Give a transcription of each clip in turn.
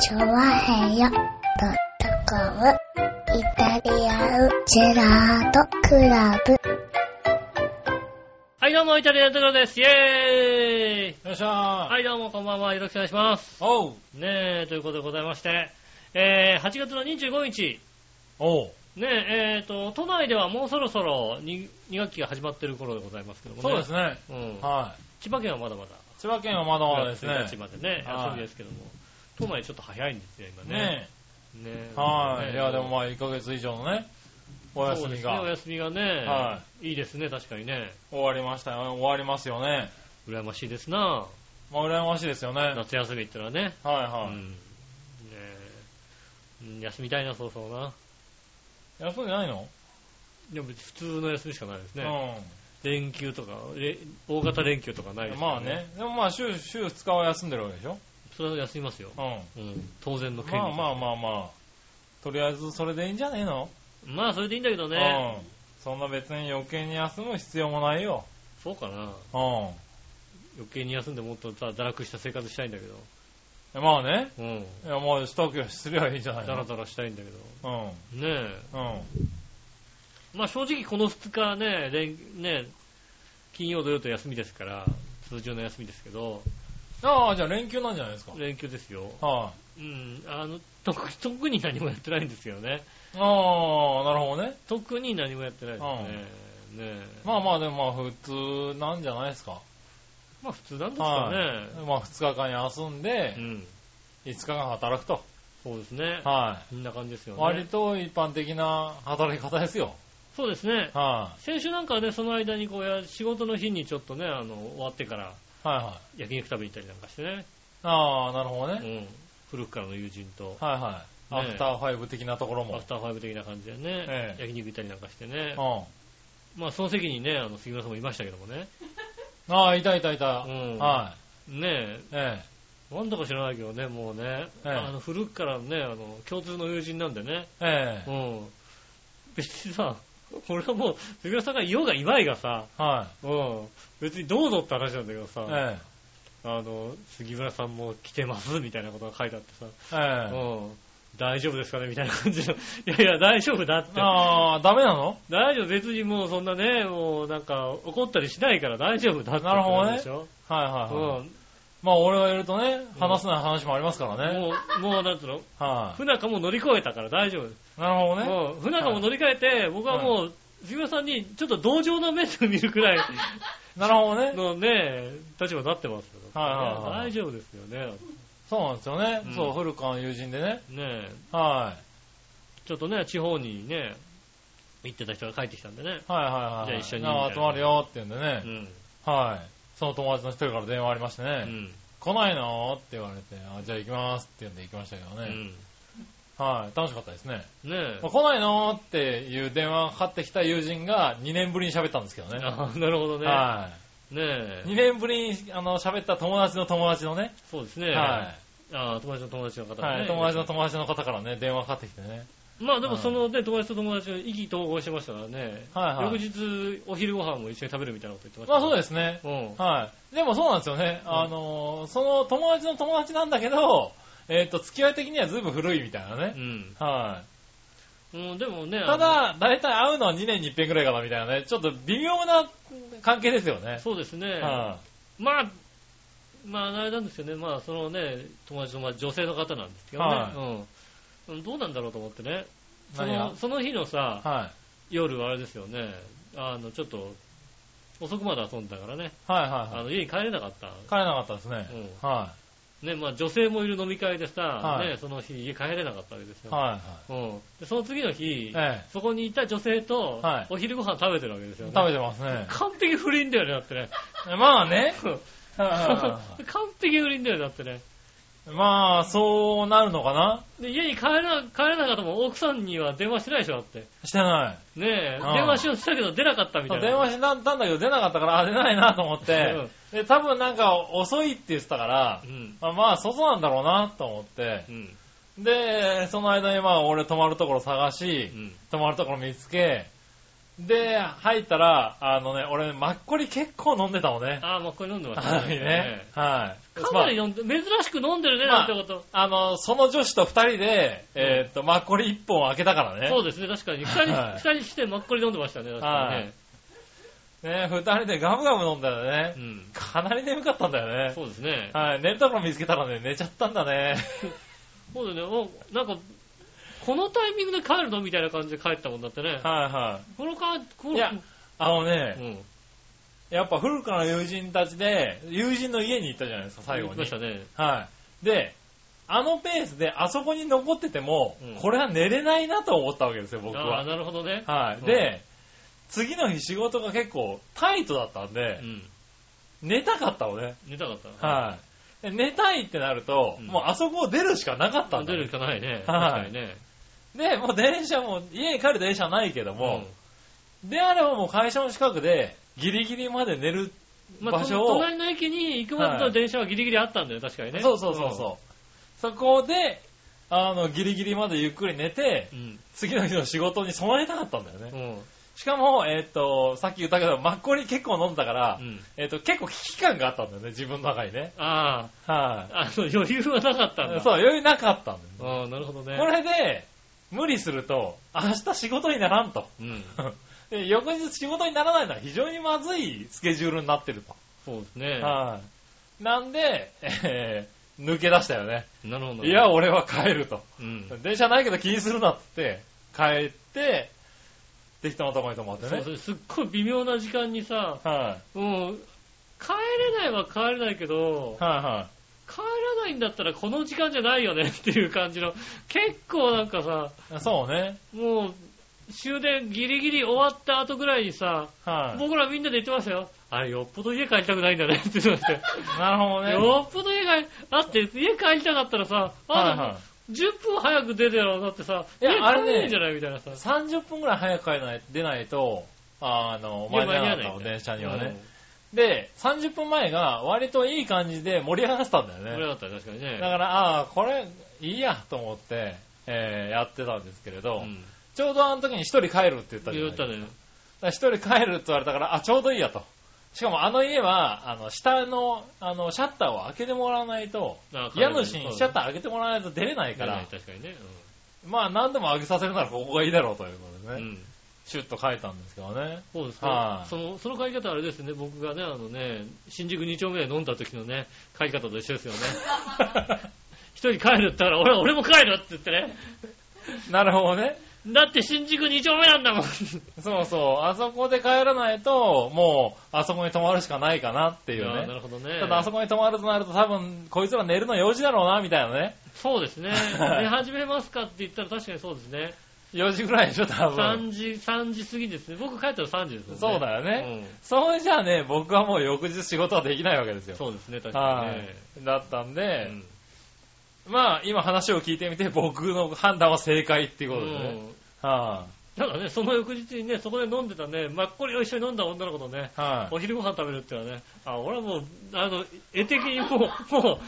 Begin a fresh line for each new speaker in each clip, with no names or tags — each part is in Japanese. チョワヘヨドットコムイタリアンジェラートクラブ。
はい、どうも、イタリアンテロです。イェーイ
よっしゃー。
はい、どうも、こんばんは。よろしくお願いします。
おう。
ねえ、ということでございまして、えー、8月の25日、
おう。
ねえ、えーと、都内ではもうそろそろ 2, 2学期が始まってる頃でございますけどもね。
そうです
ね。
ね。
うん。
は
千葉県はまだまだ。
い。千葉県はまだまだです
1
ね
日。までね、
はい
遊びですけども。都内ちょっと早いんですよ、今ね。
ね
ねえ
え。はい。いや、でも
あ、
まあ、1ヶ月以上のね、お
そう
休
で
み
すね、お
が
休みがね、、
はい
いですね、確かにね。
終わりましたよ。終わりますよね。
羨ましいですな
まあ、羨ましいですよね。はい
夏休みってのはね。う
は
ん。ねえうん休みたいな、そうそうな。
い。休んでないの
でも普通の休みしかないです
う
ね。連休とか、れ大型連休とかないで
ん。
すから
まあね。でもまあ、週、週2日は休んでるわけでしょ
それは休みますよ。
うん。
うん。当然の権利。
まあまあまあまあ。とりあえず、それでいいんじゃねえの
まあそれでいいんだけど
う
ね
ん。。そんな別に余計に休む必要もないよ。
そうかな。
う
余計に休んでもっとさ堕落した生活したいんだけど。
ん。まあね。
うん。
いや、もう、したけすりゃいいじゃない
ダラ
の。
ダラしたいんだけど。
うん。
ね
うん。
え。まあ正直この2日ね、連ねえ、金曜土曜と休みですから、通常の休みですけど、
ああ、じゃあ連休なんじゃないですか。はい、
連休ですよ。
あ。
うん。あの、特特に何もやってないんですよね。
ああ、なるほどね。
特に何もやってないですね。ねえ。
まあまあ、でもまあ普通なんじゃないですか。
まあ普通なんですかね。
はい。まあ2日間休ん
う
で、
ん。
5日間働くと。
そうですね。
は
そんな感じです
い。
よ
割
ね。
と一般的な働き方ですよ。
そうですね。
は
先週なんかはね、その間にこうや、仕事の日にちょっとね、あの、終わってから
い。はいはい。
焼肉食べに行ったりなんかしてね。
ああ、なるほど
う
ね。
ん。古くからの友人と、
はいはい。ア
ねえ
フターファイブ的なところ
ア
も
フ。ターファイブ的な感じでね、
ええ
焼肉行ったりなんかしてね。
う
まあその席にね、あの、杉村さんもいましたけどもね。
ん。ああ、いたいたいた。
うん
は
ね
い。え
え、なんだか知らないけどね、もうね、
ええ
あの、古くからのね、あの、共通の友人なんでね。
え。え
う
え。
ん。別にさ、俺はもう、杉村さんがいようがいまいがさ、
は
うん。別にどうぞって話なんだけどさ、
い。え
あの、杉村さんも来てますみたいなことが書いてあってさ、
え。ええ。
うん。大丈夫ですかねみたいな感じの。いやいや、大丈夫だって。
ああ、ダメなの
大丈夫、別にもうそんなね、もうなんか怒ったりしないから大丈夫だって。
なるほどね
でしょ
はいは
う
い
ん
はい。。まあ俺がいるとね、話せない話もありますからね。
もう、もうなんつうの、
は
不仲も乗り越えたから大丈夫。
い。なるほどね。
うん。不仲も乗り換えて、僕はもう、杉村さんにちょっと同情の目で見るくらい
なるほどね。
のね、立場になってますけど。
はいはいはい
大丈夫ですよね。
そうなんですよね。
うん
そう、古川の友人でね。
ねえ
は
ちょっとね、地方にね、行ってた人が帰ってきたんでね。
い。はいはいはい。
じゃあ一緒に
なあ集まるよって言うんで
う
ね。
ん。
はい。その友達の一人から電話ありまして
う
ね。
ん。
来ないのって言われて、あじゃあ行きますって言うんで行きましたけど
う
ね。
ん。
はい。楽しかったですね。
ねえ
まあ。来ないのっていう電話がかかってきた友人が2年ぶりに喋ったんですけどね。
あなるほどね。
は
ねえ
い。2。年ぶりに、あの、喋った友達の友達のね。
そうですね。
は
あ友達の友達の方
い。
がね、
はい。友達の友達の方からね、電話かかってきてね。
まあでもそのね、友達と友達が意気投合してましたからね。
はいはい
翌日、お昼ご飯も一緒に食べるみたいなこと言ってました。
まあそう
で
ですね。
す。うん。
はい。でもそうなんですよね。
ん
あのーその友達の友達なんだけど、えっ、と、付き合い的にはずいぶん古いみたいなね。
うん
は
うん。でもね、
い。
あ
た
の
だ、だいたい会うのは2年に1遍ぐらいかなみたいなね。ちょっと微妙な関係ですよね。
そうですね。
は
まあ、まあ、あれなんですよね。まあ、そのね、友達の、まあ、女性の方なんですけどね。
は
うん。どうなんだろうと思ってね。
い。
そ
何が
のその日のさ、
はい。
夜はあれですよね。あの、ちょっと、遅くまで遊んだからね。
はいはい
あ
はい。
の、家に帰れなかった。
帰れなかったですね。は
ね、まあ、女性もいる飲み会でさ、
はい
ね、その日家帰れなかったわけです
い。
よ。
は
うん。で、その次の日
い、はい。ええ。
そこにいた女性と
はい、
お昼ご飯食べてるわけですよね。
食べてますね。
完璧不倫だよね、だってね。
まあね。
完
は
璧不倫だよね、だってね。
いまあ、そうなるのかな
で、家に帰れな、帰れなかったもん、奥さんには電話してないでしょ、だって。
してない。
ねえ、
うん
電話しようとしたけど出なかったみたいな。
電話したんだけど出なかったから、あ、出ないなと思って、で、多分なんか遅いって言ってたから
う、ん。
あまあ、外なんだろうなと思って
う、ん。
で、その間にまあ、俺泊まるところ探し
う、ん。
泊まるところ見つけ、で、入ったら、あのね、俺、マッコリ結構飲んでたもんね。
ああ、もうこれ飲んでま
は
す
いね。はい。
かなり飲んで、珍しく飲んでるね、
ま
なん
あ
てこと。
あの、その女子と二人で、えーっと、マッコリ一本開けたからね。
そうですね、確かに。二人、
はい
二人してマッコリ飲んでましたね、確かにね。
ね、二人でガブガブ飲んだよね
う。ん。
かなり眠かったんだよね。
そうですね。
はい。寝るところ見つけたらね、寝ちゃったんだね。
そうだね、もう、なんか、このタイミングで帰るのみたいな感じで帰ったもんだってね。
はいはい。
このか、この、
いやあのね
う、ん。
やっぱ古くからの友人たちで、友人の家に行ったじゃないですか、最後
行き
に
まし。たね。
はい。で、あのペースであそこに残ってても、
うん
これは寝れないなと思ったわけですよ、僕
ああ、
は。
なるほどね。
はい。で、次の日仕事が結構タイトだったん
う
で、
ん。
寝たかったのね。
寝たかった。
はい。で寝たいってなると、
うん
もうあそこを出るしかなかったんだ
出
よ
るしかないね。
はい
確かにね。
で、もう電車も、家に帰る電車はないけども、
う
であればもう会社の近くで、ギリギリまで寝る。
ん、まあ、
場所
と
を
隣の駅に行くまでの電車はギリギリあったんだよ、確かにね。
そうそうそうそう。そこで、あの、ギリギリまでゆっくり寝て、
うん。
次の日の仕事に備えたかったんだよ
う
ね。
ん。
しかも、えーっと、さっき言ったけど、マッコリ結構飲んだから、
うん。
えーっと、結構危機感があったんだよね、自分の中にね。
あ
は
あ、あの、余裕はなかったん
い。
だ。
そう、
う。
余裕なかったんだ
ああ、なるほどね。
よね。これで、無理すると、明日仕事にならんと。
うん。
で翌日仕事にならないのは非常にまずいスケジュールになってると。
そうですね。
はい。なんで、えー抜け出したよね。
なるほど。
いや、、俺は帰ると。
うん。
電車ないけど気にするなって言って、帰って、適当なとこに泊まって
そう
ね
そ。うすっごい微妙な時間にさ、
は
もう、帰れないは帰れないけど
い。はい、は
帰らないんだったらこの時間じゃないよね っていう感じの、結構なんかさ、
い。そうね。
もう、終電ギリギリ終わった後ぐらいにさ、
はい。
僕らみんなで言ってましたよ。あれ、よっぽど家帰りたくないんだね って言ってましたよ。
なるほどね。
よっぽど家帰り、だって家帰りたかったらさ、あ、
はい
でも
は
10分早く出てやろうだってさ、
いや
家
あ
帰
れね
れないんじゃないみたいなさ。
い。30分ぐらい早く帰らない、出ないと、あの、間に合わなかったの、
いや
電車にはね。。で、30分前が割といい感じで盛り上がってたんだよ
うん
ね。
これだったら確かにね。
だから、ああ、これ、いいや、と思って、えーやってたんですけれ
う
ど、
ん
ちょうどあの時に一人帰るって言ったじゃ
言
ない
っ
ですか
たね。
だから一人帰るって言われたから、あ、ちょうどいいやと。しかもあの家は、あの、下の、あの、シャッターを開けてもらわないと、
あ帰れ
家
ない
主にシャッター開けてもらわないと出れない
か
か
ら
ら、
確かにね。
まあ何でも開けさせるならここがいいだろうというこ
うん
とで
う
ね、
ん
シュッと書いたんですけどね。
そうです
は
ね。
い
その、その帰り方はあれですね、僕がね、あのね、新宿2丁目で飲んだ時のね、帰り方と一緒ですよね。 一人帰るって言ったから、俺、俺も帰るって言ってね。
なるほどね。
だって新宿2丁目なんだもん。い
そうそう、あそこで帰らないと、もう、あそこに泊まるしかないかなっていう
や
ね
な。るほどね。
ただあそこに泊まるとなると多分、こいつら寝るの4時だろうな、みたいなね。
そうですね。寝始めますかって言ったら確かにそうですね。
4時ぐらいでしょ、多分。
3時、3時過ぎですね。僕帰ったら3時ですもんね。
そうだよね。
ね。
そうじゃあね、僕はもう翌日仕事はできないわけですよ。
そうですね、確かに
は
ね。
い。だったんで
う、ん
まあ、今話を聞いてみて、僕の判断は正解っていう
う
ことでね。
ん
は
なんかね、その翌日にね、そこで飲んでたね、マッコリを一緒に飲んだ女の子とね、
い。は
お昼ご飯食べるっていうのはね、あ、俺はもう、あの、絵的に もう、もう、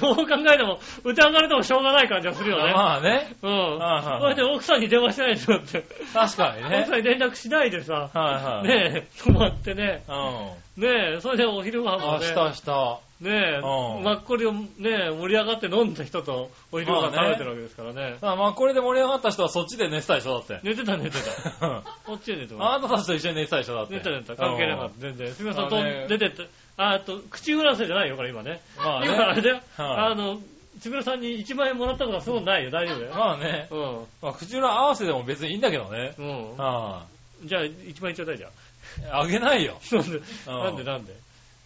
どう考えても、疑われてもしょうがない感じがする
い。
よね。
まあね、
うん。
はいはい
こうやって奥さんに電話してないでしょって。
確かに
奥
ね
さ。んに連絡しないでさ、
はいはい。。
ねえ、泊まってね、
うん。
ねえ、それでお昼ご飯
明
もね
日、明日。
ねえ、
うん
マッコリをねえ、盛り上がって飲んだ人とお昼ご飯食べてるわけですからね。
まあまあ、これで盛り上がった人はそっちで寝てたでしょ、だって。
寝てた寝てた。
うん
こっちで寝てます
あなたたちと一緒に寝てたでしょ、だって。
出た出た、関係なかった、全然。すみません、
あ
と
のね
出てった。あ、あと、口裏せじゃないよ、これ今ね。
た。まあね。
今、あれだよ。
はい
あの、ちぐらさんに1万円もらったことはすごいないよ、大丈夫だよ。
まあね、まあ、口裏合わせでも別にいいんだけどね。
うん。うん。
あ
じゃあ、1万円ちょうだいじゃん。
あ、あげないよ。
なんで、
うん
なんで、なんで。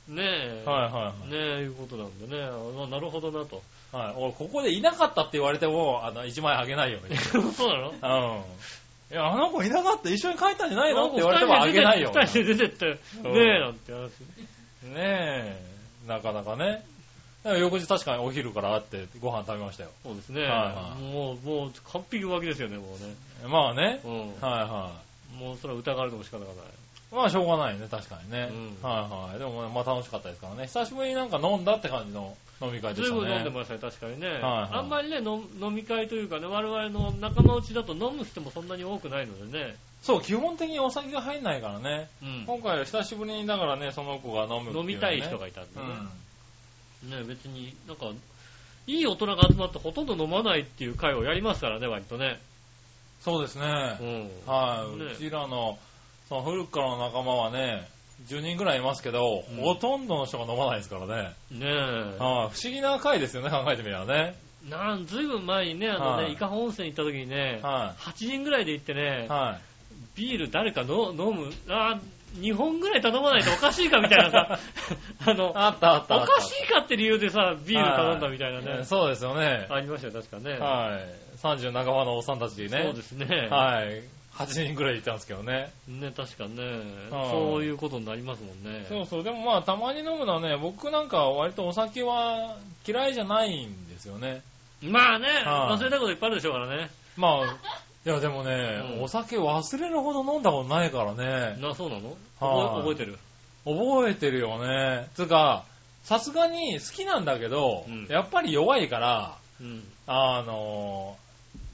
ねえ。
はいは
ねえ、いうことなんでね。あなるほどなと。
いはい。はい、俺、ここでいなかったって言われても、あの、1枚あげないよ、 みたい
そうなの
な。うん。いや、あの子いなかった、一緒に帰ったんじゃないのって言われても
な
あ
ん
げ
か
な
二
いよ。
人で出てって、ね
うん
え、なんて話。
ねえ、なかなかね。だから翌日確かにお昼から会ってご飯食べましたよ。
そうですね。
はいはい
もう、もう、完璧浮気ですよね、もうね。
まあね。
う
はいは
ん。もう、それは疑われても仕方がない。
い。まあしょうがないね、確かにね。
うん
はいはい。でもまあ楽しかったですからね。久しぶりになんか飲んだって感じの飲み会
ず
で
い
した
ぶん飲んで
ね。
ましたね、確かにね。
はい
あんまりね飲む飲み会というかね、我々の仲間内だと飲む人もそんなに多くないのでね。
そう、基本的にお酒が入んないからね。
うん。
今回は久しぶりに、だからね、その子が飲むってうのは
飲
ね
みたい人がいたんで
う
ね。
ん。
ね別になんか、いい大人が集まってほとんど飲まないっていう会をやりますからね、割とね。
そうですね
う。ん。
はい、
ね
うちらの、その古くからの仲間はね、10人ぐらいいますけど、
うん
ほとんどの人が飲まないですからね。
ねえ。
はい、不思議な回ですよね、考えてみればね。
なん、ずいぶん前にね、あの
は
ね、
い
伊香保温泉行った時にね、
は
8人ぐらいで行ってね
い。、は
ビール誰かの飲む、あー、2本ぐらい頼まないとおかしいかみたいな さ、あの
い。、あったあっ
お
たあった。
かしいかって理由でさ、ビール頼んだみたいな
は
ね、
そうですよね。
ありましたよ、確かね。
はい。30半ばのおっさんたちでね。
そうですね。
はい。8人ぐらいいたんですけどね。
ね、確かね、
はい
そういうことになりますもんね。
そうそう。でもまあ、たまに飲むのはね、僕なんかは割とお酒は嫌いじゃないんですよね。
まあね、
はい
忘れたこといっぱいあるでしょうからね。
まあ、いやでもね、
うん
お酒忘れるほど飲んだことないからね。
な、そうなの
は
覚え覚
い
えてる。
覚えてるよね。つうか、さすがに好きなんだけど、
うん
やっぱり弱いから、
うん。
あの、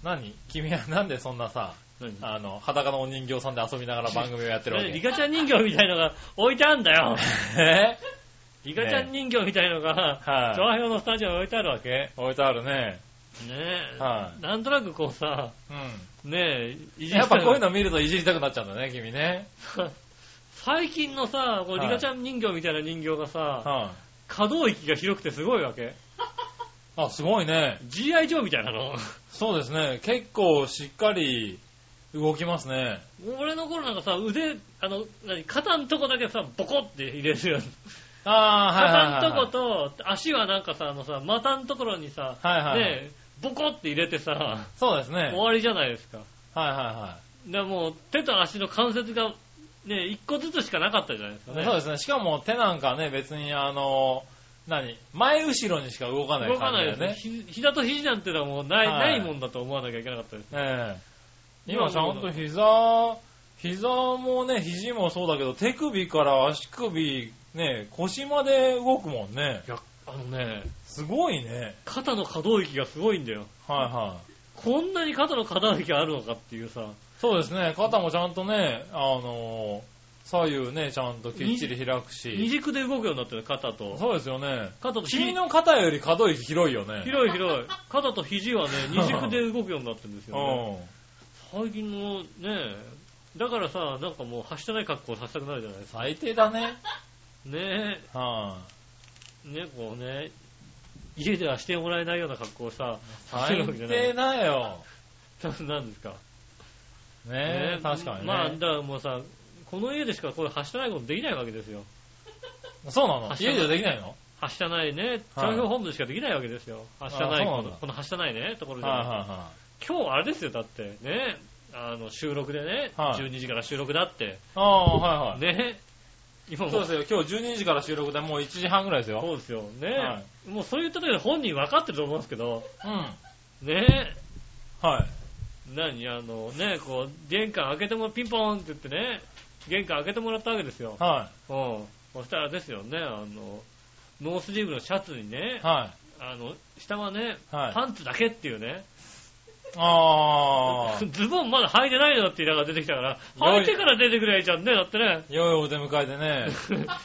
何君はなんでそんなさ、
何
あの、裸のお人形さんで遊びながら番組をやってるわ
ねリ
け。
カちゃん人形みたいのが置いてあんだ よ。
え
リカちゃん人形みたいのが、
はい
調和表のスタジオに置いてあるわけ。ね
置いてあるね。
え、
はい
なんとなくこうさ、
うん。
ねえ、いじ
やっぱこういう
の。
の見るといじりたくなっちゃうんだね、君ね。
最近のさ、こう
は
リ
い
カちゃん人形みたいな人形がさ、
は
可動域が広くてすごいわけ。
い。あ、すごいね。
GI 上みたいなの。
そうですね。結構しっかり動きますね。
俺の頃なんかさ、腕、あの、何、肩のとこだけさ、ボコって入れるよ。
ああ、はいはいはい、は
肩
い。
のとこと、足はなんかさ、あのさ、股のところにさ、
はいはいはい
ねえ、ボコって入れてさ、
そうですね。はい
終
はい
わりじゃないですか。
は
でもう手と足の関節がね、一個ずつしかなかったじゃないですか
い、
ね。
そうですね。しかも手なんかね、別にあの、何前後ろにしか動かない
動か
感
ない
じ
で
だ
す
よ
ね。
ね。
ひ膝と肘なんてのはもうない、
はい
ないもんだと思わなきゃいけなかったです。
ええ今ちゃんと膝、膝もね、肘もそうだけど、手首から足首、ね、腰まで動くもんね。
いや、あのね、
すごいね。
肩の可動域がすごいんだよ。
はいはい。
こんなに肩の可動域あるのかっていうさ、
そうですね、肩もちゃんとね、あのー左右ね、ちゃんときっちり開く
二
し。
軸で動くようになってる、肩と。
そうですよね。
肩と
君
肘。
の肩より可動域広いよね。
広い広い。肩と肘 はね、二軸で動くようになってるんですよね。最近のね、だからさ、なんかもう、はしてない格好させたくなるじゃないで
うん。
すか。
最低だね。
ねえ、
は
ね、こうね、家ではしてもらえないような格好をさ、
い、最低だよ。
なんですか。
ねえ、確かにね。
まあ、だからもうさ、この家でしかこれ、はしたないことできないわけですよ。
そうなの
走ら
家
ない
ではできないの
はしたないね、
はい
調教本部でしかできないわけですよ。はしたない、
あそう
こ
なんだ
の、このはしたないね、ところで。
は
今日あれですよ、だって、ね、あの、収録でね、
はい
12時から収録だって、
いはいはい。ああ、はいはい。
ね、今も
そうですよ、今日12時から収録でもう1時半ぐらいですよ。
そうですよ、ね、
は
もうそういった時で本人分かってると思うんですけど、
うん。
ね、
はい。
何あのね、こう、玄関開けてもピンポーンって言ってね、玄関開けてもらったわけですよ。
は
うん。そしたらですよね、あの、ノースリーブのシャツにね
い。、は
あの、下はね、
い。はい。
パンツだけっていうね、
ああ。
ズボンまだ履いてないのって言いながら出てきたから、
よい
履いてから出てくれゃいいじゃんね、だって ね。
良いお出迎えで ね。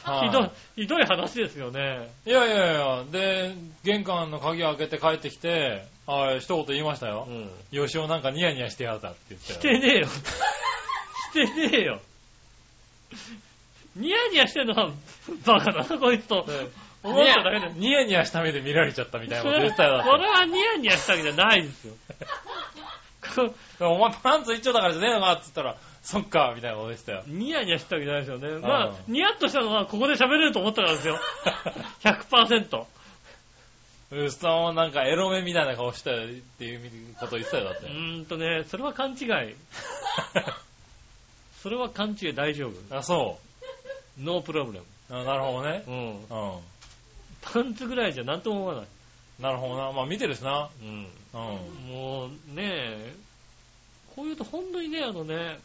はい
ひどい、ひどい話ですよね。
いやいやいや、で、玄関の鍵開けて帰ってきて、はい、一言言いました
う
よ。
ん。
吉尾なんかニヤニヤしてやったって言って。
してねえよ。してねえよ。ニヤニヤしてんのは、バカだな、こいつと。思
ニ
っただけで
ヤ。ニヤニヤした目で見られちゃったみたいな
そ
こと
れ
言ってた よ。だ
これはニヤニヤしたわけじゃないですよ。こ
って お前パンツ一丁だからじゃねえのかって言ったら、そっか、みたいなこと言ってたよ。
ニヤニヤしたわけじゃないですよね。まあ
あ、ー
ニヤっとしたのはここで喋れると思ったからですよ。100%。
うっそー、なんかエロ目みたいな顔してたよっていうこと言ってたよ、だっ
う
て。
ーんとね、それは勘違い。 それは勘違い大丈夫。
あ、そ
ノープロブレム。
う。あなるほどね。
うん。
う
パンツぐらいじゃなんとも思わない。
ん。なるほどな。まあ見てるしな。
うん。
うん。
もうね、こういうと本当にね、あのね、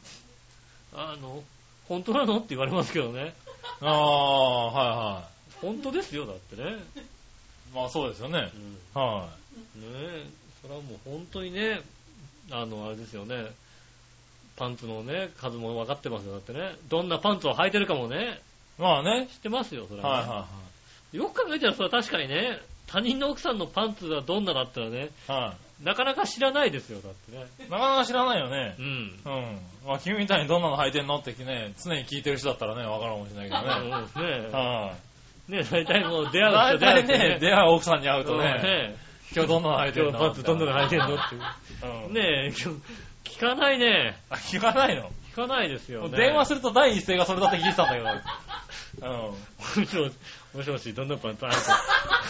あの、本当なのって言われますけどね。
ああ、はいはい。
本当ですよ、だってね。
まあそうですよね。
うん
は
ねえ、それはもう本当にね、あの、あれですよね、パンツのね、数も分かってますよ、だってね。どんなパンツを履いてるかもね、
い。まあね。
知ってますよ、それ
はい
は、ね
は
よく考えたら、それは確かにね、他人の奥さんのパンツがどんなだったらね、
いはい。は
なかなか知らないですよ、だってね。
い。なかなか知らないよね
う。ん。
うん。まあ君みたいにどんなの履いてんのってね、常に聞いてる人だったらね、わかるかもしれないけどね。
そうですね。
はい。
ね大体もう出会
大
う人出会
体
う人
ね、出会う奥さんに会う
そ
と
う
ね、
ね。
今日どんなの履いて
今
ん
日
の
パンツどんなの履いてんのっていう。
うん
ねえ、今日聞かないね。
あ聞かないの
聞かないですよね。
電話すると第一声がそれだって聞いてたんだけど。うん。
もしもし、もしもし、どんなパンツあるか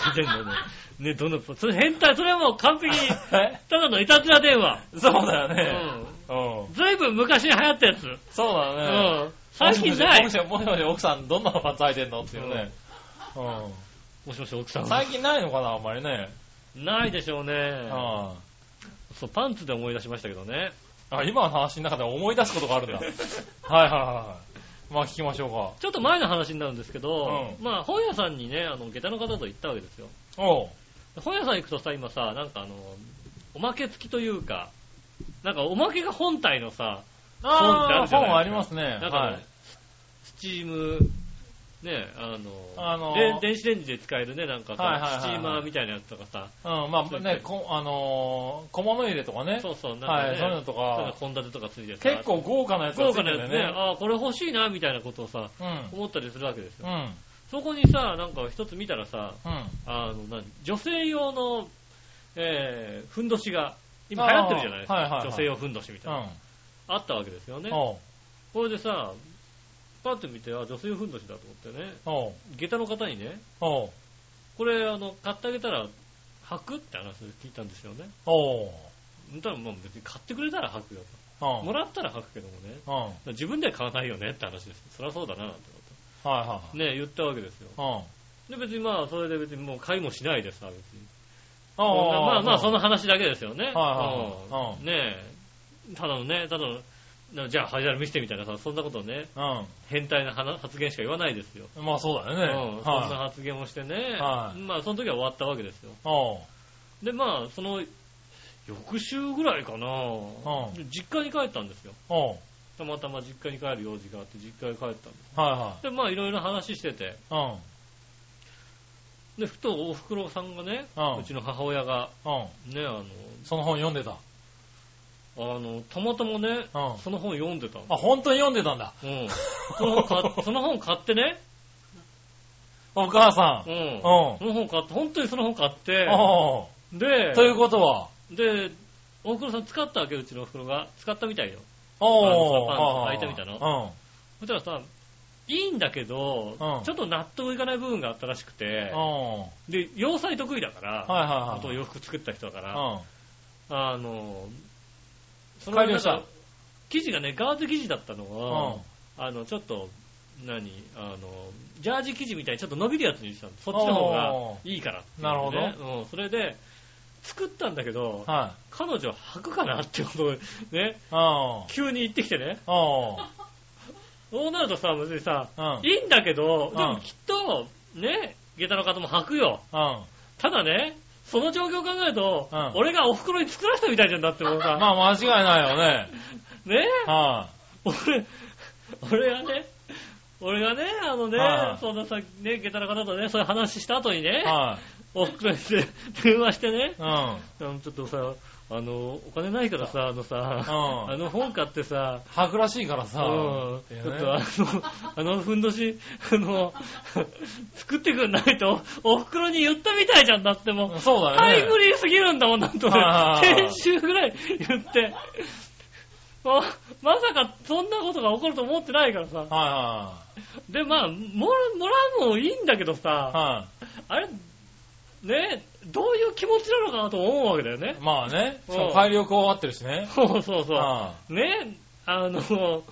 聞いてんのね。ね、どんなパンツ、それ変態、それはもう完璧に、
え
ただのいたずら電話。
そうだよ
う
ね。
ん。
うん。
ずいぶん昔に流行ったやつ。
そうだ
う
ね。
ん。最近ない
も。しもしもしもし奥さんどんなパンツ履いてんのっていうね。う
もしもし、奥さ
ん。
ん。
最近ないのかな、あんまりね。
ないでしょう
う
ね。
ん。あ、
そう、パンツで思い出しましたけどね。
今の話の中で思い出すことが あるんだ。はいはいはい。まあ聞きましょう
ちょっと前の話になるんですけど、まあ、本屋さんにね、あの、下駄の方と行ったわけですよ。
か。おう。
本屋さん行くとさ、今さ、なんかあの、おまけ付きというか、なんかおまけが本体のさ、本ってあ
あ
る
あ、
じゃないですか
本ありますね。
なんかね、
はい。
スチーム、ね、あの、
あの
で電子レンジで使えるね、なんかさ、
はいはいはいはい
スチーマーみたいなやつとかさ、
うん、まあね、こあのー小物入れとかね。
そうそう、なんか
は
ね、
い、そういうの
そ
と
ういうの
か、
献立とかついてさ、
結構豪華なやつ
豪
がつい
華な
てるん
やつ
だ
ね、
よね。
ああ、これ欲しいな、みたいなことをさ、
うん。
思ったりするわけですよ。
うん。
そこにさ、なんか一つ見たらさ、
うん。
あの、何女性用の、えー、ふんどしが、今流行ってるじゃないですか、
あーはいはいはい
女性用ふんどしみたいな、
う
あったわけですよね
ん。。おう。
これでさ、パッと見て、あ、女性用ふんどしだと思ってね、
おう。
下駄の方にね、
おう。
これ、あの、買ってあげたら、履くって話を聞いたんですよね。
おう。
多分まあ別に買ってくれたら履くよ。
うん。
もらったら履くけどもね。
うん。はい
自分では買わないよねって話です。そりゃそうだなってこ
は
と。ね、言ったわけですよ。
い。うん。
で、別にまあ、それで別にもう買いもしないでさ、別に。
あ
まあまあ、その
話。
話だけですよね。
はいはいはい
うんねえ。ただのね、ただの、なじゃあ、ハイジャル見せてみたいなさ、そんなことね、変態な話発言しか言わないですよ。
うん。まあそうだよね。
うん、そんな
は
発言をしてね、
はい
まあその時は終わったわけですよ。
い。おう。
で、まあ、その、翌週ぐらいかな、
ん
実家に帰ったんですよ。
おう。
たまたま実家に帰る用事があって、実家に帰ったんで
は
す。で、まあ、いろいろ話してて、
いはい。
で、ふとおふくろさんがね、
うん
うちの母親が、
うん。うん。
ね、あ
その本読んでた。
の、あの、たまたまね、
うん。
その本読んでたの。
あ、本当に読んでたんだ。
うん。その本買その本買ってね、
お母さ。
うんん。
お
その本買って、本当にその本買って、
お
で
う。と、いうことは。
で、おふくろさん使ったわけ、うちのおふくろが。使ったみたいよ。
おう。
あのそのパンツ履いてみた
の
そしたらさ、いいんだけど、
うん
ちょっと納得いかない部分があったらしくて
うん。、おう。
で、洋裁得意だから、
はいは
あ
い
と
はい。
洋服作った人だから、
うん。
あの、そ
改良した
なんか生地がね、ガーゼ生地だったの
うん
を、。あの、ちょっと、何あの、ジャージ生地みたいにちょっと伸びるやつにしたの。そっちの方がいいからっていうのでね、
なる
うん、それで、作ったんだけど、
はい。
彼女履くかなってことをね、
うん。
急に言ってきてね。
おう。
そうなるとさ、別にさ、
うん。
いいんだけど、
うん
でもきっと、ね、下駄の方も履くよ。
うん。
ただね、その状況を考えると、
うん
俺がお袋に作らせたみたいじゃんだってもうさ、
まあ間違いないよね。
ね、
は
俺、俺がね、俺がね、あのね、
はい
そんなさ、ね、下駄の方とね、そういう話した後にね
い。、は
お袋にね電話してね
い。、うん。
あのちょっとさ、あの、お金ないからさ、あのさ、
う
あ
ん。
の本買ってさ、
吐くらしいからさ。
うん
ってい
ちょ
う
っ
ね
とあの、 あのふんどし、 あの、作ってくんないと、お袋に言ったみたいじゃんだってもう、
そうだよね。
タイムリーすぎるんだもん、なんと
は
ね
いはいはい
先週ぐらい言って、 もうまさかそんなことが起こると思ってないからさ。
は
で、まあ、もら、もらうのもいいんだけど
いはい
さ、
は
あれ、ね、どういう気持ちなのかなと思うわけだよね
い。。まあね。しかも改良加わってるしね。
そうそうそう。
は
ね、あの、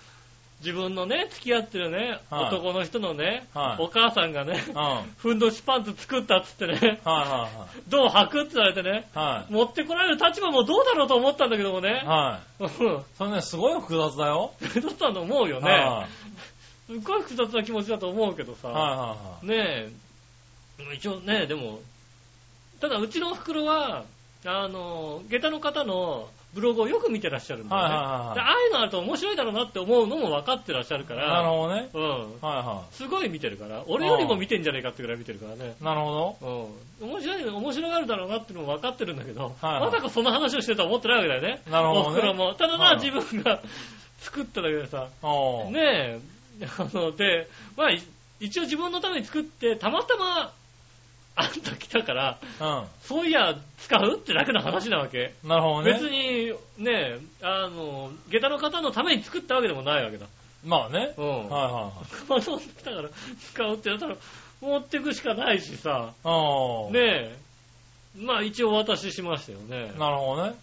自分のね、付き合ってるね、
はい
男の人のね、
はい
お母さんがね
い。う、ん。はい
ふんどしパンツ作ったっつってね、
は
どう履くって言われてね、
いはい。はい。
持ってこられる立場もどうだろうと思ったんだけどもね、
は
うん
い。それね、すごい複雑だよ。
複雑だと思うよ
はい
ね。すっごい複雑な気持ちだと思うけど
はい
さ、
は
ねえ、一応ね、でも、ただ、うちのお袋は、あの、下駄の方のブログをよく見てらっしゃるんだよね。
はいはいはいはい
でああいうのあると面白いだろうなって思うのも分かってらっしゃるか
なる
ら、
ほどね。
うん。
はいは
すごい見てるから、俺よりも見てんじゃねえかってぐらい見てるからね。
い。なるほど。
うん。面白い、面白がるだろうなってのも分かってるんだけど、
はいはい
まさかその話をしてるとは思ってないわけだよね。
なるほ
お
どね
袋も。ただ
は
な、
い
自分が作っただけでさ、
おー
ねえ、あの、で、まあ、い一応自分のために作って、たまたま、あんた来たから、
う
そういや、使うってだけの話なわけ。
ん。なるほど
別
ね。
に、ねえ、あの、下駄の方のために作ったわけでもないわけだ。
まあね。
うん。
はいは
まそうだから、使うってやったら、持ってくしかないしさ、
いはい。おー
ねえ、まあ一応お渡ししましたよね。
なるほどね。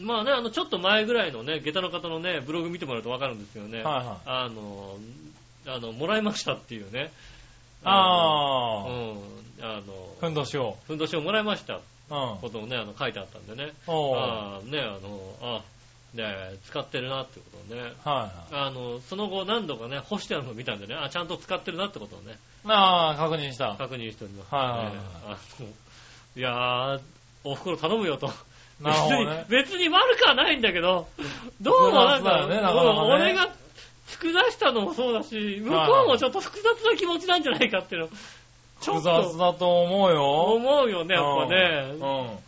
まあね、あの、ちょっと前ぐらいのね、下駄の方のね、ブログ見てもらうとわかるんですよね。
はいはい。
あの、あの、もらいましたっていうね。あの。
あ
うん。あ
ー。ふ
の、
んどしを。
ふんどしをもらいました
うん。
ことをね、あの、書いてあったんでね。
おー。はい
ああ、ね、あの、あ、ね、使ってるなってことをね。
は
あの、その後何度かね、干してあるのを見たんでね、あ、ちゃんと使ってるなってことをね、
い。あー、確認した。
確認しております、
はいはい
ねあのいやー、お袋頼むよと。
なるほどね。
別に、別に悪くはないんだけど、どうもなんか、
複雑だよねなかなかね
うん俺が作らしたのもそうだし、向こうもちょっと複雑な気持ちなんじゃないかっていうの、ちょ
複
っと
雑だと思うよ。
思うよね、やっぱね。
うん。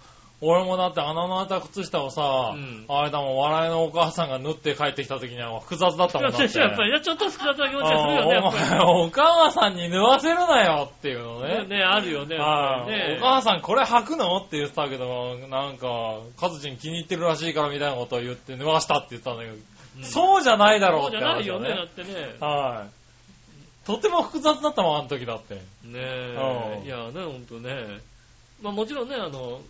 俺もだって穴の開いた靴下をさ、
うん
あれだもん、笑いのお母さんが縫って帰ってきた時には複雑だったもんだって。
やっぱり、ちょっと複雑な気持ちがするよね、やっぱ
あーお前、お母さんに縫わせるなよっていうの
り。
ね。
ね、あるよね。
あー
ね
お母さんこれ履くのって言ってたけど、なんか、カズチン気に入ってるらしいからみたいなことを言って、縫わしたって言ったんだけど、
うん
そうじゃないだろう
そ
っ
う
て
じ
話
ゃ
だ
ないよね、だってね。
はい。とても複雑だったもん、あの時だって。
ね
う
え
ん、
いやね、ほんとね、まあもちろんね、あの、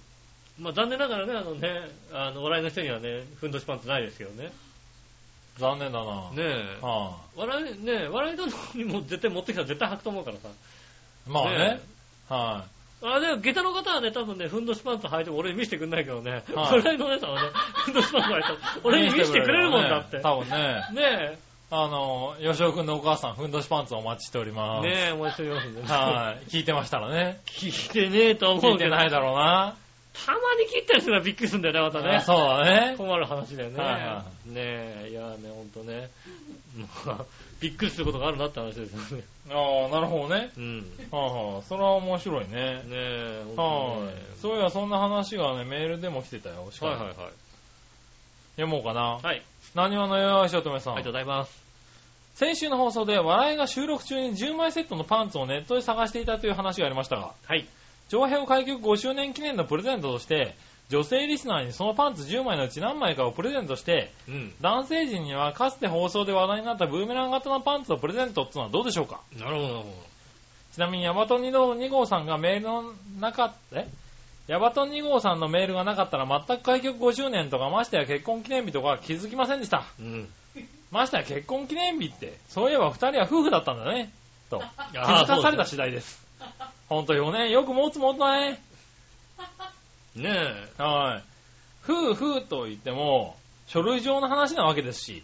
まあ残念ながらね、あのね、あの、笑いの人にはね、ふんどしパンツないですけどね。
残念だな。
ねえ、
は
笑い、ねえ、笑いの人にも絶対持ってきたら絶対履くと思うからさ。
いまあ
ね
ね。はい。
あでも、下駄の方はね、多分ね、ふんどしパンツ履いても俺に見せてくんないけどね、
はい
笑いのお姉さんはね、ふんどしパンツ履いても俺に見せてくれるもんだ って。
多分ね、
ね
あの、吉尾くんのお母さん、ふんどしパンツをお待ちしており
え、
ます。
ねえ、もう一度言いますんでね。
はい。聞いてましたらね。
聞いてねえと思
聞
う
い
け
て
ど、
ないだろうな。
たまに聞いたりするのはびっくりするんだよね、またね。
そうだ ね。
困る話だよね。
はいは
ねえ、いやね、ほんとね。まあ、びっくりすることがあるなって話ですよね。
ああ、なるほどね。
うん。ね
はいはい。それは面白いね。
え、ほんと
は
ね
い。そういや、そんな話がね、メールでも来てたよ。しか
は
も
いはいはい。
読もうかな。
はい、
何話のよいしおとめさ。
ありがとうんございます。
先週の放送で、笑いが収録中に10枚セットのパンツをネットで探していたという話がありましたが、
はい。
長編開局5周年記念のプレゼントとして、女性リスナーにそのパンツ10枚のうち何枚かをプレゼントして、
うん。
男性陣にはかつて放送で話題になったブーメラン型のパンツをプレゼントってのはどうでしょうか
なるほど、なるほ
ちなみにヤバト2号2号さんがメールの中、えヤバト2号さんのメールがなかったら全く開局50年とかましてや結婚記念日とかは気づきませんでした。
ど。うん。
ましてや結婚記念日って、そういえば2人は夫婦だったんだね。と。
気
気づかされた次第です。本当よね。よく持つもんだね。
ねえ。
はい。夫婦と言っても、書類上の話なわけですし、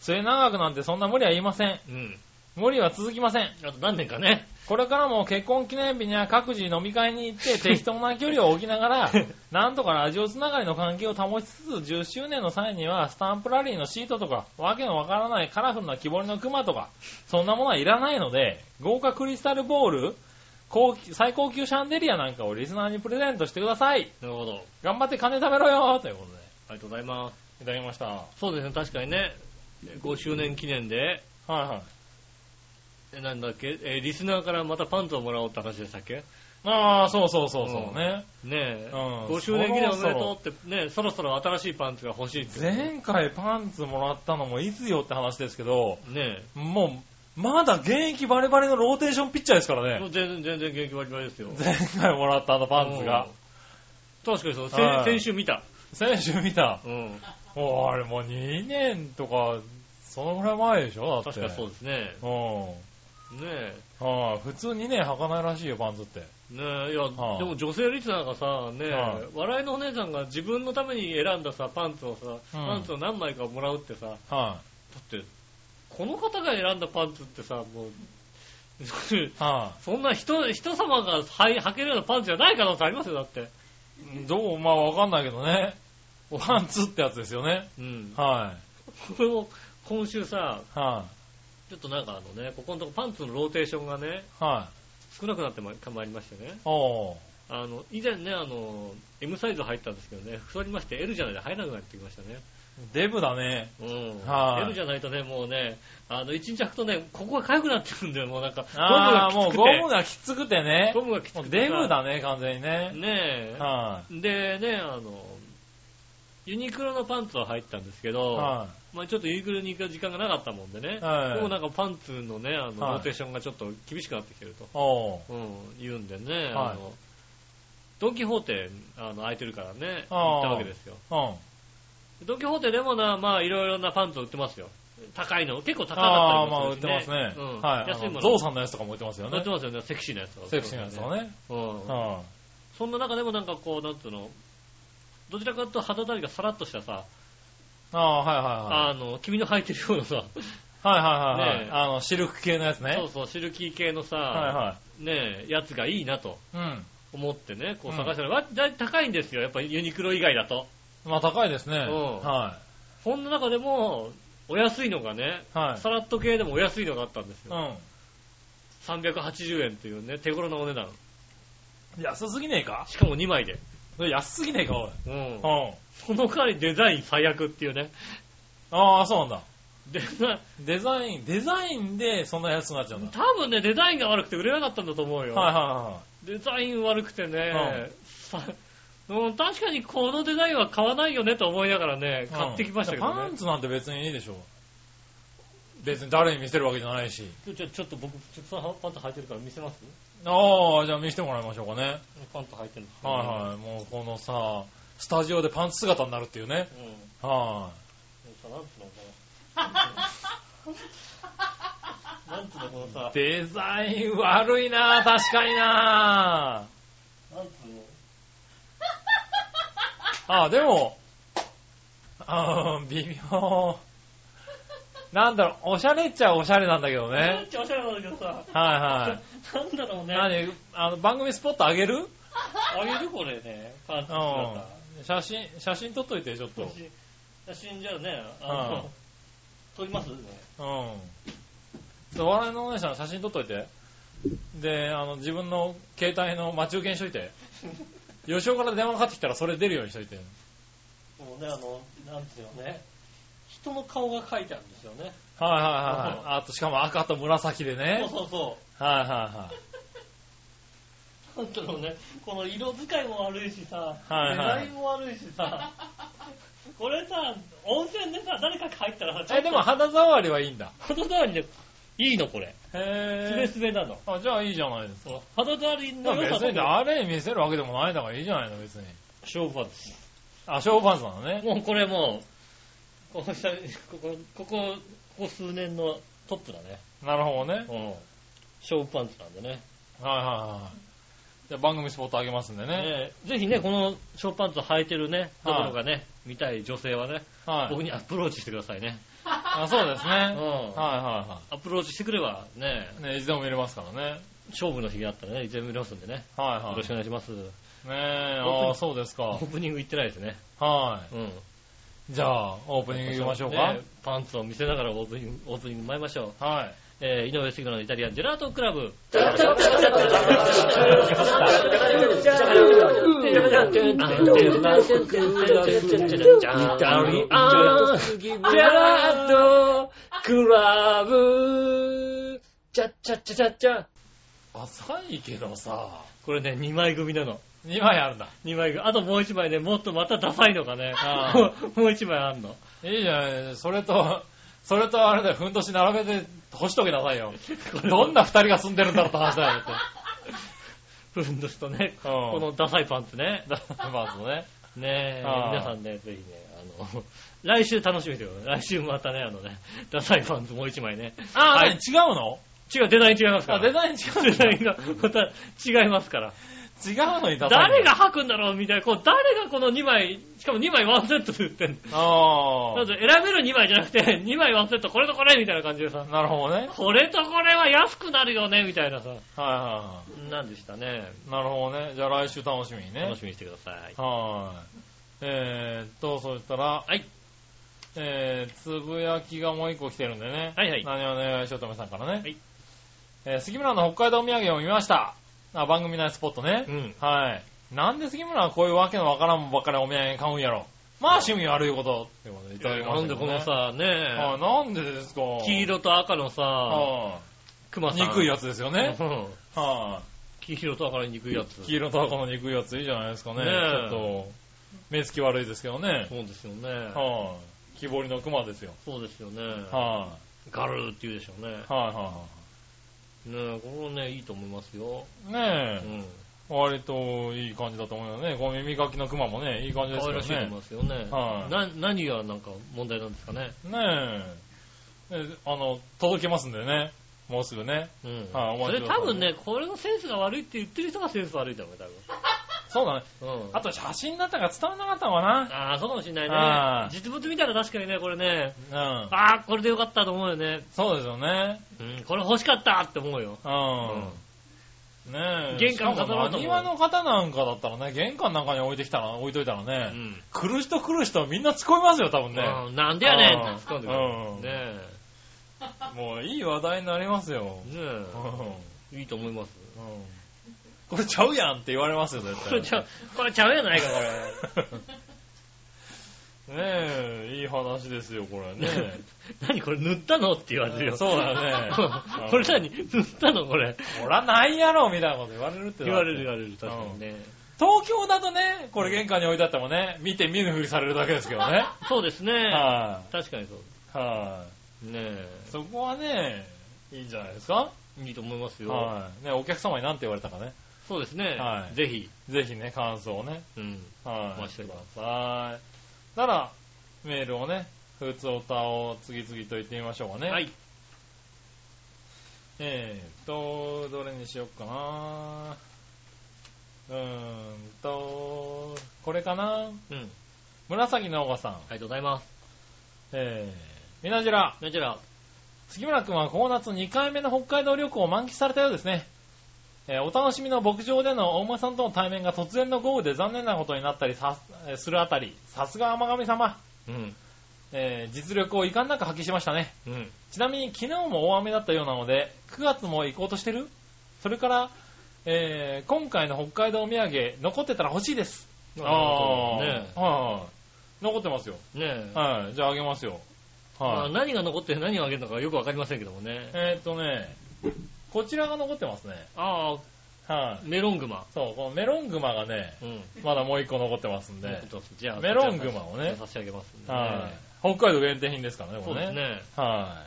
末長くなんてそんな無理は言いません。
うん。
無理は続きません。
あと何年かね。
これからも結婚記念日には各自飲み会に行 って適当な距離を置きながら、なんとかラジオつながりの関係を保ちつつ、10周年の際にはスタンプラリーのシートとか、わけのわからないカラフルな木彫りの熊とか、そんなものはいらないので、豪華クリスタルボール、高級最高級シャンデリアなんかをリスナーにプレゼントしてください。
なるほど。
頑張って金貯めろよということで、
ありがとうございます。
いただきました。はい
そうですね、確かにね。5周年記念で、
はい。
えなんだっけ、えリスナーからまたパンツをもらおうって話でしたっけ
ああ、そうそうそうそうね。
ねえ、
うん
5周年記念おめで
そ
と
ろ
うってね、そろそろ新しいパンツが欲しいって。ね
前回パンツもらったのもいつよって話ですけど、
え。
もう、まだ現役バレバレのローテーションピッチャーですから
もう
ね。
全然、全然元気バリバリですよ。
前回もらったあのパンツが。
うん。確かにそう、
は
先
い
先週見た。
選手見た。
うん。
もうあれもう2年とか、そのぐらい前でしょだって。
確かそうですね。
うん。
ねえ。
はい普通2年履かないらしいよ、パンツって。
ねえ、いや、
はあ
でも女性リスナーがさ、ねえ、
はい
笑いのお姉さんが自分のために選んださ、パンツをさ、パンツを何枚かもらうってさ、だ
は
って、この方が選んだパンツってさ、もう、
は
そんな人、人様がはい履けるようなパンツじゃない可能性ありますよ、だって。
い。どうまあわかんないけどね。パンツってやつですよね。
うん。
は
これも、今週さ、
い。は
ちょっとなんかあのね、ここのとこパンツのローテーションがね、
い。はい。
少なくなってままいりましてね。
おー。
あの、以前ね、あの、M サイズ入ったんですけどね、太りまして L じゃないと入らなくなってきましたね。
デブだね。
うん。
はい
L じゃないとね、もうね、あの、一日履くとね、ここが痒くなってくるんだよ、もうなんか。
ああ、もうゴム
が
がきつくてね
きつくて。。ゴムがきつ
も
く
う
て。
デブ。だね、完全にね。
ねえ。
は
でね、あの、ユニクロのパンツは入ったんですけ
い。
ど、
は
まあちょっとユニクロに行く時間がなかったもんでね、
い。は
でも
い。
なんかパンツのね、あの、
はい
ローテーションがちょっと厳しくなってきてると、
おー。
うん、言うんでね、
はい
あの、ドンキホーテ、あの、空いてるからね、
あー
行ったわけですよ。
うん。
ドンキホーテでもな、まあいろいろなパンツを売ってますよ。高いの、結構高
あ
か
あ、まあ売
っ
ったて
りも
ますす
るし
ね。
うん、
はい。
安いも
あの
の
ゾウさんのやつとかも売ってますよ
売っ
ね
て。ますよね、セクシーなやつとか。
セクシーなやつとかね。
うん。
は
そんな中でもなんかこう、なんつうの、どちらかというと肌触りがさらっとしたさ、
い。ああ、は
あの、君の履いてるような さ、
いはいはい。はいはいはいは
ねえ
い。あの、シルク系のやつね。
そうそう、シルキー系のさ、
はいは
ねえやつがいいなと
い。うん。
思ってね、こう
うん
探したら、わだい高いんですよ、やっぱりユニクロ以外だと。
まあ高いですね。
ん
は
そんな中でも、お安いのがね、
い。はい。
さらっと系でもお安いのがあったんです
う
よ。
ん。
380円というね、手頃なお値段。
安すぎねえか
しかも2枚で。
安すぎねえか、おい。
うん
う。ん。
その代わりデザイン最悪っていうね。
ああ、そうなんだ。
デザイン、
デザイン、デザインでそんな安くなっちゃうんだ。
多分ね、デザインが悪くて売れなかったんだと思うよ。
はいは
デザイン悪くてね、さうん、確かにこのデザインは買わないよねと思いながらね、
いはい。
買ってきましたけど
パ
ね
ン。ツなんて別にいいでしょ。別に誰に見せるわけじゃないし。
ちょ、ちょっと僕、ちょっとそのパンツ履いてるから見せます
ああ、じゃあ見せてもらいましょうかね。
パンツ履いてるんですけどね
はいはい。もうこのさ、スタジオでパンツ姿になるっていうね。
うん。
は
さなんつうのこの。なんつうのこのさ
い。、デザイン悪いな確かにな
なんつうの
あ、でも、あー微妙。なんだろう、おしゃれっちゃおしゃれなんだけど
めっ
ね。
ちゃおしゃれなんだけどさ、
はいはい。
なんだろうね。
何あの、番組スポットあげる
あげるこれね、パンツ姿。
うん。写真、写真撮っといて、ちょっと。
写真じゃあね、あ
うん
の、撮りますね。
うん。お笑いのお姉さん写真撮っといて。で、あの、自分の携帯の待ち受けにしといて。吉尾から電話かかってきたらそれ出るようにしといて。
もうね、あの、なんつうのね、人の顔が書いてあるんですよね。
はいはいはいはい。あと、しかも赤と紫で
そ
ね
う。そうそ
はいはいは
う。なんだろうね、この色使いも悪いしさ、
はいは
デ
い
ザインも悪いしさ、これさ、温泉でさ、誰かが入ったらさ、ちょっと
い。え、でも、肌触りはいいんだ。
肌触りで、いいのこれ。すべ
へ
すべなの。
ぇー。あ、じゃあいいじゃないですか。
そう肌触り
ま
の良
あ
さ
別に
と
誰に見せるわけでもないんだからいいじゃないの、別に。
勝負はです。
あ、勝負パンツなのね。
もうこれもう、ここ、ここ、ここ、ここ数年のトップだね。
なるほどね。
うん。勝負パンツなんでね。
はいはいはい。じゃあ番組スポットあげますんでね。
ねえぜひね、このショーパンツを履いてるね、ところがね、見たい女性はね、
はい。
僕にアプローチしてくださいね。
あ、そうですね。
う
はい
ん。
はいはい。
アプローチしてくれば、ね、
ね、いつでも見れますからね。
勝負の日があったらね、いつでも見れますんでね。
はい
よ
はい。
ろしくお願いします。
ねえ、
オープニン
あ
グ
あ、そうです
オ
か
ー。プニング行ってないですね。
は
うん。
い。じゃあ、オープニング行きましょうか
ね。パンツを見せながらオープニング、オープニング参りましょう。
はい。
えー、井上杉野のイタリアンジェラートクラブ。
浅いけどさ、
これね、2枚組なの。
2枚あるんだ。
2枚組。あともう1枚ね、もっとまたダサいのがね
あ、
もう1枚あんの。
いいじゃない。それと、それとあれだよ、ふんどし並べて干しとけなさ いよ。どんな2人が住んでるんだろうって話だよ、だ
ふんどしとね、
って。うん
このダサいパンツね。
まずね。
ねえ、
ああ
皆さんね、ぜひね、あの、来週楽しみにしてください。来週またね、あのね、ダサいパンツもう一枚ね。
あ
はい
何違うの
違う、デザイン違いますか
あ
ら。
デザイン違う
デザインが、また違いますから。
違うのに出さ
誰が吐くんだろうみたいな、こう、誰がこの2枚、しかも2枚ワンセットで売ってんの。
あ
まず選べる2枚じゃなくて、2枚 ワンセット、これとこれみたいな感じでさ
あ。、なるほどね。
これとこれは安くなるよねみたいなさ、
はいは
なんでしたね。
いはい。なるほどね。じゃあ来週楽しみにね。
楽しみにしてください。
はい。えーっと、そしたら、
はい。
えー、つぶやきがもう一個来てるんでね。
はいはい
何をね、しおとめさんからね。
はい。
えー、杉村の北海道土産を見ました。あ、番組内スポットね。
うん。
はい。なんで杉村はこういうわけのわからんもんばっかりお土産買うんやろ。まあ趣味悪いこと。ってことでいただきま
なん
したけ
で
ど
こ
ね
のさ、
は
ね
い、なんでですか。
黄色と赤のさ、
は
熊
い。
さん。
憎いやつですよね。
うん。
は
黄色と赤の憎いやつ。
い。黄色と赤の憎いやついいじゃないですかね。
ねえ
ちょっと、目つき悪いですけどね。
そうですよね。
はい。木彫りの熊ですよ。
そうですよね。
は
ガルーって言うでしょうね。
い。はいは
ねえ、これもね、いいと思いますよ。う
いはい。ねえ、
ん。
割といい感じだと思うよね。この耳かきの熊もね、いい感じです
可
け
愛
ど
らしいと思い
ね。
ますよね。
はい
な、何がなんか問題なんですかね。
ねえ。ねあの、届けますんでね。もうすぐね。
うん。
はい
そ
お待ち
れ
くださ
多
い
分ね、これのセンスが悪いって言ってる人がセンス悪いだろうね、
そうだね。
多分。うん。
あと写真だったから伝わんなかったのか
ああ、そうかもしんないね
あー。
実物見たら確かにね、これね、
な。うん。
ああ、これでよかったと思うよね。
そうですよね。
うん、これ欲しかったって思うよ。
う
うん
ん。ねえ。
玄関飾ろうと思う
しかもなにわの方なんかだったらね、玄関の中に置いてきたら、置いといたら
う
ね、
ん。
来る人来る人みんな突っ込みますよ、多分ね。
うんなんでやねんって突っ込んでく
うん
る。ね
もういい話題になりますよ。
え。ね
う
え。いいと思います。
んうんこれちゃうやんって言われますよ、絶対。
これちゃう、これちゃうやないか、これ。
ねえ、いい話ですよ、こ れね。
何これ塗ったのって言われるよ。
そうだね
これ何塗ったのこれ。
ほら、ないやろ、みたいなこと言われるって
言われる言われる、確かにね。
東京だとね、これ玄関に置いてあってもね、見て見ぬふりされるだけですけどね。
そうですね。
は
確かにそう
い。は
です。ね
い。そこはね、いいんじゃないですか
え。いいと思いますよ。
はい。ね、お客様に何て言われたかね。
そうですね
は。い
ぜひ。
ぜひね、感想をね。
うん。
は
お
い。
待ちしております
ください。なら、メールをね、普通歌を次々と言ってみましょうかね。
はい。
えーっと、どれにしよっかなうーんと、これかな
うん。あり
紫のおさん。
がとうございます。
えー、みなじら、
なんちゃら、
杉村くんはこの夏2回目の北海道旅行を満喫されたようですね。えーお楽しみの牧場での大間さんとの対面が突然の豪雨で残念なことになったりさ、えーするあたり、さすが天神様、
うん。
えー実力を遺憾なく発揮しましたね。
うん。
ちなみに昨日も大雨だったようなので、9月も行こうとしてるそれから、えー今回の北海道お土産、残ってたら欲しいです。
ね
ねはい。残ってますよ。
え。ねえ。
はい。じゃああげますよ。
ま
は
あ
い。
何が残って何をあげるのかよくわかりませんけどもね。
えーっとね、こちらが残ってますね。
ああ、
はい。
メロングマ。
そう、このメロングマがね、
うん。
まだもう一個残ってますんで
残っ、てますじゃあ、
メロングマをね
差し上げますんでね。
はい。北海道限定品ですからね、
そ
こ
う
れ
で
ね。
すね。
は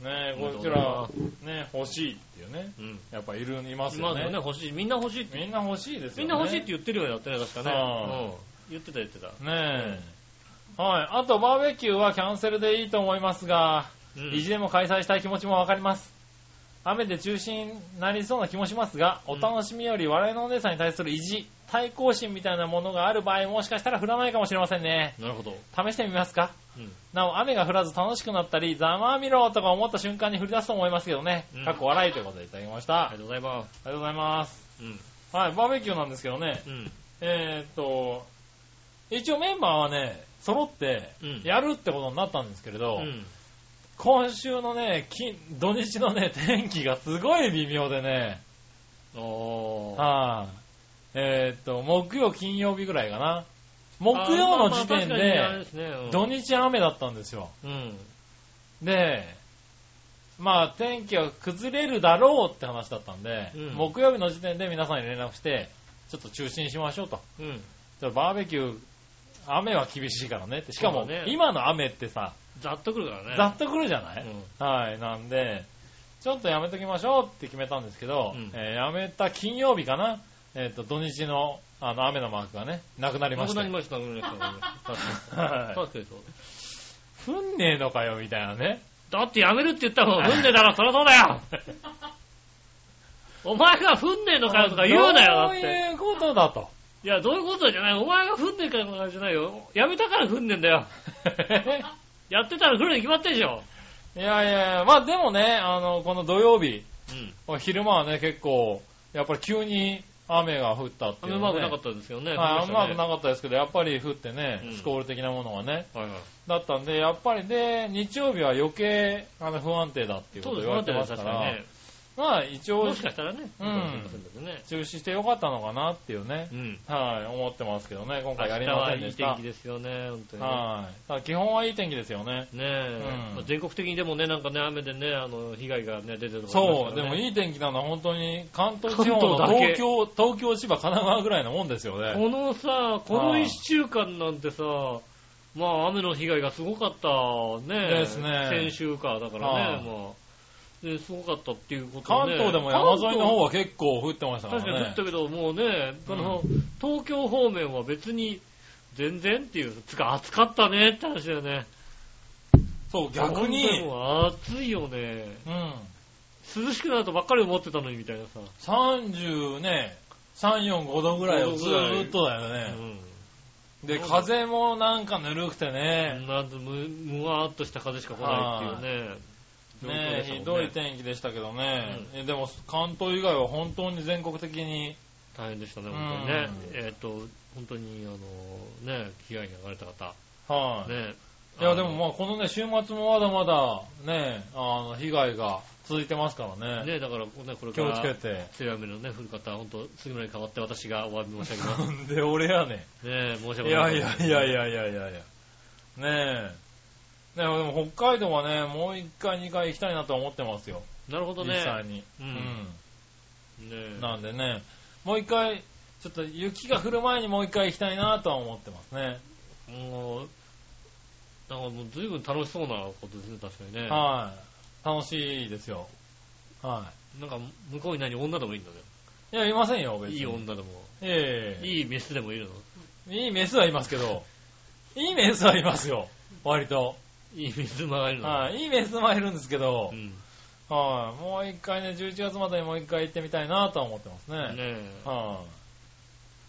い。ねえ、こちら、ね、欲しいっていうね。
うん。
やっぱいる、います
今
よ
のね、
ね。
欲しい。みんな欲しいって。
みんな欲しいです
み
よね。
んな欲しいって言ってるようになってね、確かね
は。
うん。言ってた言ってた。
ねえ。はい。あと、バーベキューはキャンセルでいいと思いますが、
うん
い。じでも開催したい気持ちもわかります。雨で中止になりそうな気もしますが、お楽しみより笑いのお姉さんに対する意地、対抗心みたいなものがある場合、もしかしたら降らないかもしれませんね。
なるほど。
試してみますか
うん。
なお、雨が降らず楽しくなったり、ざまあみろとか思った瞬間に降り出すと思いますけどね
うん。
かっこ笑いということでいただきまし
あ
た。あ
りが
り
とうございます。
がとうございます。
うん。
はい、バーベキューなんですけどね、
うん。
えーっと、一応メンバーはね、揃って
うん、
やるってことになったんですけれど、
うん。
今週のね、金、土日のね、 天気がすごい微妙でね、
おー。
はい、えーっと、木曜、金曜日ぐらいかな。木曜
あまあま
の時点
あ確かにあれ
で、
すねうん
土日雨だったんですよ。
うん。
で、まあ天気が崩れるだろうって話だったんで、
うん
木曜日の時点で皆さんに連絡して、ちょっと中止にしましょうと。
うん。
ちょっとバーベキュー、雨は厳しいからねって。しかも、
そうだね
今の雨ってさ、
ざっとくるからね。
ざっとくるじゃない、
うん
はい、なんで、ちょっとやめときましょうって決めたんですけど、
うん
えーやめた金曜日かな、えっ、と、土日の、あの、雨のマークがね、なくなりま
な
し
く
た
なり。ました、なくなりました。
はい
確かにそう。
降んねえのかよ、みたいなね。
だってやめるって言ったもん、踏んでたらそりゃそうだよお前が降んねえのかよとか言うなよ、だっ
そう
て。
いうことだ と。
いや、どういうことじゃない。お前が降んねえからじゃないよ。やめたから降んねえん だよ。やってたら降るに決まってんでしょ。
いやいやいや、まあでもね、あの、この土曜日、
うん。
昼間はね、結構、やっぱり急に雨が降ったっていう、ね。
雨マークなかったんですよね。
はい、うまく
か
なかったですけど、やっぱり降ってね
うん、
スコール的なものがね、
った。はいはい。
だったんで、やっぱりで、日曜日は余計、あの、不安定だっていうこ
そう
と
です
を言
ね、
われてます
確
か、
からにね。
まあ一応
もし、かしたらね。
うん
そうね。
中止してよかったのかなっていうね
う、ん。
はい、思ってますけどね、今
明
回やり
日
ま
は
せん
い
で
い
した。
天気ですよね、本当にね。
はい。ただ基本はいい天気ですよね。
ねえ
う、ん
まあ全国的にでもね、なんかね、雨でね、あの、被害がね、出てるとこ
そう、で
ありますからね
もいい天気なのは本当に関東地方の
関東だけ
東京、東京、千葉、神奈川ぐらいのもんですよね。
このさ、この
はい
一週間なんてさ、まあ雨の被害がすごかったね。
ですね
先週か、だか
は
ら
い
ね、まあ。で、すごかったっていうこと
関
ね
東でも山沿いの方
は。
は結構降ってましたか
確かに降
ら
っ
ね
た。けど、もうね、この、東京方面は別に、全然っていう、つか暑かったねって話だよね。
そう、逆に、
本当にもう暑いよね。
うん。
涼しくなるとばっかり思ってたのにみたいなさ。
30ね、3、4、5度ぐらいをずーっとだよね。
う
で、風もなんかぬるくて
ん。
ね、
なんとむ、むわーっとした風しか来ないっていうね。
ねひ
状況
ど
で
い
したもんね
天気でしたけどね、えでも関東以外は本当に全国的に、
大変でしたね、本当にね
う。ん
えーっと、本当に、あの、ね、被害に遭われた方。
はい、
ね。
いや、でもまあこのね、週末もまだまだ、ね、あの、被害が続いてますからね。
ね、だから、こうね、これか
気を
ら
つけて。
強い雨のね、降る方、本当杉村に代わって私がお詫び申し上げます。
な
ね
んで俺やね
え、申し訳
ん。い
な
や
い。
いやいやいやいやいやいや。ねえ。ねでも北海道はね、もう1回2回行きたいなとは思ってますよ。
なるほど
実
ね。
際に。
う。
うんん。
ねえ
なんでね、もう一回、ちょっと雪が降る前にもう一回行きたいなとは思ってますね。
もう、なんかもう随分楽しそうなことですね、確かにね。
はい。楽しいですよ。は
なんか、向こうに何、女でもいいんだね。
い。いや、いませんよ、別に。
いい女でも、
ええ
いいメスでもいるの
いいメスはいますけど、いいメスはいますよ。割と。
いいメスもいるの
はい。いいメスもいるんですけど
う、ん。ね
はい。もう一回ね、11月までにもう一回行ってみたいなとは思ってますね。
え。
は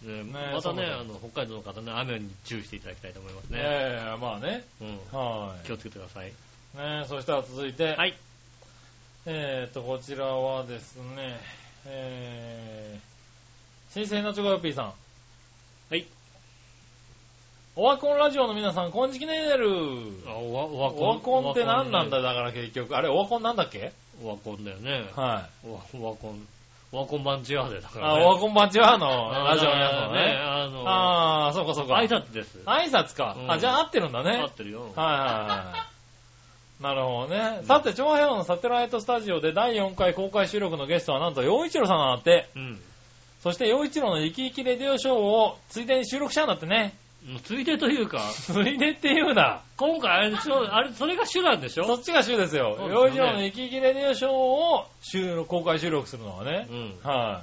ね
ね
またね、
そう
あの、北海道の方ね、雨に注意していただきたいと思います
い。ね
ね。
ええ、まあね。
うん。
は
気をつけてください。
い。ねえ、そしたら続いて、
はい。
えーと、こちらはですね、えー、新鮮なチョコヨッピーさん。
はい。
オワコンラジオの皆さん、こんじきねえる。
あ、おわ、おわ
オワコンって何なんだだから結局。あれ、オワコンなんだっけ
オワコンだよね。
は
オワオワコン。オワコン版チアでだか
い。
ら
あ、
ね。
オワコンバチワーの
あ
ラジオのやつの
ね
ね。
あの、
あー、そうかそうか。
挨。拶です。
挨拶か
う。ん
あ、じゃあ合ってるんだね。はい
合
はい
ってるよ。
はい。なるほどね。さて、長平のサテライトスタジオで第4回公開収録のゲストはなんと、陽一郎さんなんだって。
うん。
そして、洋一郎の生き生きレディオショーを、ついでに収録したんだってね。
もうついでというか、
ついでって言うな。
今回あれでしょ、あれ、それが手段でし
そ
ょ
っちが週ですよ。
そうですよね
洋一郎の生き生きレディオショーを収録、公開収録するのはね
う。ん。
は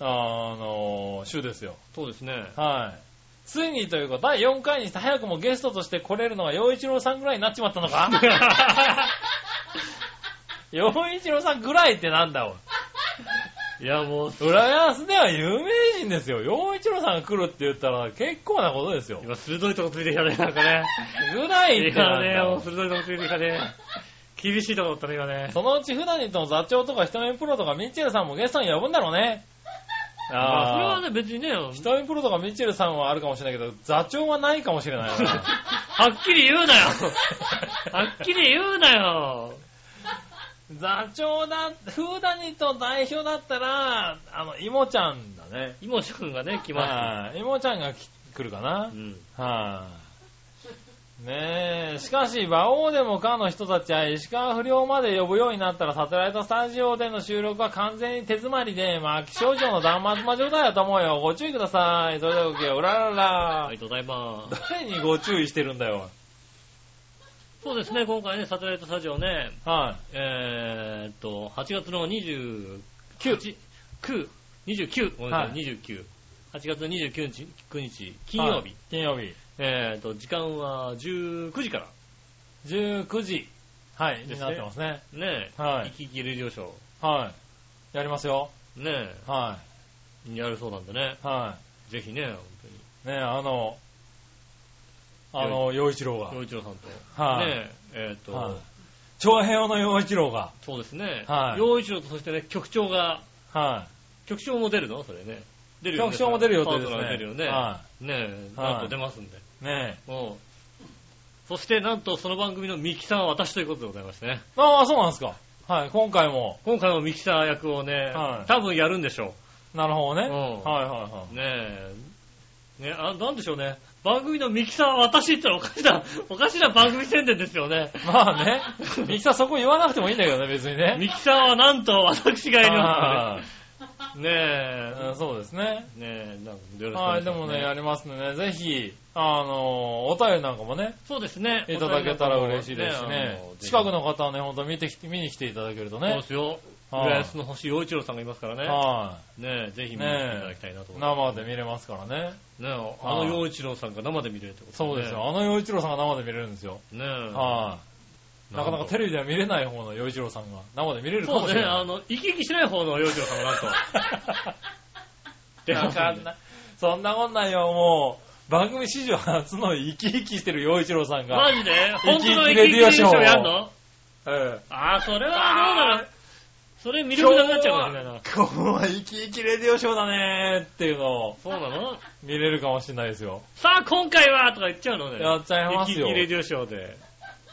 い、あ。のー、週ですよ。
そうですね。
はい。ついにというか、第4回にして早くもゲストとして来れるのが洋一郎さんぐらいになっちまった のか洋一郎さんぐらいってなんだおい。
いや、もう、
浦安では有名人ですよ。洋一郎さんが来るって言ったら結構なことですよ。
今、鋭いとこついてきたね、なんかね。
ぐらいっ
い
てな
や
ん
ね、
だ
もう
よ。
鋭いとこついてきたね。厳しいとこだったね、今ね。
そのうち普段にとも座長とか一目プロとかミッチェルさんもゲストに呼ぶんだろうね。
まあ、それは
ああ。
ね、別にね、は
一目プロとかミッチェルさんはあるかもしれないけど、座長はないかもしれ ないよね
っきり言う なよ。はっきり言うなよ。
座長だ、普段にと代表だったら、あの、イモちゃんだね。
イモシ君がね、来ま
はい。イモちゃんがき来るかな
す。う。ん。
はい、ねえ、しかし、馬王でもかの人たちは石川不良まで呼ぶようになったら、サテライトスタジオでの収録は完全に手詰まりで、まあ、気象庁の断末魔状態だと思うよ。ご注意ください。それではごきげんよう、うらら
あ
ら
り。がとうございます。
誰にご注意してるんだよ。
そうですね、今回ね、サテライトスタジオね、
は
えーっと、8月の29、9、29、ごめんなさい、
はい
29。8月の29日、9日、
い。
金曜
は
日
い。。金曜日。
えーっと、時間は19時から。
19時。はい、
ですね
になってますね。
ねえ、
はい
生き生きレディオショー。
はやりますよ。
ね
は
え、やるそうなんでね。
い。は
ぜひね、本
い。ねえ、あの、あの、洋一郎
当
が
に。。洋一郎さんと。
はい
ねえ、えっ、と、
はい長平和の洋一郎が。
そうですね。
はい
洋一郎とそしてね、局長が、
は
局長も出るのそれね。出
い。
るよね
局長も出る予定です
パートナー
ね。
出るよね。
は
ねえ、
はい
なんと出ますんで。
い。ねえ。
うんそして、なんとその番組のミキさんは私ということでございましてね。
ああ、そうなんですか。はい。今回も。
今回もミキさん役をね、
はい
多分やるんでしょ
なるほどね。
う
はい
ん
はいは
う。ねえ。ねあ、なんでしょうね。番組のミキさんは私って言ったらおかしな、 おかしな番組宣伝ですよね。
い。ま あね。ミキさんそこ言わなくてもいいんだけどね、別にね。
ミキさんはなんと私がいるん
は
で
い
すね。ね
うんそうですね。
え。ねえ、なんかよろしくお
は
願い
い、
します、
でもね、やりますんでね、ぜひ、あの、お便りなんかもね、
そうですね。
いただけたら嬉しいですし
あ
ね
の。
近く
ぜ
の方はね、ほんと見てきて、見に来ていただけると
ひそう
ね
で。すよ。
はい
浦安の星洋一郎さんがいますからね。
は
ねえ、ぜひ見に来ていただきたいなと
い。
思いま
生で見れますからね。
す。ねえ、あの洋一郎さんが生で見れるってこと
そうですよ。。あの洋一郎さんが生で見れるんですよ。
ねえ。
はい。なかなかテレビでは見れない方の洋一郎さんが生で見れるか
そ
も
う
し
でね、
れな
あ
い。
の、生き生きしない方の洋一郎さんがなんと。
わかんない。そんなもんないよ、もう。番組史上初の生き生きしてる洋一郎さんが。
マジで
生
本
き
当の生
生き
き
レ
生
デ
きレデ
ィ
ィ
オ
オ
シ
シ
ョ
ョ
ー
ーやんの
ええ
ああ、それはどうだろう。それ魅力なくなっちゃうかもしれないな。
今日は生き生きレディオショーだねーっていうのを
そうなの
見れるかもしれないですよ。
さあ、今回はとか言っちゃうのね。
やっちゃいます
生き生
よ。
きレ
い
ディオショーで。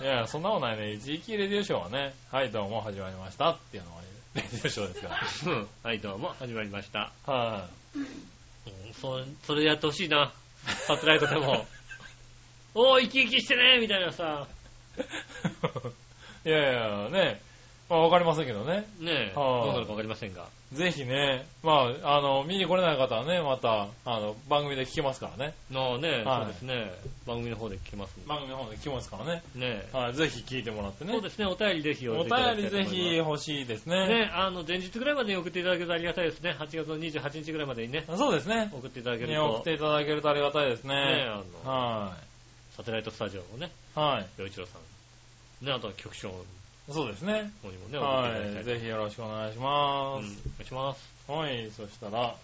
や、そんなことないね。生き生きレディオショーはね、はい、どうも始まりましたっていうのがレディオショーですから。
うんはい、どうも、始まりました。
は
うんそそれやってほしいな。サテライトで も。おー、生き生きしてねみたいなさ。
い。いやいや、ね、まあわかりませんけどね。
ねえ、
は
ど
いう
なるかわかりませんが。
ぜひね、まあ、あの、見に来れない方はね、また、あの、番組で聞けますからね。
のね、
は
そ
い
うですね。番組の方で聞きますんで
番組の方で聞きますからね。
ね
はい、ぜひ聞いてもらって
え。そ
ね
う。ですね、お便りぜひ
お
寄せていただ
便
きたい
り
と思
ぜ
います
ひ欲しいですね。
ね、あの、前日ぐらいまでに送っていただけるとありがたいですね。8月の28日ぐらいまでにね、
そうですね。
送っていただける
ね、送っ
と、ね
ていただけるとありがたいですね。
あの、
は
サテライトスタジオのね、
い。はい。
洋一郎さん、ね、あとは局長の
そうですね。
方にもね、送って
は
いただきたい
い。ぜひよろしくお願いし
うんお
ま
願
す。
いします。
はい。そしたら、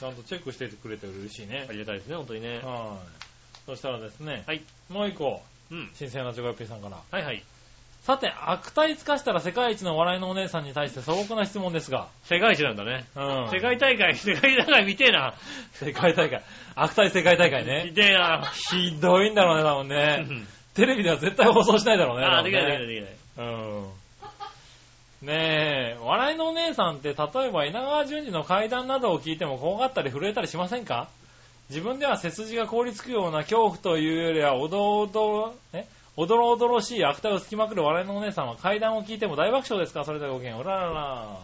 ちゃんとチェックしてくれて嬉しいね
あ。りがたいですね、本当にね。
はい。そしたらですね、
はい。
もう一個、
うん。
新鮮なチョコヨッピーさんから。
はいはい。
さて、悪態つかしたら世界一の笑いのお姉さんに対して素朴な質問ですが、
世界一なんだね。
うん
世界大会、世界大会見てえな。
世界大会。悪態世界大会ね
見。てえな。
ひどいんだろうね、多分
う
ね。
ん
テレビでは絶対放送しないだろうね。
あー、
多
で
分
きないで
ね
きないで
うん。ねえ、笑いのお姉さんって例えば稲川淳二の階段などを聞いても怖がったり震えたりしませんか自分では背筋が凍りつくような恐怖というよりは、おどおど、えおどろおどろしい悪態をつきまくる笑いのお姉さんは階段を聞いても大爆笑ですかそれではごきげんよう。うららら。
きな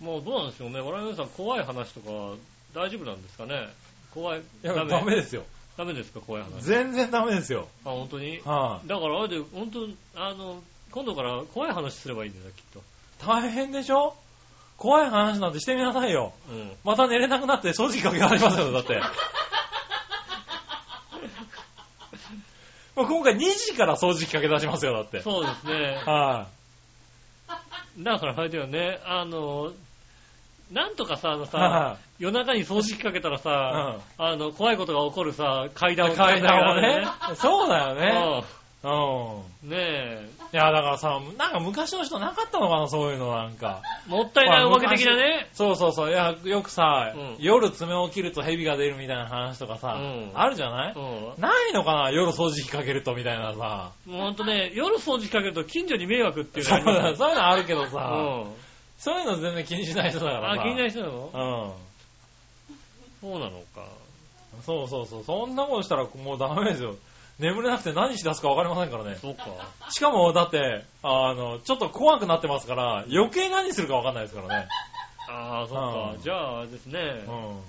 い。もうどうなんでしょうね。我々のさん、怖い話とか大丈夫なんですかね。怖い。
いや、ダメですよ。
ダメですか、怖い話。
全然ダメですよ。
あ、本当に
は
だから、あれで、本当あの、今度から怖い話すればいいんだよ、きっと。
い。大変でしょ怖い話なんてしてみなさいよ。
うん。
また寝れなくなって正直かけられますよ、だって。まあ今回2時から掃除機かけ出しますよ、だって。
そうですね。
は
だから、あれだよね、あの、なんとかさ、あの
い。は
さ、夜中に掃除機かけたらさ、あの、怖いことが起こるさ、階
い。
段を
階段を ね。そうだよ
階段を
ね。
ね。
う
うん。ねえ、
ん。いや、だからさ、なんか昔の人なかったのかな、そういうのなんか。
もったいないおまけ的なね。
そうそうそう。いや、よくさ、
うん
夜爪を切ると蛇が出るみたいな話とかさ、
うん
あるじゃない、
う
ないのかな夜掃除機かけるとみたいなさ。
ん。もうほんとね、夜掃除かけると近所に迷惑っていう
そう
のがありま
だ
す
そういうのあるけど
う
さ、
ん。
そういうの全然気にしない人だから
あ、
さ。
気になりそうなの
うん。
そうなのか。
そうそうそう。そんなことしたらもうダメですよ。眠れなくて何しだすか分かりませんからね。
そうか。
しかも、だって、あの、ちょっと怖くなってますから、余計何するか分かんないですからね。
ああ、そっ
う
か。
ん
じゃあ、あれですね。
う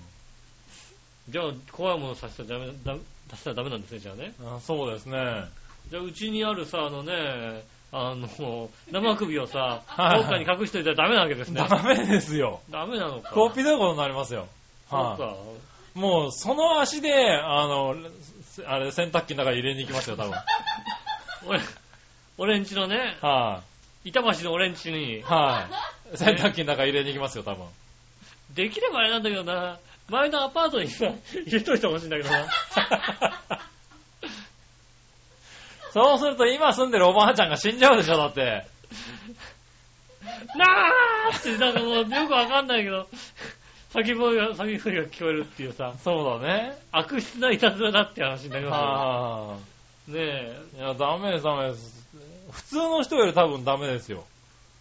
じゃあ、怖いものさせたらダメ、ダメさせたらダメなんですね、じゃあね。
んあ。そうですね。
じゃあ、うちにあるさ、あのね、あ の、生首をさ、
はい
どっかに隠していたらダメなわけですね。
ダメですよ。
ダメなのか。
こう、ぴどいことになりますよ。
そう
は
か。
い。もう、その足で、あの、あれ、洗濯機の中に入れに行きますよ、多分。
俺、俺んちのね、
は
板橋の俺んちに
い。、は洗濯機の中入れに行きますよ、多分。
できればあれなんだけどな、前のアパートにさ、入れといてほしいんだけど な。
そうすると今住んでるおばあちゃんが死んじゃうでしょ、だって。
なーって、なんかもうよくわかんないけど、叫び声が、叫び声が聞こえるっていうさ、
そうだね。
悪質ないたずらだって話になりま
は
すよね。ねえ。
い。いや、ダメです、ダメです。普通の人より多分ダメですよ。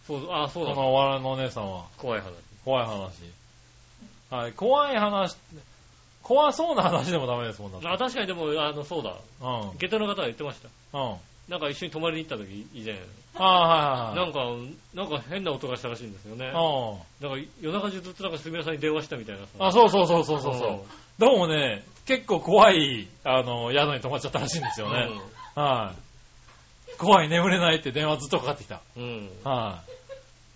そう、あ、そう
こ
だ。
のお笑いのお姉さんは。
怖い話。
怖い話。はい、怖い話、怖そうな話でもダメですもんだって。
あ、確かにでも、あの、そうだ。
うん。うん。
下駄の方が言ってました。
あ
なんか一緒に泊まりに行った時、以前。
あー、はいはい
な
はい。
んか、なんか変な音がしたらしいんですよね。
うん
なんか夜中中ずっとなんかすみれさんに電話したみたいなさ。
あ、そうそうそうそうそうそう。どうもね、結構怖い、あの、宿に泊まっちゃったらしいんですよね。はい。怖い、眠れないって電話ずっとかかってきた。
うん。うん。
は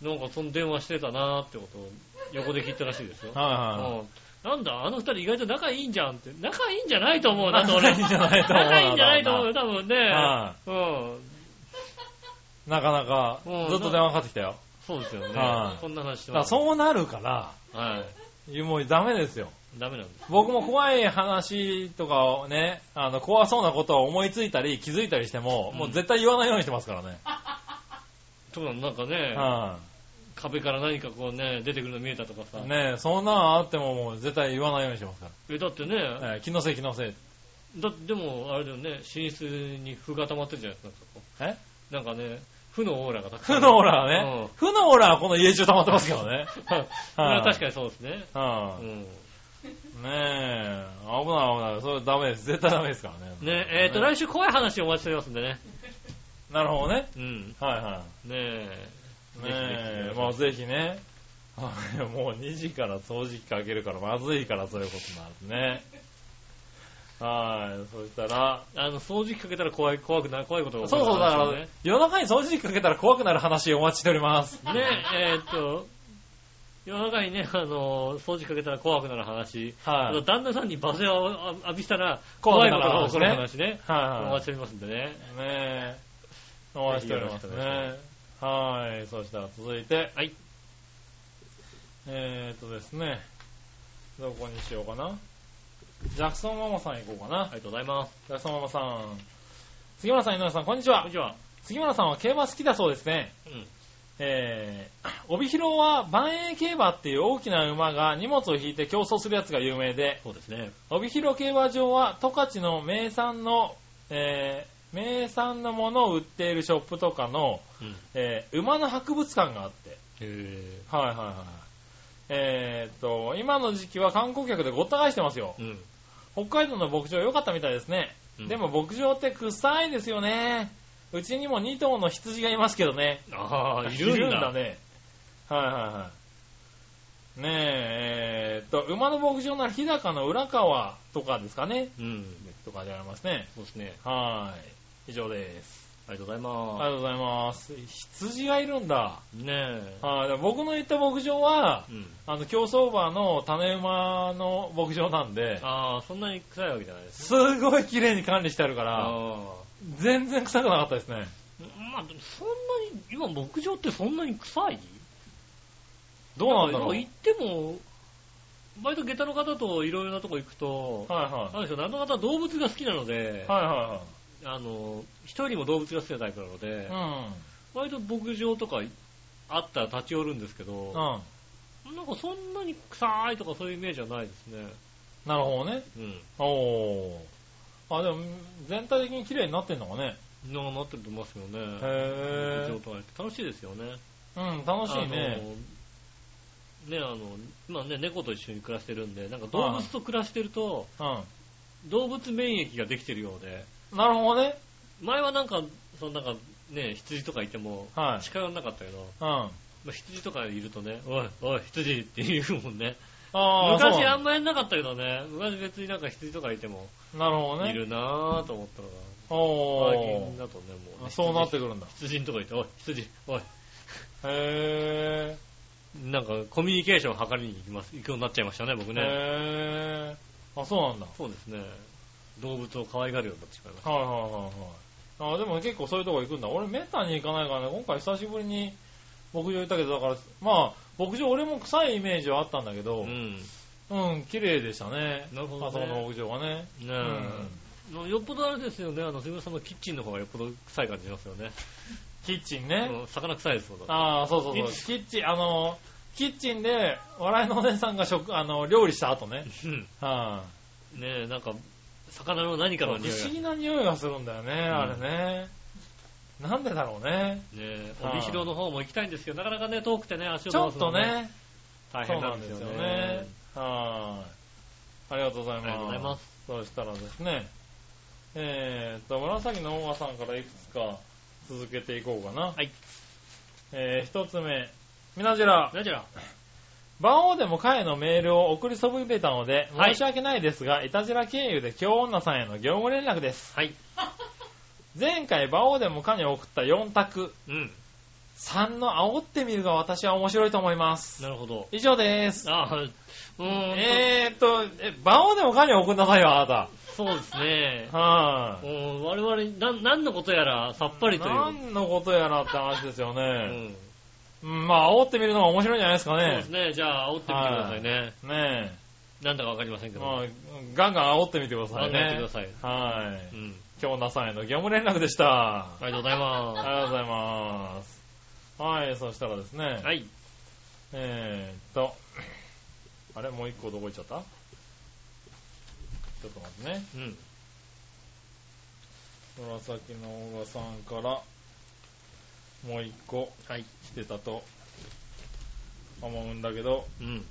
なんかその電話してたなーってことを横で聞いたらしいですよ
い。。は
うん。なんだ、あの二人意外と仲いいんじゃんって。仲いいんじゃないと思うな、 と俺。
仲いいんじゃないと思うな
仲いいんじゃないと思うよ、多分
いはい。
ね。
は
うん。
い。なかなか、
うん
ずっと電話かかってきたよ。
そうですよ
は
ね。
い
こんな話して
だか
ま
ら
す。
そうなるから、
はい
もうダメですよ。。
ダメなんです。
僕も怖い話とかをね、あの、怖そうなことを思いついたり気づいたりしても、
うん
もう絶対言わないようにしてますからね。
そうなのなんかね、
は
壁から何かこうね、出てくるの見えたとかさ。
い。ねえ、そんなのあってももう絶対言わないようにしてますか
え、だってね、
ら。えー気のせい気のせい。
だってでも、あれだよね、寝室に負が溜まってるじゃないですか。
え
なんかね、負のオーラがたくさん。
負のオー ラはね、負のオーラはこの家中溜まってますけどね。
はいそれは確かにそうですね。
は
う
い。ね
ん。
え、危ない危ない。それダメです。絶対ダメですからね。
ねえ、えっ、と、来週怖い話お待ちしておりますんでね。
なるほどね。
うん。ね
はいは
え。
い。ねえ、まあぜひね。はいもう2時から掃除機かけるからまずいからそういうことになるんですね。はい。そしたら、
あの、掃除機かけたら怖い、怖くなる、怖いことが
そう
起こる
そう、だから
ね
ね。夜中に掃除機かけたら怖くなる話お待ちしております。
ねえ、えーっと、夜中にね、あの、掃除かけたら怖くなる話。あ
はい
と。旦那さんに罵声をあ浴びしたら、怖
怖
い
く
こ
な
と
る
が起こる話
話
ね。お
はい
待
は
ちしておりますんでね。
い。ねえ。お待ちしております
ぜひよろしくお願い
ね。はい。そしたら続いて、
はい。
えーっとですね。どこにしようかな。ジャクソンママさん行こうかな
あ。りがとうございます。
ジャクソンママさん。杉村さん、井上さん、こんにちは。
こんにちは。
杉村さんは競馬好きだそうですね。
うん。
えー、帯広は万栄競馬っていう大きな馬が荷物を引いて競争するやつが有名で、
そうですね。
帯広競馬場は十勝の名産の、えー名産のものを売っているショップとかの、
うん。
えー馬の博物館があって、
へ
はいはいはい。えーっと、今の時期は観光客でごった返してますよ
ぇ。うん。
北海道の牧場良かったみたいですね。
うん
でも牧場って臭いですよね。うちにも2頭の羊がいますけどね。
ああ、いるんだ。
ね。はいはいはい。ねえ、えーっと、馬の牧場なら日高の浦川とかですかね。
うん。
とかでありますね。
そうですね。
はい。以上です。
ありがとうござい
ありが
ま
とうございます。羊がいるんだ。
す。ねえ。
はい。でも僕の行った牧場は
う、ん。
あの、競走馬の種馬の牧場なんで、
ああ、そんなに臭いわけじゃないです。
すごい綺麗に管理してあるから、
ああ。
全然臭くなかったですね。
まあでもそんなに、今牧場ってそんなに臭い
どうなんだろう。は
か
い
行っても、割と下駄の方といろいろなとこ行くと、
はい。
なんでしょう、あの方は動物が好きなので、
はいは
あの、一人にも動物が好きなタイプなので
い、はい。
割と牧場とかあったら立ち寄るんですけ
うん。
ど、
うん。
なんかそんなに臭いとかそういうイメージはないですね。
なるほどね。
うん。
おー。あ、でも、全体的に綺麗になってんのかね。
なんかなってると思いますよね。
へ
牧場
ー。
とか行って楽しいですよね。
うん、楽しいね。
あの。ね、あの、今ね、猫と一緒に暮らしてるんで、なんか動物と暮らしてると、
う
動物免疫ができてるようで、
ん。なるほどね。
前はなんか、そのなんかね、羊とかいても、
はい
近寄らなかったけど、
うん。あ
まあ羊とかいるとね、おい、おい、羊って言うもんね。
あー、そう
昔あ
なん
んまやんなかったけどね、昔別になんか羊とかいても、
なるほどね。
いるなぁと思ったの
お
が、最近
ー
だとね、もう、
あ。そうなってくるんだ。
羊のとかいて、おい、羊、おい、
へ
なんかコミュニケーションを図りに行きます、行くようになっちゃいましたね、僕
ー。
ね。
へー。あ、そうなんだ。
そうですね。動物を可愛がるようになってしまいまし
はいはいはいはい。あでも結構そういうとこ行くんだ。俺、メタに行かないからね、今回久しぶりに牧場行ったけど、だから、まあ、牧場俺も臭いイメージはあったんだけど、
う
うん、
ん。
綺麗でしたね。
なるほどね
あそこの牧場がね。
ねえ。よっぽどあれですよね、あの、杉村さんのキッチンの方がよっぽど臭い感じしますよね。
キッチンね。
うん魚臭いですもんだって
ああ、そうそうそう。キッチン、あの、キッチンで、笑いのお姉さんが食、あの、料理した後ね。
うん
は
ねえ、なんか、魚の何か
い。不
の
思
匂いが。ね
議な匂いがするんだよね、あれね。なんでだろうね。
え、
はい
帯広の方も行きたいんですけど、なかなかね、遠くてね、足を
ちょ
伸ば
っ
す
と
のも
ね。
大
そ
変
う
な
なん
んで
ですす
よ
よ
ね
ね。。はい。ありがとうございま
あり
す。
がとうございます。。
そしたらですね、えーっと、紫のオーガさんからいくつか続けていこうかな。はいえー、一つ目、みなじら、
なじゃ
番王でも彼へのメールを送りそびれたので、
はい
申し訳ないですが、いたじら経由で京女さんへの業務連絡です。
はい。
前回、馬王でもかに送った4択、
うん。
3の煽ってみるが私は面白いと思います。
なるほど。
以上です。
あ あ、うーん。
えーっと、え、馬王でもかに送んなさいよ、あなた。
そうですね。
は
う
い、
ん我々なん、何のことやらさっぱりという。
何のことやらって話ですよ
う
ね。
ん
うん、まあ、煽ってみるのが面白いんじゃないですか
そうで
ね
す。ね。じゃあ、煽ってみてくださいね。
ね
なんだかわかりませんけ
え。
ど。
まあ、ガンガン煽ってみてくださ
頑張
い
ってく
ね
だ。さい。
はい。
うん。
今日なさんへの業務連絡でした。
ありがとうござい
あり
ま
がとうございます。はい、そしたらですね。
す。はい。
えーっと、あれ、もう一個どこ行っちゃったちょっと待ってね。
うん。
紫の小賀さんから、もう一個
はい。
来てたと思うんだけど、
うん。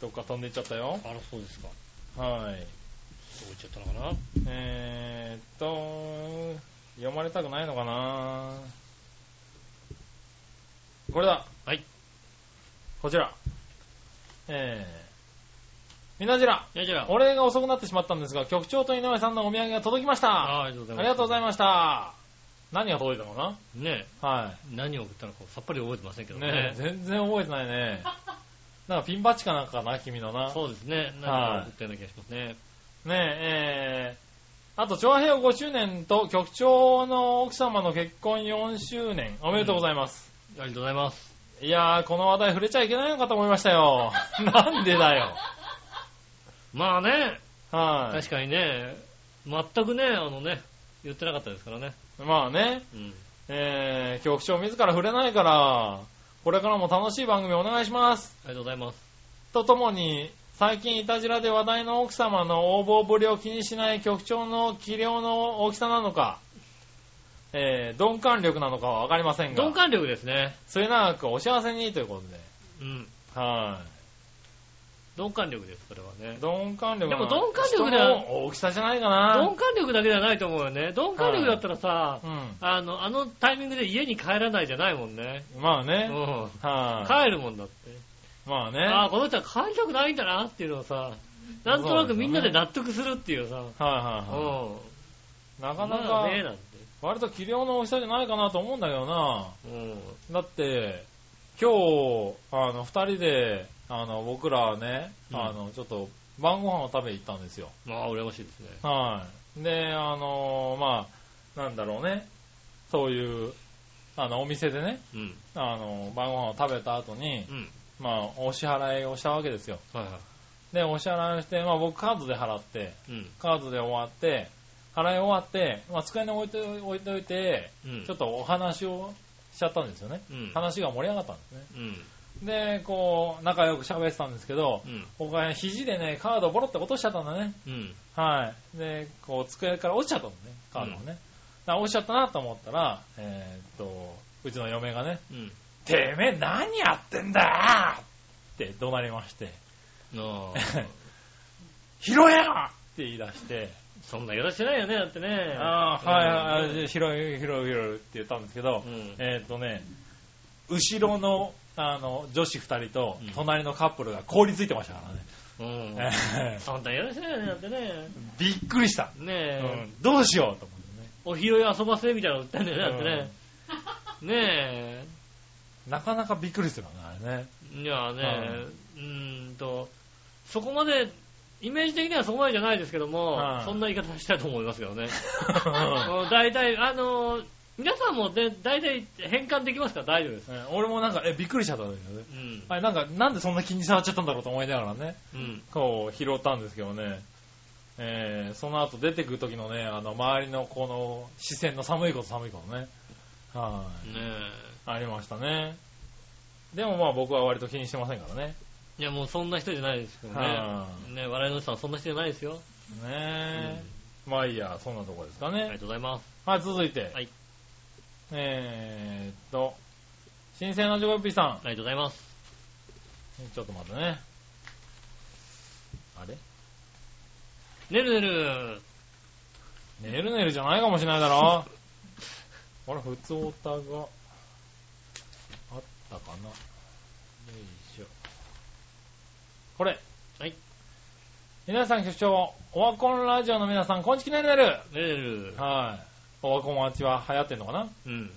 どっか飛んでいっちゃったよ。
あら、そうですか。
は
どうい
い。
っちゃったのかな
えーっと、読まれたくないのかなこれだ。
はい。
こちら。えー、みなじら、
いや、じゃあ。
お礼が遅くなってしまったんですが、局長と井上さんのお土産が届きました。あ
あありがとうございます。
りがとうございました。何が届いたのか
す。ね
なは
え何を送ったのかさっぱり覚えてませんけ
い。
ど
ね
ね
え。全然覚えてないね。 なんかピンバッジかなんかかな、君のな。
そうですね。何か送ったような気がしますね。
ねえ、えー、あと、長平5周年と局長の奥様の結婚4周年、おめでとうございます。
ありがとうございます。
いやー、この話題触れちゃいけないのかと思いました よ。なんでだよ。
まあね、
はい、
確かにね、全くね、あのね、言ってなかったですからね。
まあね、
うん。
えー、局長自ら触れないから、これからも楽しい番組お願いします。
ありがとうございます。
とともに、最近いたじらで話題の奥様の横暴ぶりを気にしない局長の器量の大きさなのか、えー、鈍感力なのかはわかりませんが。
鈍感力ですね。
末永くお幸せにということで。
うん。
は
鈍感力です、それはね
い。。鈍感力
でも
な
鈍感力だ
人の大きさじゃないかな
鈍。感力だけではないと思うよね。鈍感力だったらさ、
うん。
あの、あのタイミングで家に帰らないじゃないもんね。
まあ
う
ね。
ん。
は
帰るもんだって。
い。まあ
ああ、
ね。
この人は帰りたくないんだなっていうのをさ、なんとなくみんなで納得するっていうさ、
はいはいは
うん。
い。なかな
まあ
か、
ねなんて。
割と器量の大きさじゃないかなと思うんだけどな。
うん。
だって、今日、あの、二人で、あの、僕らね、
うん
あの、ちょっと、晩ご飯を食べに行ったんですよ。
まあ、羨ましいですね。
はい。で、あの、まあ、なんだろうね。そういう、あの、お店でね、
うん。
あの、晩ご飯を食べた後に
う、ん。
まあ、お支払いをしたわけですよ。
はいは
で、お支払いをして、まあ僕カードで払って、
い。うん。
カードで終わって、払い終わって、まあ机に置いて、置いといて、
うん。
ちょっとお話をしちゃったんですよね。
うん。
話が盛り上がったんですね。
うん。
で、こう、仲良く喋ってたんですけど、
うん。
僕は肘でね、カードをボロって落としちゃったんだね。
うん。
はい。で、こう、机から落ちちゃったのね、カードがね。あ落ちちゃったなと思ったら、えーっと、うちの嫁がね、
うん。
てめえ何やってんだよって怒鳴りまして、
なあ
拾えよって言い出して、
そんな言い方してないよね、だってね。
ああ、はいはいはい、
い。
拾え、拾え、拾えって言ったんですけど
う、ん。
えーっとね、後ろの、あの、女子二人と
うん、
隣のカップルが凍りついてましたからね。
うん。
え
そんな言い方してないよね、だってね。
ーびっくりした。
ね
う
え、
んどうしようと思ってね。
お昼遊ばせみたいなの言ったんだよね、だってね。ねえ。
なかなかびっくりするよね、あれね。
いやね
は、
うーんと、そこまで、イメージ的にはそこまでじゃないですけども
は、い
そんな言い方したいと思いますけどね。
うん
うん大体、あのー、皆さんもね、大体変換できますから大丈夫です。
うん俺もなんか、え、びっくりしちゃったんだけどね。
うん。
あれなんか、なんでそんな気に触っちゃったんだろうと思いながらね、
うん。
こう、拾ったんですけどね。えー、その後出てくる時のね、あの、周りのこの、視線の寒いこと寒いことね。は
ね
い。ありましたね。でもまあ僕は割と気にしてませんからね。
え。いや、もうそんな人じゃないですけどね
は。
ね笑いの人はそんな人じゃないですよ。
ねえ。まあいいや、そんなとこですか
ありが
ね。
とうございます。
はい、続いて。
はい
えーっと、新鮮なジョコヨッピーさん。
ありがとうございます。
ちょっと待ってね。あれ
ねるねる。
ねるねるじゃないかもしれないだろ。 あれ、普通オタが、あったかな。よいしょ。これ。
はい。
皆さん局長、オワコンラジオの皆さん、こんちきねるねる。
ねるねる。
はい。オワコンはちは流行ってんのかな
うん。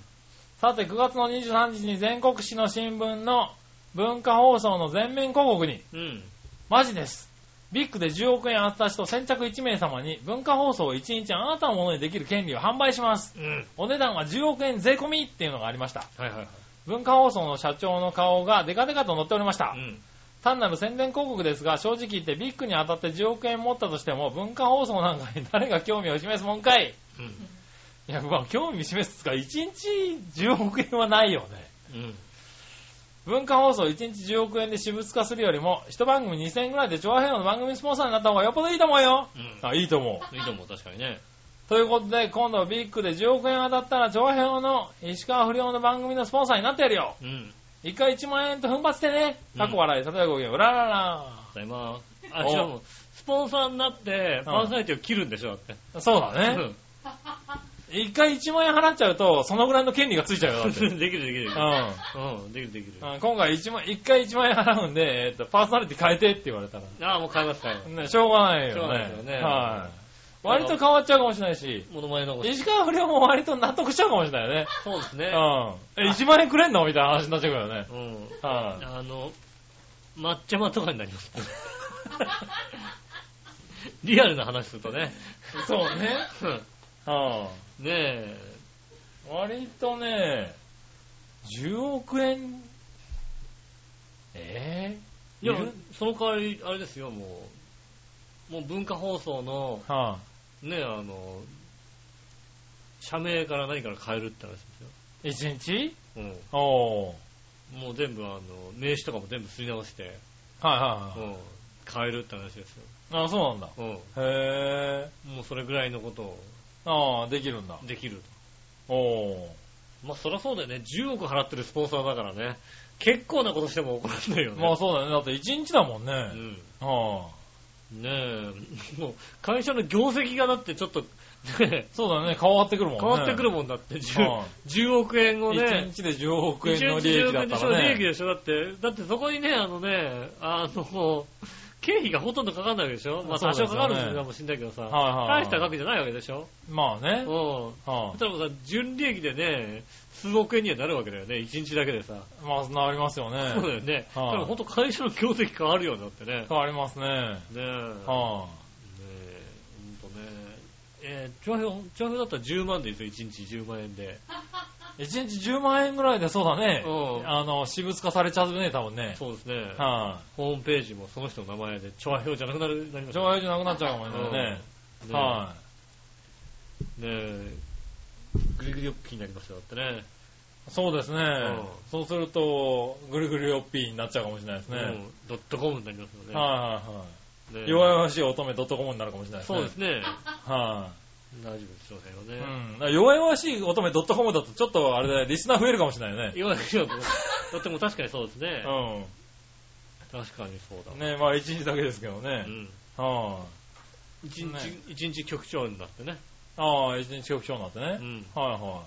さて、9月の23日に全国紙の新聞の文化放送の全面広告に、
うん。
マジです。ビッグで10億円あった人先着1名様に文化放送を1日あなたのものにできる権利を販売します。
うん。
お値段は10億円税込みっていうのがありました。
はいはいはい。
文化放送の社長の顔がデカデカと載っておりました
う。ん。
単なる宣伝広告ですが、正直言ってビッグに当たって10億円持ったとしても、文化放送なんかに誰が興味を示すもんかい
うん。
いや、まあ、興味示すつか、1日10億円はないよね。
うん。
文化放送1日10億円で私物化するよりも、一番組2000円ぐらいで調和平和の番組スポンサーになった方がよっぽどいいと思うよ。
うん。
あ、いいと思う。
いいと思う、確かにね。
ということで、今度はビッグで10億円当たったら、長編の石川不良の番組のスポンサーになってやるよ。
うん。ありがと
一回1万円と奮発してね。
うん
過去笑い、例えばごきげんうららら
うございます。あ、しかも、スポンサーになって、パーソナリティを切るんでしょ、だって。
そうだね。一回1万円払っちゃうと、そのぐらいの権利がついちゃうよ、だって。
うん。できるできる
う。ん。
うん、できるできる。
うん今回1万、一回1万円払うんで、えっと、パーソナリティ変えてって言われたら。
ああ、もう買います、買います。
ね、しょうがないよね。
しょうがないですよね
はい。割と変わっちゃうかもしれないし、
モノマネのこと
石川不良も割と納得しちゃうかもしれないよね。
そうですね。
うん。え、1万円くれんのみたいな話になっちゃうからね。
うん。
はい。
あの、抹茶まとかになります。 リアルな話するとね。
そうね。う
う
ん。
んねえ。
割とね、10億円、え
いや
いる、
その代わり、あれですよ、もう、もう文化放送の、
ぇ、は
ねえ、あの、社名から何から変えるって話ですよ。
ぁ、1日
う
おー。
ん。もう全部、あの、名刺とかも全部すり直して、
はいは
う
いはい。
ん。変えるって話ですよ。
あ、そうなんだ。
うん。
へ
もうそれぐらいのことを
ぇ、あー、できるんだ。
できると。
おー。
まあそりゃそうだよね。10億払ってるスポンサーだからね。結構なことしても怒らんないよね。
まあそうだね。だって1日だもんね。
うん。
はぁ。
ねえ、もう会社の業績がだってちょっと、ねえ
そうだね、変わってくるもんね。
変わってくるもんだって。10,
は
10億円を
い1
ね。
日で10億
1
円の利益だっ
10億円
たら
でしょ利益
ね。
でしょだって、だってそこにね、あのね、あの、経費がほとんどかかんないわけでしょまあ
そう
多
ですよ
少
ね
かかるかもしんないけどさ、
はいはい
大した額じゃないわけでしょ
まあ
う
ね。
ん。
は
例えばさ、純利益でね、数億円にはなるわけだよね、1日だけでさ。
い。まあ、なりますよね
そう。だよね。だ
はい
から本当会社の業績変わるようになってね。ね
変わりますね。
え。ねえ、
は
ほんとね。えー、調和票、調和票だったら10万でいいですよ、1日10万円で。
い。1日10万円ぐらいでそうだね。
うん
あの、私物化されちゃうね、多分ね。
そうですね。
は
ホームページもその人の名前で、調和票じゃなくなる、なり
い。
ました
上映じゃなくなっちゃうかもしれないね。
ね。
は
ねえ、グリグリオッピーになりますよ、だってね。
い。そうですね
ん。
そうすると、ぐるぐるよっぴーになっちゃうかもしれないですね。はい
うん。ドットコムになりますよね。
はいは
ね
い。弱々しい乙女 .com になるかもしれないですね。
そうですね。
は
大丈夫です、調和票
い。
ね。
うん。弱々しい乙女 .com だとちょっとあれだね、リスナー増えるかもしれないね。
弱いよ。とっても確かにそうですね。
うん。
確かにそうだ。
ねまあ一日だけですけど
う
ね。
ん。
は
一
ね
日、一日局長になってね。
い。ああ、一日局長になってね。
うん
はいは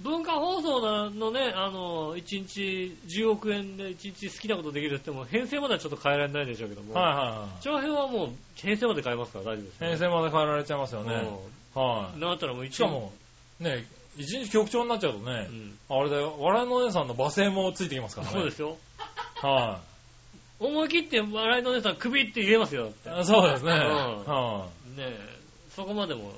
文化放送のね、あの、一日10億円で一日好きなことできるって言っても、編成まではちょっと変えられないでしょうけど
い。
も。
はいはいはい。
長編はもう編成まで変えますから大丈夫です、
編成まで変えられちゃいますよ
も
ね。は
うん。なったらもう一
い。
日
しか、も、ね、一日局長になっちゃうと
う
ね、
ん。
あれだよ、笑いのお姉さんの罵声もついてきますからね。
そうですよ。
す。は
思い切って笑い のお姉さん首って言えますよ、だって。
い。そうですね。
ん
は
ねえ、そこまでも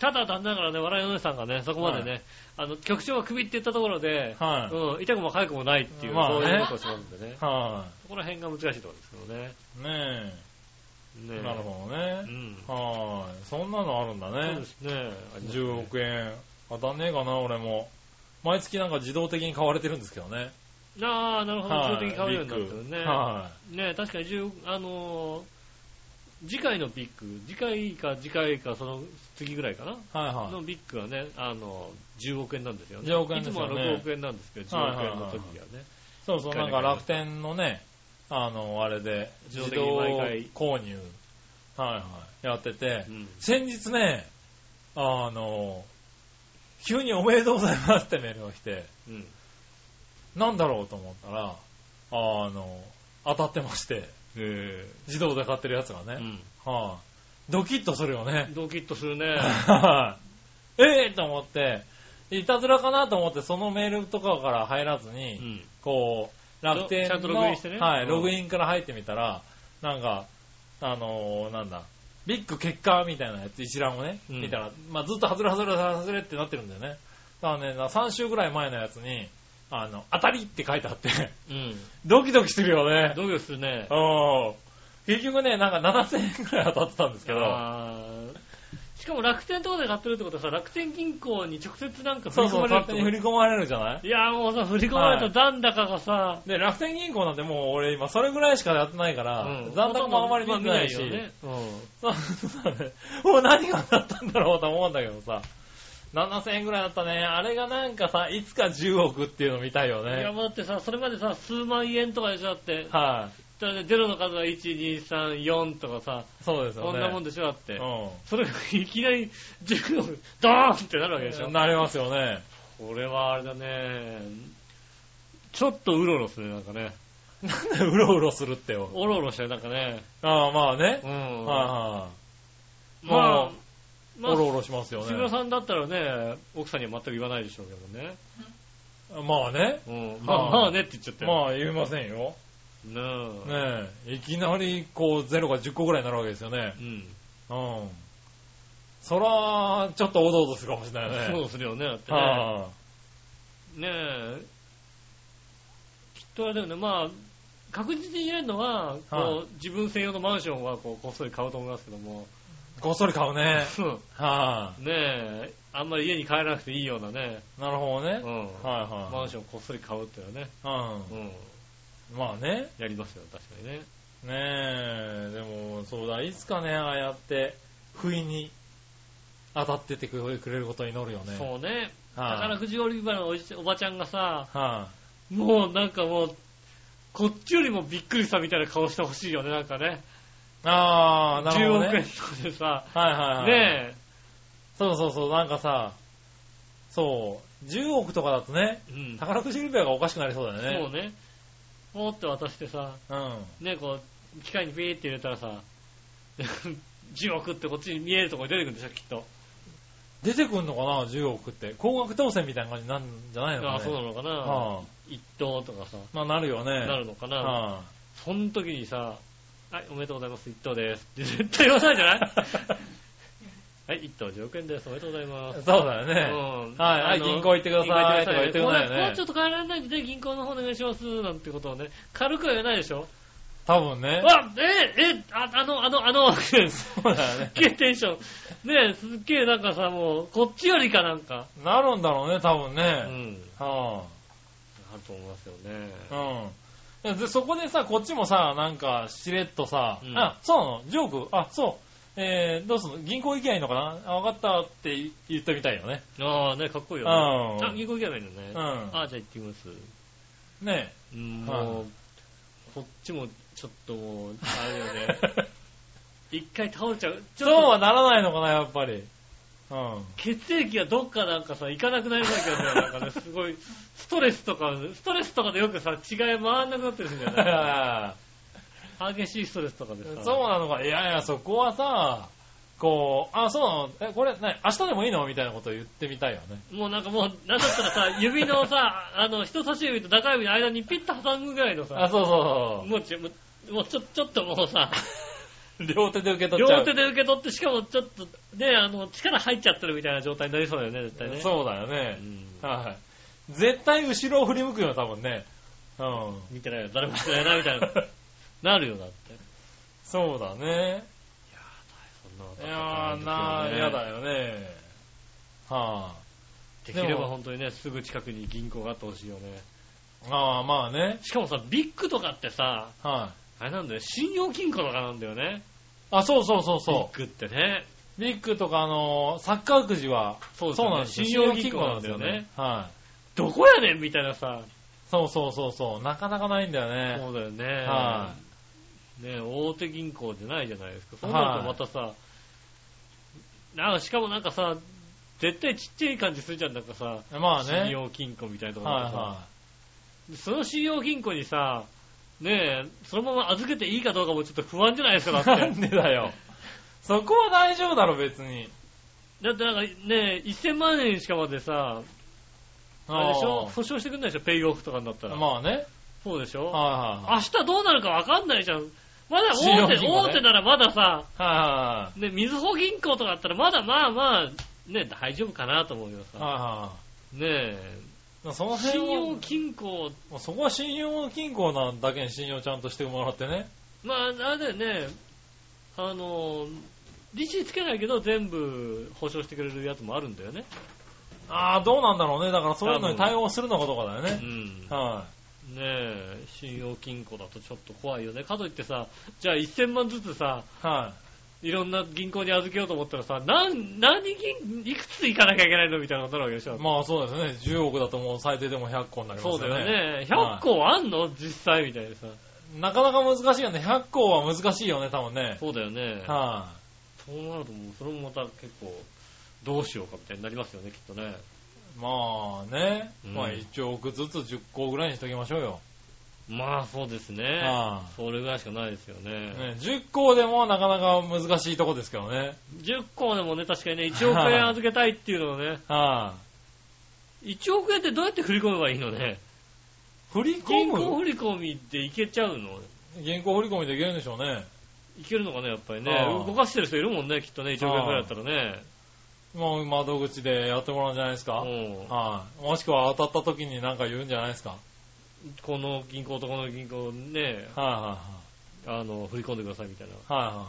ただ残念ながらね、笑いのお姉さんがね、そこまでね、あの、局長は首って言ったところで、
はい
うん、痛くも痒くもないっていう、
まあ
そう
ね
いうことをしますんでね。
は
そこら辺が難しいところですけどね。
い。ね
ね
え。なるほど
どう
ね。
ん。
はい。そんなのあるんだ
そう
ね
で。すね。
10億円。当たんねえかな、俺も。毎月なんか自動的に買われてるんですけどね。
ああ、なるほど。自動的に買うようになっ
ビ
たよ
ッグ
ね。
は
ね確かに10、あのー次回のビッグ、次回か次回かその次ぐらいかな、
い。はいはい。
のビッグはね、あのー10億円なんですよね。
10億円ですよね
いつもは6億円なんですけど、10億円の時はね。
そうそう、
一回だ
なん
け
か楽天のね、あの、あれで、
自動
自
的に
動
毎回
購入、はいはい、やってて
う、ん
先日ね、あの、急におめでとうございますってメールが来て、
うん
なんだろうと思ったら、あの、当たってまして、
へ
自動で買ってるやつが
え
ね、はい、ドキッとするよ
う
ね
ん。。ドキッとするね。
はい ええと思って、いたずらかなと思って、そのメールとかから入らずに、
うん
こう、楽天の、
ちゃんとログインしてね
はい、
うん
ログインから入ってみたら、なんか、あのーなんだ、ビッグ結果みたいなやつ、一覧をね、
うん
見たら、まあずっと外れ外れ外れってなってるんだよね。だからね、3週ぐらい前のやつに、あの、当たりって書いてあって、
うん。
ドキドキするよね。
ドキドキするね。
うん結局ね、なんか7000円くらい当たってたんですけど、
あーしかも楽天とかで買ってるってことはさ、楽天銀行に直接なんか振
そ
り
うそ
込
う、
まれるっ
勝
て
手
こ
に
と
振り込まれるじゃない
いやーもうさ、振り込まれた残高がさ、
で、楽天銀行なんてもう俺今それぐらいしかやってないから、
うん
残高もあんまり見てないし、
ほとんど見ないよねうん
そうそうだね。 もう何がだったんだろうと思うんだけどさ。7000円ぐらいだったね。あれがなんかさ、いつか10億っていうの見たいよ
いや
ね。
もうだってさ、それまでさ、数万円とかでしょだって。
は
だからねゼロの数は1、2、3、4とかさ、
い。そうですよね。
そんなもんでしょだって。
う
それがいきなり10億、ドーンってなるわけでしょ。
ん。なりますよね。
これはあれだね。ちょっとうろうろするね、なんかね。
なんでうろうろするってよ。
おろおろしてる、なんかね。
ああ、まあね
う。ん。ま
は
あ
も、い
ま
はい。
あ
お、ろおろしますよ
志村
ね。
さんだったらね、奥さんには全く言わないでしょうけどね。
まあね。
うん。ま
は
あ
い
まあねって言っちゃったよ。
まあ言いませんよ。
まあ。ね
ねえ。いきなりこうゼロが10個ぐらいになるわけですよね
え。。うん。
うん。そら、ちょっとおどおどするかもしれないね。
そうするよね、だってね。
は
ねえ、きっとあれだよね、まあ、確実に言えるのは、こう
は
自分専用のマンションはこうこっそり買うと思いますけども、
い。ごっそり買うね。は
ねえ、あんまり家に帰らなくていいようなね、
い。なるほどね
う。ん
はいはい。
マンションこっそり買うっていうのはね、
う
うん、
ん。まあね。
やりますよ、確かにね。
ねえ、でも、そうだ、いつかね、ああやって、不意に当たっててくれることを祈るよね。はい、
そうね、
はい
宝くじ売り場のおじおばちゃんがさ、
あ。
もうなんかもう、こっちよりもびっくりしたみたいな顔してほしいよね、なんかね。
ああ、なる
10
ほど、
億
ね。
円とかでさ、
はいはいはい。
ね
そうそうそう、なんかさ、そう、10億とかだとね、
え、うん、
宝くじ売り場がおかしくなりそうだよ
そ
ね
う。ね、ポーって渡してさ、
そうね。
ね、こう、機械にピーって入れたらさ、10億ってこっちに見えるところに出てくるんでしょ、きっと。
ん。出てくんのかな、10億って。高額当選みたいな感じになるんじゃないのか
あ
ね。
あ、そうなのかな。
はあ
一等とかさ、
まあなるよね。
なるのかな。
はあ
その時にさ、はい、おめでとうございます、一等です。って絶対言わないじゃ ないはい、一等10億円です、おめでとうございます。
そうだよね。
うん
はいはい
あの
銀行行ってくださいとか言ってくださいね
もうもうちょっと変えられないんで、銀行の方お願いします、なんてことをね、軽くは言えないでしょ。
多 分ね。
わええああの、あの、あの、 すっ
そうだよね。
げえテンション。ねえ、すっげえなんかさ、もう、こっちよりかなんか。
なるんだろうね、多分
う
ね。
ん。
は
あると思いますよね。
あ、うん。で、そこでさ、こっちもさ、なんか、しれっとさ、
うん
あ、そうなのジョークあ、そう。えー、どうすんの銀行行きゃいいのかなあ、わかったって言言ってみたいよね。
ああ、ね、かっこいいよ
う
ね。
ん
あ、銀行行けばいいのね。
うん
ああ、じゃあ行ってきます。
ね
うん、
はい
もう、こっちも、ちょっともう、あれよ ね。一回倒れちゃう。ち
そう
ょ
は
っと、
ならないのかな、やっぱり。うん。
血液がどっかなんかさ、行かなくなりそうだけどね、なんかね、すごい、ストレスとか、ストレスとかでよくさ、違い回んなくなってるんじゃ ない激しいストレスとかでさ。
そうなのか。いやいや、そこはさ、こう、あ、そうなのえ、これ、ね、明日でもいいのみたいなことを言ってみたいよね。
もうなんかもう、なんだったら さ、指のさ、あの、人差し指と中指の間にピッと挟むぐらいの
あ、
さ、
そうそうそう。
もうちょ、もうもうちょ、ちょっともうさ、
両手で受け 取っちゃう。
両手で受け取って、しかもちょっと、ね、あの、力入っちゃってるみたいな状態になりそうだよね、絶対ね。う。
そうだよね。
ん。
はい。絶対後ろを振り向くよ、多分ね。うん。
見てないよ、誰も見てないな、み たいな。なるよ、だって。
そうだね。
そんなこと
い
あ
や
ったら
ー、な
大変で
ー、
すよね
やだよね。は
できれ
で
ば
も
本当にね、すぐ近くに銀行があってほしいよね。
あ。ああ、まあね。
しかもさ、ビッグとかってさ、
はい。
あれなんだよ、信用金庫とかなんだよね。
あ、そうそうそうそ
ビッグってね。
う。ビッグとか、あのーサッカーくじは、
そうです
そう
よね
なんですよ。
信用金庫なんだよね。
はい。
どこやねんみたいなさ、
そうそうそうそう。なかなかないんだよね。
そうだよね。
は
ね大手銀行じゃないじゃないですか。そうなるとまたさ、なんかしかもなんかさ、絶対ちっちゃい感じするじゃん、なんかさ、
まあ
信
ね。
用金庫みたいなところでさ、
は
でその信用金庫にさ、ねえ、そのまま預けていいかどうかもちょっと不安じゃないです
い
か、だ
は
っ
い。
て。
なんでだよ。そこは大丈夫だろ、別に。
だってなんかねえ、1000万円しかまでさ、あれでしょ
あ
訴訟してくんないでしょペイオフとかになった
ー
ら。
まあね。
そうでしょ
はいはい。
明日どうなるかわかんないじゃん。まだ
信
大
用
手、
金庫
大
ね
手ならまださ、
は
ね、みずほ銀行とかだったらまだまあまあ、ね、大丈夫かなと思うよ
いはい
さ。
は
ね
いはい。その
え、信用
辺
金庫、
は、そこは信用金庫なんだけに信用ちゃんとしてもらってね。
まあ、あれだよね、あの、利子つけないけど全部保証してくれるやつもあるんだよね。
ああ、どうなんだろうね。だからそういうのに対応するのかどうかだよ
う
ね。
ん。
は
ねえ、信用金庫だとちょっと怖いよね。かといってさ、じゃあ1000万ずつさ、
い。はい
ろんな銀行に預けようと思ったらさ、なん、何銀、いくつ行かなきゃいけないのみたいなことになるわけでしょ
い。。まあそうですね。10億だともう最低でも100個になりま
そうだ
すよ
よ
ね。
ね。100個あんの実際みたいなさ。
なかなか難しいよね。100個は難しいよね、多分ね。
そうだよね。
は
そうなるともう、それもまた結構、どうしようかみたいになりますよね、きっとね。
い。まあね。
うん
まあ1億ずつ10個ぐらいにしときましょうよ。
まあそうですね。
は
それぐらいしかないですよ
い。
ね。
ね10個でもなかなか難しいとこですけどね。
10個でもね、確かにね、1億円預けたいっていうのをね、
は
1億円ってどうやって振り込めばいいのね。
い。振り込
銀行
む
振り込みでいけちゃうの
銀行振り込みできるんでしょうね。
いけるのかね、やっぱりね
あ。あ
動かしてる人いるもんね、きっとね、1億円ぐらいだったらね。
もう窓口でやってもらうんじゃないですか。
うん
はい。もしくは当たった時に何か言うんじゃないですか。はい、
この銀行とこの銀行ね、
は
あの、振り込んでくださいみたいな。
いはい。はいは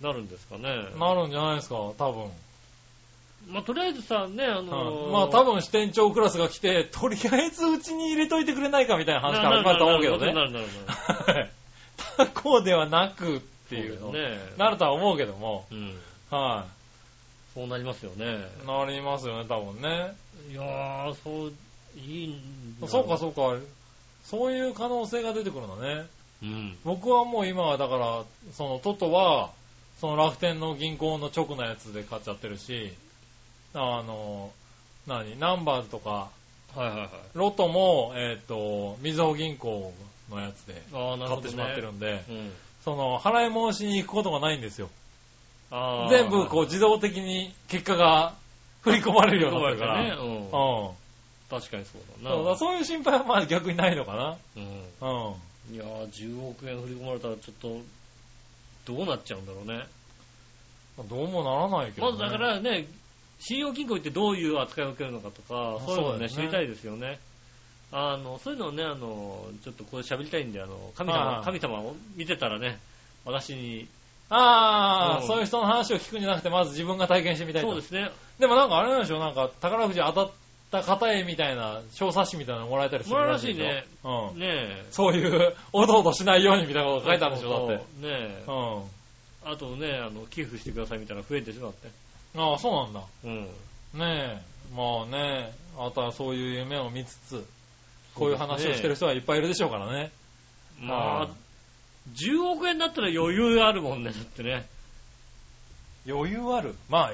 なるんですかね。
い。なるんじゃないですか、多分。
まあ、とりあえずさ、ね、あの
はいまあ多分支店長クラスが来て、とりあえずうちに入れといてくれないかみたいな話から始まると思うけど
な
ね。
るなるなるなるなる
はい他校ではなくっていう
そ
の。
うですね。
なるとは思うけども。
うん。
は
そうなりますよね。
い。なりますよね、多分ね。
いやー、そう、いいんだ
そうかそうか。そういう可能性が出てくるのね。
うん。
僕はもう今はだから、そのトトは、その楽天の銀行の直のやつで買っちゃってるし、あの、何、ナンバーズとか、
はいはいはい。
ロトも、えっ、と、みずほ銀行のやつで
ああ、なるほど、ね。
買ってしまってるんで、
うん。
その、払い戻しに行くことがないんですよ。
あー
全部こう自動的に結果が振り込まれるようになってるから。
ね。うん。
うん
確かにそうだな。
そうだそういう心配はまあ逆にないのかな。
う
うん。
ん。いやー、10億円振り込まれたらちょっと、どうなっちゃうんだろうね。
どうもならないけど、
まず
ね。
だか、らね、信用金庫行ってどういう扱いを受けるのかとか、そういうのをね、
そうだよね
知りたいですよね。あの、そういうのをね、あの、ちょっとこれ喋りたいんで、あの、神様
は、い
神様を見てたらね、私に、
あ
う
あ、
ん
そういう人の話を聞くんじゃなくて、まず自分が体験してみたいと
そうですね、
でもなんかあれなんでしょなんか宝くじ当たった方へみたいな、小冊子みたいなのもらえたりする
もらうら
ら
し
し
い
い
ね
ね。うん。
ねえ。
そういう、おどおどしないようにみたいなこと書いてあるんでしょだっ
そ
て。
うそうねえ
う。ん。
あとね、あの、寄付してくださいみたいなの増えてしまって。
ああ、そうなんだ。
うん。
ねえ。まあねあとはそういう夢を見つつ、こういう話をしてる人はいっぱいいるでしょうからね。
ま
は
あ
い、
10億円だったら余裕あるもんね、だってね。
余裕あるまあ、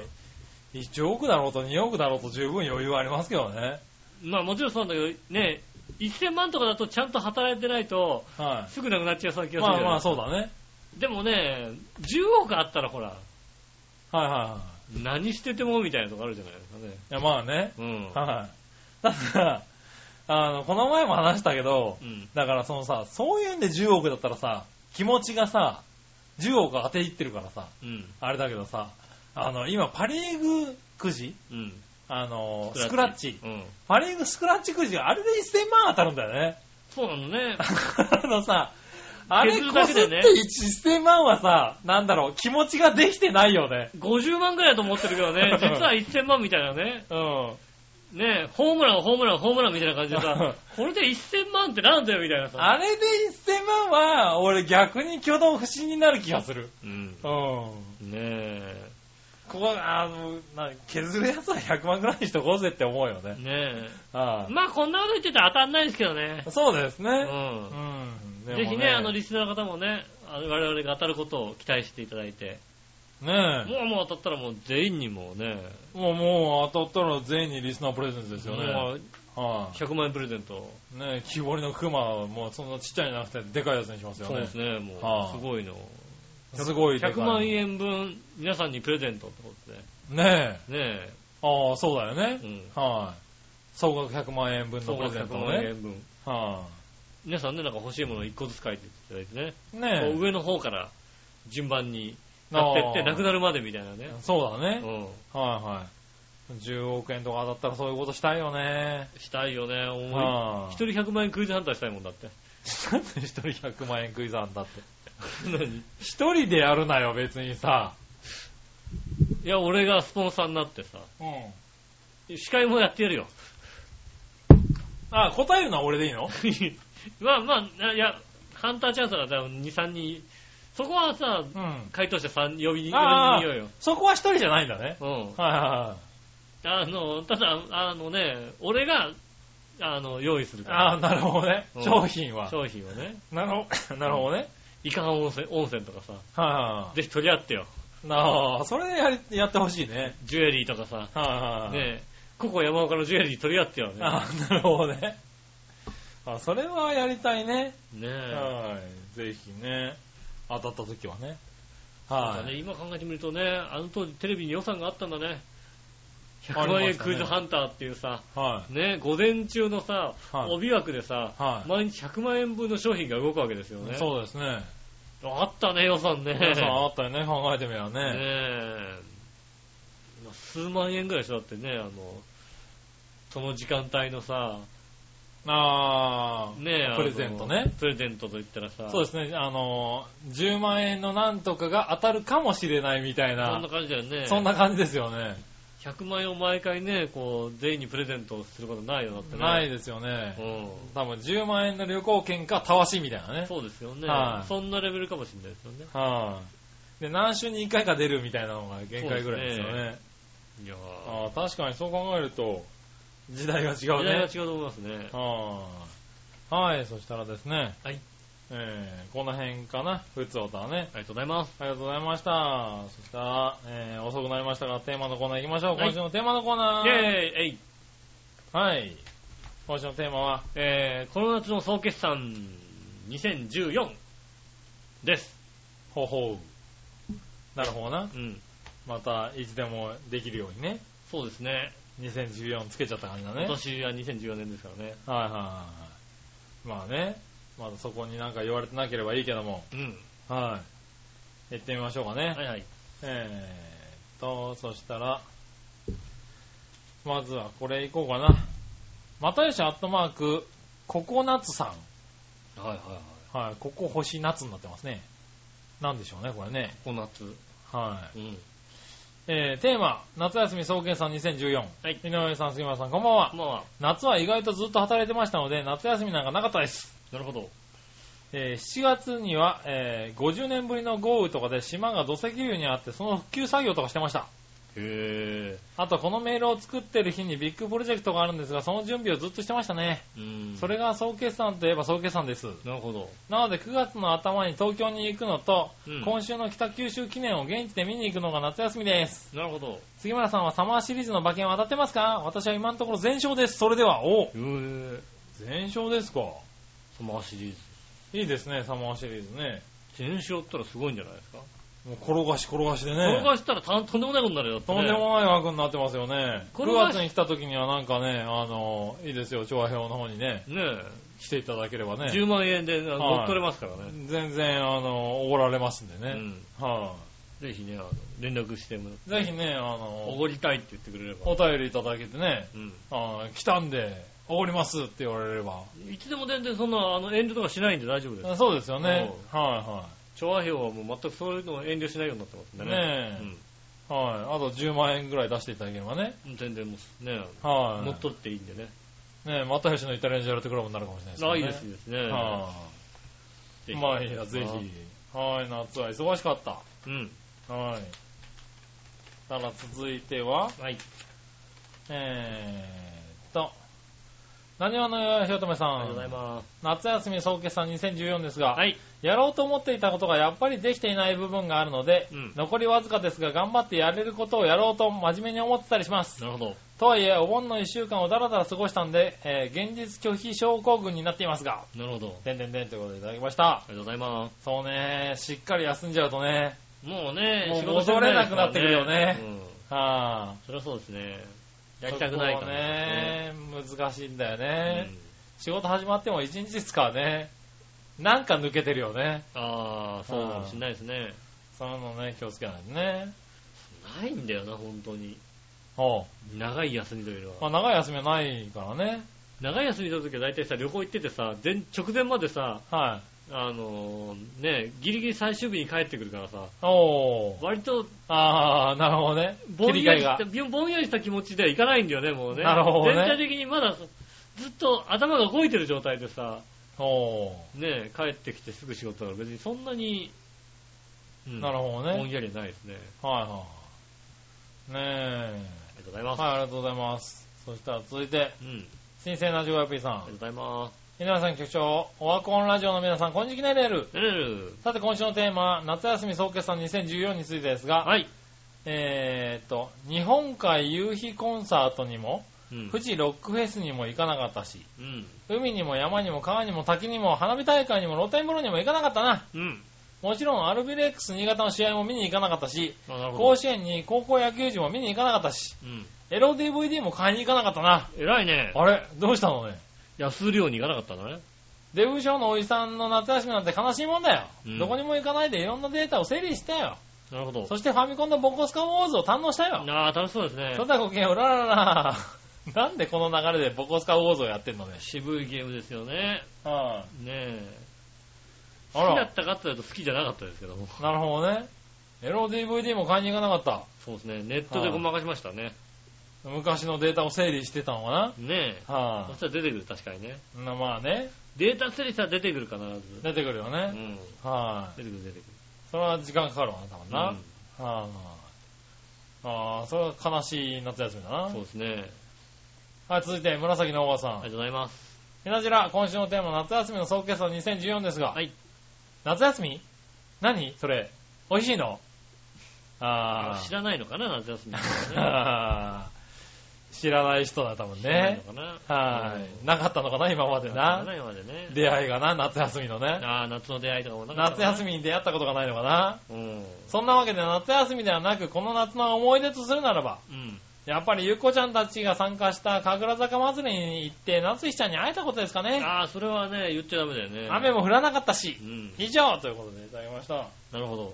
1億だろうと2億だろうと十分余裕はありますけどね。
まあもちろんそうなんだけど、ねえ、1000万とかだとちゃんと働いてないと、
は
すぐなくなっちゃいそうな気
い。
がする
ま
じゃない
あまあそうだね。
でもね、10億あったらほら、
はいはいはい。
何しててもみたいなとこあるじゃないですかね。
いやまあね。
うん。
はい。だから、あの、この前も話したけど、
うん。
だからそのさ、そういうんで10億だったらさ、気持ちがさ、 10億当ていってるからさ、
うん。
あれだけどさ、あの、今パリーグくじ
うん。
あの、スクラッチ。
うん。
パリーグスクラッチくじがあれで1000万当たるんだよね。
そうなのね。
あのさ、あれ
削る
こ
だ
す
け
っ
で
て
ね
1000万はさ、なんだろう、気持ちができてないよね。
50万ぐらいだと思ってるけどね、実は1000万みたいなね。
うん。
ねホームラン、ホームラン、ホームランみたいな感じで さ、これで1000万ってなんだよみたいなさ。
あれで1000万は、俺逆に挙動不審になる気がする。
うん。ね
うん。こ
え。
こ、あの、な削るやつは100万ぐらいにしとこうぜって思うよね。
ね
あ
え。まあこんなこと言ってたら当たんないですけどね
あ。そうです
う
ね。
ん
う。ん。でも
ぜひね、あの、リスナーの方もね、あの我々が当たることを期待していただいて、
ね
もうもう当たったらもう全員にもうね、
え。もう、もう当たったら全員にリスナープレゼントですよね。
も
は
う
い。
100万円プレゼント。
ねえ、木彫りの熊はもうそんなちっちゃいのじゃなくて、でかいやつにしますよ
そう
ね
で。すね、もう、
はあ
すごいの。
すごいでかい。
100万円分、皆さんにプレゼントってことで。
ねえ。
ね
ああ、そうだよね
え。。うん。
はい。総額100万円分の
総
プレ
額
ゼン
100
ト
万
ね。
円分。
は
皆さんね、なんか欲しいものを1個ずつ書いていただいてね。
い。
こ
ね
う
え。
上の方から順番に買ってって、
あー
なくなるまでみたいなね。
そうだ
う
ね。
ん。
はいはい。10億円とか当たったらそういうことしたいよね。
したいよね、思。
はいい。
一人100万円クイズハンターしたいもんだって。
なんで一人100万円 クイズあんだって。
何
一人でやるなよ、別にさ。
いや、俺がスポンサーになってさ、
うん。
司会もやってやるよ。
あ、答えるのは俺でいいの
まあまあ、いや、ハンターチャンスなら多分2、3人、そこはさ、
うん。
回答者3、呼びに、呼びに
ああ
ようよ。
そこは一人じゃないんだね。
うん。
はいは
あの、ただ、あのね、俺が、あの、用意する
いはい。
か
ああ、
ら。
なるほどね。
うん
商品は。
商品をね。
なるほど、 なるほどね。
伊香保温泉温泉とかさ、
はいは
ぜひ取り合ってよ。
い。なあ、それでやりやってほしいね。
ジュエリーとかさ、
はいはい。
ねえ、ここ山岡のジュエリー取り合ってよね。
ああ、なるほどね。あ、それはやりたいね。
ねえ。
はい。ぜひね。当たった時はね。
なん
は
かね
い。
今考えてみるとね、あの当時テレビに予算があったんだね。
あ
100万
りましたね
円クイズハンターっていうさ、
はい。
ね、午前中のさ、
はい
帯枠でさ、
はい
毎日100万円分の商品が動くわけですよね。
そうですね。
あったね、予算ね。
皆さんあったよね、考えてみれば
ね
ね。
え。まあ数万円ぐらいでしょ、だってね、あの、その時間帯のさ、
ああ、
ねえ、あの
プレゼントね。。
プレゼントと言ったらさ、
そうですね、あのー、10万円のなんとかが当たるかもしれないみたい
そん
な
な、感じだよね。
そんな感じですよね。
100万円を毎回ね、こう、全員にプレゼントすることないよ、だってね。
ないですよね
う。ん。
多分10万円の旅行券かたわしみたいなね。
そうですよね、
はい
そんなレベルかもしれないですよね。
はい。で、何週に1回か出るみたいなのが限界ぐらいですよ
そうで
ね。
いやー
ああ、確かにそう考えると、時代が違う
時代が
ね
違。うと思いますね。
はあ、はい、そしたらですね。
はい。
えー、この辺かな、普通音はね。
ありがとうございます。
ありがとうございました。そしたら、えー、遅くなりましたが、テーマのコーナー行きましょう。
はい
今週のテーマのコーナ
イェーイ
ー。
えい
はい。今週のテーマは、
えー、この夏の総決算2014です。
ほほう。なるほどな。
うん。
また、いつでもできるようにね。
そうですね。
2014つけちゃった感じだね。
今
はい
年は2014年ですからね。
はいはい。まあね、まだそこになんか言われてなければいいけども。
うん。
はい。行ってみましょうかね。
はいはい。
えーっと、そしたら、まずはこれいこうかな。またよしアットマーク、ココナツ
は
さ
いはいはい。
ん。はい、ここ星ナツになってますね。なんでしょうね、これね。
この夏。
は
うん。
い。えー、テーマ、夏休み総研さん2014。
はい
井上さん、杉村さん、こんばんは
ま。あまあ、
夏は意外とずっと働いてましたので、夏休みなんかなかったです。
なるほど。
えー7月には、えー50年ぶりの豪雨とかで島が土石流にあって、その復旧作業とかしてました。
へ
あと、このメールを作ってる日にビッグプロジェクトがあるんですが、その準備をずっとしてましたね。
え。うん。
それが総決算といえば総決算です。
なるほど。
なので、9月の頭に東京に行くのと、
うん
今週の北九州記念を現地で見に行くのが夏休みです。
なるほど。
杉村さんはサマーシリーズの馬券は当たってますか私は今のところ全勝です。それでは、おう
へえ。
全勝ですか。
サマーシリーズ。
いいですね、サマーシリーズね。
全勝ったらすごいんじゃないですか。
もう転がし転がしでね。
転がしたらたんとんでもないことになるよ、だってね
とんでもない枠になってますよね。
転
9
がし
月に来た時にはなんかね、あの、いいですよ、調和表の方にね。
ねえ。
していただければね。
10万円であの
はい
乗っ取れますからね。
全然、あの、おごられますんでね。は
ぜひね、あの連絡してもらって。
い、ぜひね、あ
お
の、
ごりたいって言ってくれれば。
お便りいただけてね、
うん。
あ来たんで、おごりますって言われれば。
いつでも全然そんな、あの、遠慮とかしないんで大丈夫です。
そうですよね。は
調和表はもう全くそういうのを遠慮しないようになってますん
いは
で
い。
ね。
ねえ、はい。あと10万円ぐらい出していただければね。
うん。全然もうね、
はい。
乗っ取っていいんでね。
ねえ、又吉のイタリアンジェラートクラブになるかもしれないです
ない
ね。
ですですね。
はい、
ぜひ
まあいいや、ぜひ。はい、夏は忙しかった。
うん。
はい。ただ続いては、
はい。
えーっと、何話のよしおとめさ
ありがとうござい
ん。
ます。
夏休み総決算2014ですが、
はい。
やろうと思っていたことがやっぱりできていない部分があるので、
うん
残りわずかですが頑張ってやれることをやろうと真面目に思ってたりします。
なるほど。
とはいえ、お盆の1週間をだらだら過ごしたんで、えー現実拒否症候群になっていますが、
なるほど。
てんてんてんということでいただきました
あ。りがとうございます。
そうね、しっかり休んじゃうとね、
もうね、
もう
仕事してもいですから
戻れなくなってくるよね
うん。
はあ、
そりゃそうですね。やりたくないからね。
そこね。難しいんだよ
う
ね。
ん
仕事始まっても1日ですからね、なんか抜けてるよね。
ああ、そうかもしれないですね。
そういうのね、気をつけないとね。
ないんだよな、本当に。
おう
長い休みというのは。
まあ、長い休みはないからね。
長い休みの時は大体さ、旅行行っててさ、前直前までさ、
はい。
あのーね、ギリギリ最終日に帰ってくるからさ、
おう
割と
ああ、なるほどね。
ぼ
切
ん
り
や
替
り
え
し
が
た。ぼんやりした気持ちで行かないんだよね、もうね。
なるほどね
全体的にまだずっと頭が動いてる状態でさ、
おう
ね、帰ってきてすぐ仕事だから別にそんなに、うん
なるほどね。
ぼんやりはないですね。
はいはい。ね
ありがとうござい
え。
ます。
はい、ありがとうございます。そしたら続いて、
うん。あり
新生なジオヤピーさん
がとう。ございます。
皆さん局長、オワコンラジオの皆さん、こんにちきねれる。
ねる
さて、今週のテーマ、夏休み総決算2014についてですが、
はい。
えーっと、日本海夕日コンサートにも、
うん
富士ロックフェスにも行かなかったし、
うん。
海にも山にも川にも滝にも花火大会にも露天風呂にも行かなかったな。
うん。
もちろん、アルビレックス新潟の試合も見に行かなかったし、
あ、なるほ
甲
ど。
子園に高校野球児も見に行かなかったし、
うん。
エロ DVD も買いに行かなかったな。
偉いね。
あれどうしたのね
安売りように行かなかったんだね。
デブ賞のおじさんの夏休みなんて悲しいもんだよ、
うん
どこにも行かないでいろんなデータを整理したよ。
なるほど。
そしてファミコンのボコスカウォーズを堪能したよ。
ああ、楽しそうですね
そ。だごきげんようらららら。 なんでこの流れでボコスカウォーズをやってんのね。
渋いゲームですよね。
あ
ねえ。
あ
好きだ
ら
っ、たかって言うと好きじゃなかったですけども。
なるほどね。エロ DVD も買いに行かなかっ
そうですね。ネットでごまかしましたね。
た。昔のデータを整理してたのかな。
ねえ。
は
そしたら出てくる、確かにね。
あ、なまあね、
データ整理したら出てくる、必ず。
出てくるよ
う
ね。
ん。
は
出てくる、出てく
い、それは時間かかるわな、多分
る。
な。
うん
はあ、ああ、それは悲しい夏休みだな
そう。ですね。
はい、続いて、紫のおばさん
ありが。とうございます。
ひなじら、今週のテーマ、夏休みの総決算2014ですが、
はい
夏休み何それ、美味しいのあ
知らないのかな、夏 休みと
ー
かね。
あー、知らない人だ、多分
知らないの
ね。
かな。
は
う
い、
ん
なかったのかな、今まで
知ら
な。
ないまでね。
出会いがな、夏休みのね。
ああ、夏の出会いとかもなかった
夏休みに出会ったことがないのかな。
み。うん。
そんなわけで、夏休みではなく、この夏の思い出とするならば、
うん。
やっぱりゆっこちゃんたちが参加した神楽坂祭りに行って、夏日ちゃんに会えたことですかね。
ああ、それはね、言っちゃダメだよね。
雨も降らなかったし
う。ん。
以上ということでいただきました。
なるほど。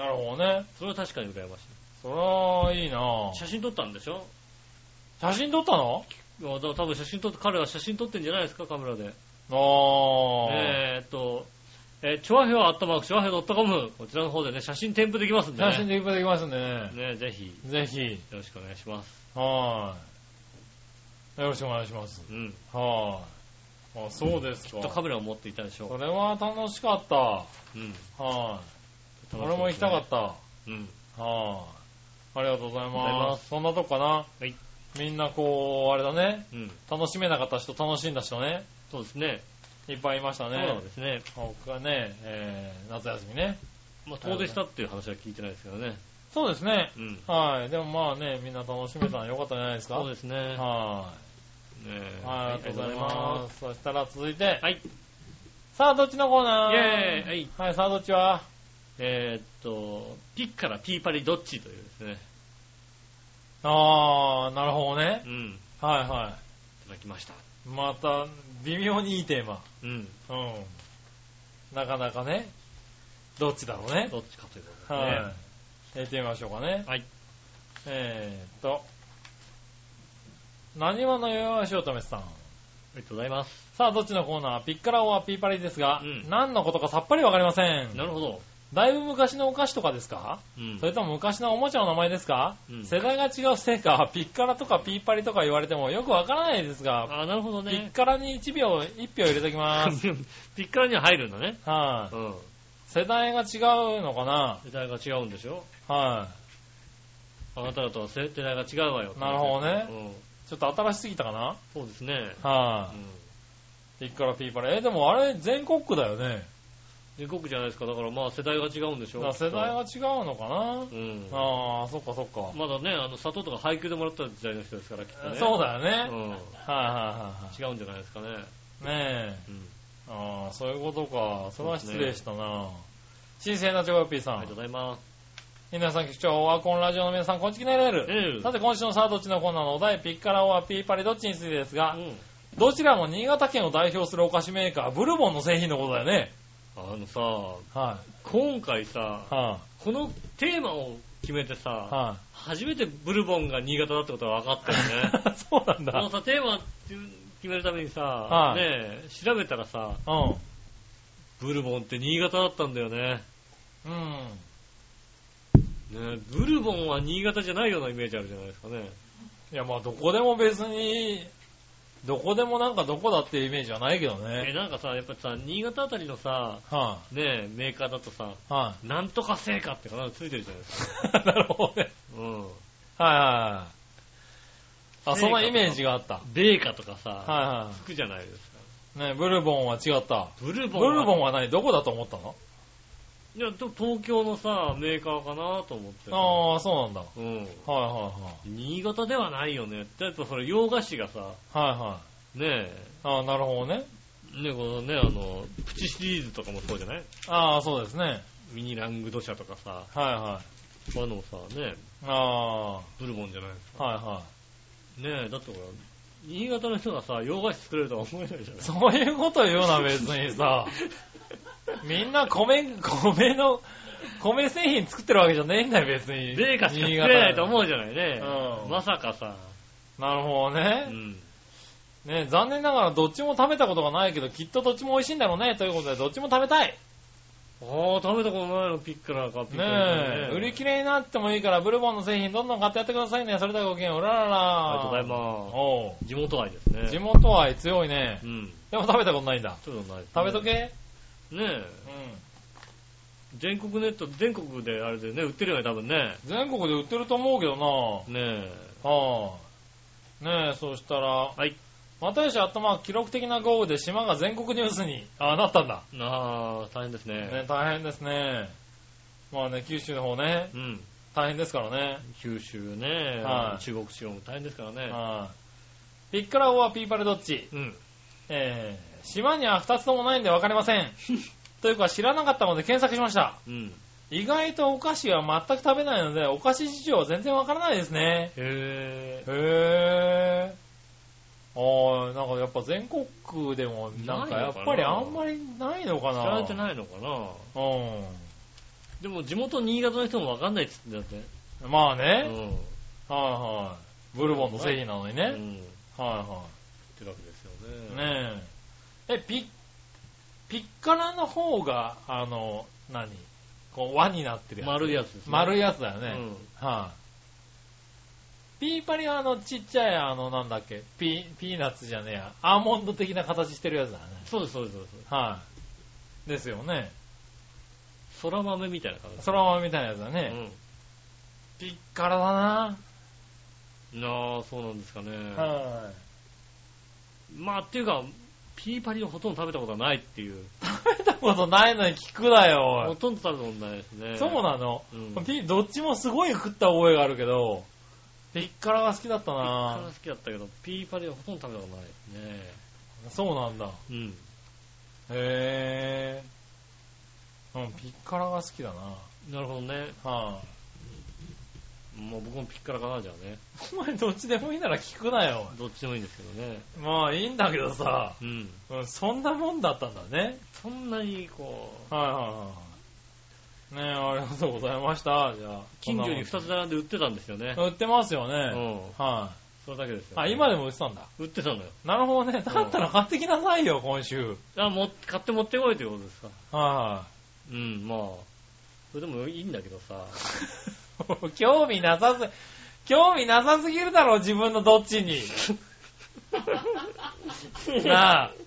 なるほどね。
それは確かに羨ましい。
それはいいなぁ
写真撮ったんでしょ
写真撮ったの
いやだから多分写真撮って、彼は写真撮ってんじゃないですか、カメラで。
あー。
えーっと、えー、チョアヘアアットマーク、チョアヘア .com、こちらの方でね、写真添付できますんでね。
写真でいっぱいできますんでね。
ね、ぜひ、よ
ぜひ。
ろしくお願いします。
はーい。よろしくお願いします。
うん。き
はーい。あ、そうですか
っと。カメラを持っていたでし
そ
ょ
れは楽しかった。
う。うん。。
はーい。俺も行きたかったた。
うん。
はーい。ありがとうござい
ありがとうござい
ま。
ます
そんなとこかな。
はい。
みんなこう、あれだね。
うん。
楽しめなかった人、楽しんだ人ね。
そうですね。
いっぱいいましたね。
そうなんですね。
僕はね、えー、夏休みね。
まあ、遠出したっていう話は聞いてないですけどね。
そうですね。
うん。
はい。でもまあね、みんな楽しめたのは良かったんじゃないですか。
そうですね。ねえ
はい。はい、ありがとうございます。そしたら続いて、
はい。イ
さあどっちのコーナー
ェーイ。はい。
はい、さあどっちは
えーっと、ピッからピーパリどっちというですね。
あー、なるほどね
う。ん。い
はいは
ただきました。
また、微妙にいいテーマ。
うん。
うん。なかなかね、どっちだろうね。
どっちかということですね。
はい。やってみましょうかね。
はい。
えーっと、何話のよしおとめさん。
ありがとうございます。
さあ、どっちのコーナーピッカラオはピーパリですが、
うん
何のことかさっぱりわかりません。
なるほど。
だいぶ昔のお菓子とかですか、
うん
そ。れとも昔のおもちゃの名前ですか、
うん
世代が違うせいか、ピッカラとかピーパリとか言われてもよくわからないですが、
あ、なるほど
ピッ
ね。
カラに1秒、1票入れと きます。はい、
ピッカラには入るんだね。うん。
世代が違うのかな
世代が違うんでしょ
はい、
あなたらとは世代が違うわよ。
なるほどね
うん。
ちょっと新しすぎたかなはい、
そうですね。うん。
ピッカラピーパラ。え、でもあれ全国区だよね。
全国じゃないですか。だからまあ世代が違うんでし
だ
ょ
から世代が違うのか
う
な、
ん。
ああ、そっかそっか。
まだね、あの、砂糖とか配給でもらった時代の人ですから、きっとね。
そうだよね。はい、
うん。
は
違うんじゃないですかね。
いはいはい。ねえ。
うん。
ああ、そういうことか。それは失礼したな。新鮮なチョコヨッピーさ
ありがとうんご。ざいます。
皆さん、局長、オワコンラジオの皆さん、こんちきなれ
え
る。
え
さて、今週のさあ、どっちのコーナーのお題、ピッカラオアピーパリどっちについてですが
う、ん。
どちらも新潟県を代表するお菓子メーカー、ブルボンの製品のことだよね。
あのさ、
は
今回さ
い。、は
このテーマを決めて
い。
さ、
は
初めてブルボンが新潟だってことが分かったよね。
い。 そうなん
この
だ。
さ、テーマ決めるためにさ、
はい
ねえ、調べたらさ、
うん。
ブルボンって新潟だったんだよね。
うん。
ねえブルボンは新潟じゃないようなイメージあるじゃないですかね。
いや、まあ、どこでも別に、どこでもなんかどこだっていうイメージはないけど
え、
ね。
なんかさ、やっぱりさ、新潟あたりのさ、
は
ねえ、メーカーだとさ、
い。は
なんとか成果ってかなついてるじゃないですか。
い。なるほどね。
うん。
はいはいはい。あ、そのイメージがあった。
米花とかさ、
は
つくじゃないですか。
いはい。ね、ブルボンは違った。
ブル
ブ
ボンは。
ルボンは何どこだと思ったの
いや、と東京のさ、メーカーかなと思って。
ああ、そうなんだ。はい
うん。
は
新潟ではないよね。ってやっぱそれ洋菓子がさ、
いはい。はいはい。
ね
ああ、なるほどね。
え、ねえ、このね、あの、プチシリーズとかもそうじゃない
ああ、そうですね。
ミニラングドシャとかさ、
はいは
そういうのもさ、ねえ、
い。ああ、は
ブルボンじゃない
いは
ねえ、だってほら、新潟の人がさ、洋菓子作れるとは思え ないじゃ
い。
ない
そういうこと言うな、別にさ。みんな米、 米の、米製品作ってるわけじゃねえんだよ、別に。
米菓しか作
新
れ
潟
ないと思うじゃないね。
うん
まさかさ、
なるほど
う
ね。
ん。
ね、残念ながらどっちも食べたことがないけど、きっとどっちも美味しいんだろうね、ということで、どっちも食べたい。
ああ、食べたことないの、ピッカラか、ピッカラ
ねえ、売り
切
切れになってもいいから、ブルボンの製品どんどん買ってやってくださいね。それではごきげんよう、うららら。
ありがとうございます。
おう
地元愛ですね。
地元愛強いね。
うん。
でも食べたことないんだ。
そういうのないですね
食べとけ。
ねえ、
うん。
全国ネット、全国であれでね、売ってるよね、多分ね。
全国で売ってると思うけどな
ね
はあ。ねえ、そしたら、
え。はい。
又吉あったま記録的な豪雨で島が全国ニュースに、あなったんだ。
ああ、大変ですね。
ね、大変ですね。まあね、九州の方ね、
うん。
大変ですからね。
九州ね、
はい
中国地方も大変ですからね。
はい。ピッカラオはピーパルどっち
うん。
えー、島には二つともないんでわかりませ ん。というか知らなかったので検索しました。
うん。
意外とお菓子は全く食べないので、お菓子事情は全然わからないですね。
へえ。
へぇー。あー、なんかやっぱ全国区でも、なんか
ない
や
の
っ
かな
ぱりあんまりないのか
知
な。
られてないのかなでも地元新潟の人もわかんないっつってんだって。
うん。まあ
う
ね、
ん。
はいはい。ブルボンの製品なのに
う
ね。
ん。っ
は
てわけです
い
よ
はい。
ね。ね
ねえ。え、ピッ、ピッカラの方が、あの、何こう、輪になってるやつ。
丸いやつですね。
丸い
い
やつだよね。
うん
はい。ピーパリはあの、ちっちゃい、あの、なんだっけ、ピー、ピーナッツじゃねえや、アーモンド的な形してるやつだよね。
そうです、そうです、そうです。
はい。ですよね。
そら豆みたいな感じ。
そら豆みたいなやつだね。ピッカラだな。
うん。なあ、そうなんですかね。
は
まあ、っていうか、ピーパリをほとんど食べたことはないっていう。
い。食べたことないのに聞くな
ほ
よ、
とんど食べたことないです
お
ね。
い。そうなの、
うん
ピどっちもすごい食った覚えがあるけど、ピッカラが好きだった
ピッカラ
な
好。きだったけど、ピーパリはほとんど食べたことないですね。
そうなんだ。
うん。
へぇー。うん、ピッカラが好きだな。
なるほどね。
は
もう僕もピッカラかな、じゃあね。
お前どっちでもいいなら聞くなよ。
どっちでもいいんですけどね。
まあいいんだけどさ、
うん。
うんそんなもんだったんだね。
そんなに、こう、
はいはいはい。ねえ、ありがとうございました。じゃあ。
近所に
そ
2
ん
つ並んで売ってたんですよね
な。もん売ってますよね。
うん。
は
それだけです
い。
よ。
あ、今でも売ってたんだ。
売ってたのよ。
なるほどね。だったら買ってきなさいよ、今週。
あ、も、買って持ってこいということですか。
は
うん、まあ。それでもいいんだけど さ。
い。 興味なさす、興味なさすぎるだろ、自分のどっちに。なあ。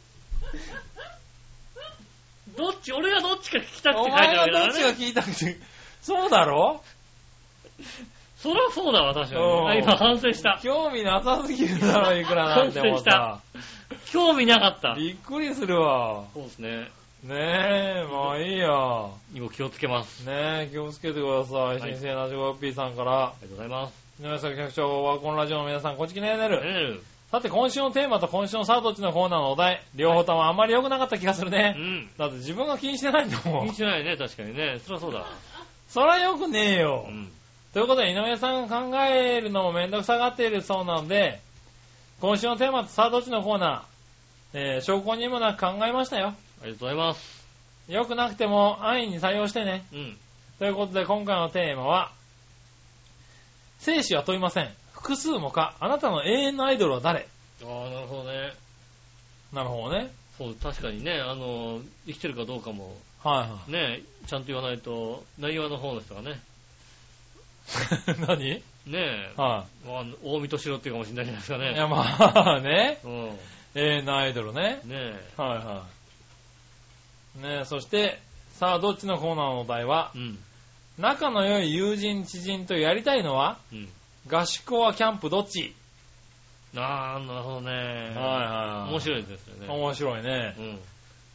どっち、俺がどっちか聞きたくて
お
書いて
前
るわ
が
け
どっ
だ
ち
か
が
らね。
聞いたくて。そうだろ
そりゃそうだわ、確かに。
うん
あ今反省した。
興味なさすぎるだろ、いくらなんでも さ。
興味なかった。
びっくりするわ。
そうですね。
ねえ、まあいいや。
今気をつけます。
ねえ、気をつけてください。
はい
新生なじごよっぴーさんから
あ。りがとうございます。
井上さん、局長、ワコンラジオの皆さん、こんちきねえねる。
ね
さて、今週のテーマと今週のサードっちのコーナーのお題、両方ともあんまり良くなかった気がする
えう
ね。
ん。
だって自分が気にしてないんだ
気
も
に
ん。
しないね、確かにね。そりゃそうだわ。
そら良くねえよ
う。ん。
ということで、井上さんが考えるのもめんどくさがっているそうなので、今週のテーマとサードっちのコーナー、えー、証拠にもなく考えましたよ。
ありがとうございます。
良くなくても安易に採用してね。
うん。
ということで今回のテーマは、生死は問いません。複数もか、あなたの永遠のアイドルは誰
ああ、なるほどね。
なるほどね。
そう、確かにね、あの、生きてるかどうかも、
はい
ね、ちゃんと言わないと、内容の方の人がね、
はい。 何
ね
は
え、まあ、大見としろっていうかもしれないじゃないですか
い。い
ね。
や、まあ ね、
うん。ね
永遠のアイドルね。
え、
はいはい。ねそして、さあ、どっちのコーナーのお題は、
うん。
仲の良い友人、知人とやりたいのは、
うん。
合宿はキャンプどっち、
ああ、なるほどね。
はいはい。
面
い。
白いですよね。
面白いね。
うん。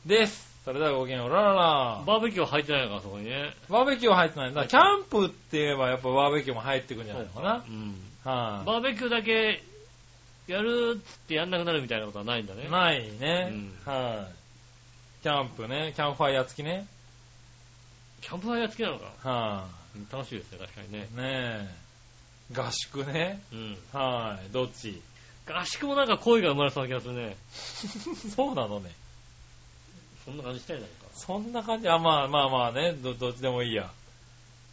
です。それではごきげんよう、ラララ。
バーベキューは入ってないのから、そこにね。
バーベキューは入ってない。だからキャンプって言えばやっぱバーベキューも入ってくるんじゃないのかな。
うん。
は
バーベキューだけ、やるっつってやんなくなるみたいなことはないんだね
い。。ないね。
うん
はい。キャンプね。キャンプファイヤー付きね。
キャンプファイヤー好きなのか。
は
うん楽しいですね、確かにね。
い。ねえ。合宿ね。
うん。
はい。どっち
合宿もなんか恋が生まれそうな気がするね。
そうなのね。
そんな感じしたいなんか。
そんな感じ。あ、まあまあまあね。ど、どっちでもいいや。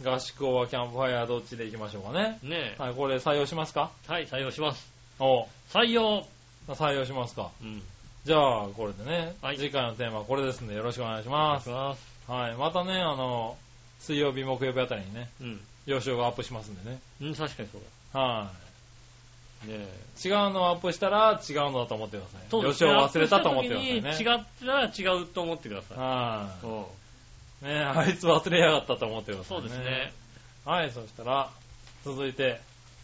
合宿はキャンプファイヤーどっちで行きましょうかね。
ね
はい。これ採用しますか
え。はい、採用します。
お
採用
採用しますか。
うん。
じゃあ、これでね。
はい
次回のテーマはこれですんでよろしくお願いし
お願
ま
い
す
し。ます。
はい。またね、あの、水曜日、木曜日あたりにね、
うん。
予習がアップしますんでね。
うん、確かにそう
は
だ。ねえ。
い。違うのをアップしたら違うのだと思ってください。予習を忘れたと思ってくださいね。
違ったら違うと思ってください。
は
うん
い。ねあいつ忘れやがったと思ってください、
そうですね。。
はい、そしたら、続いて、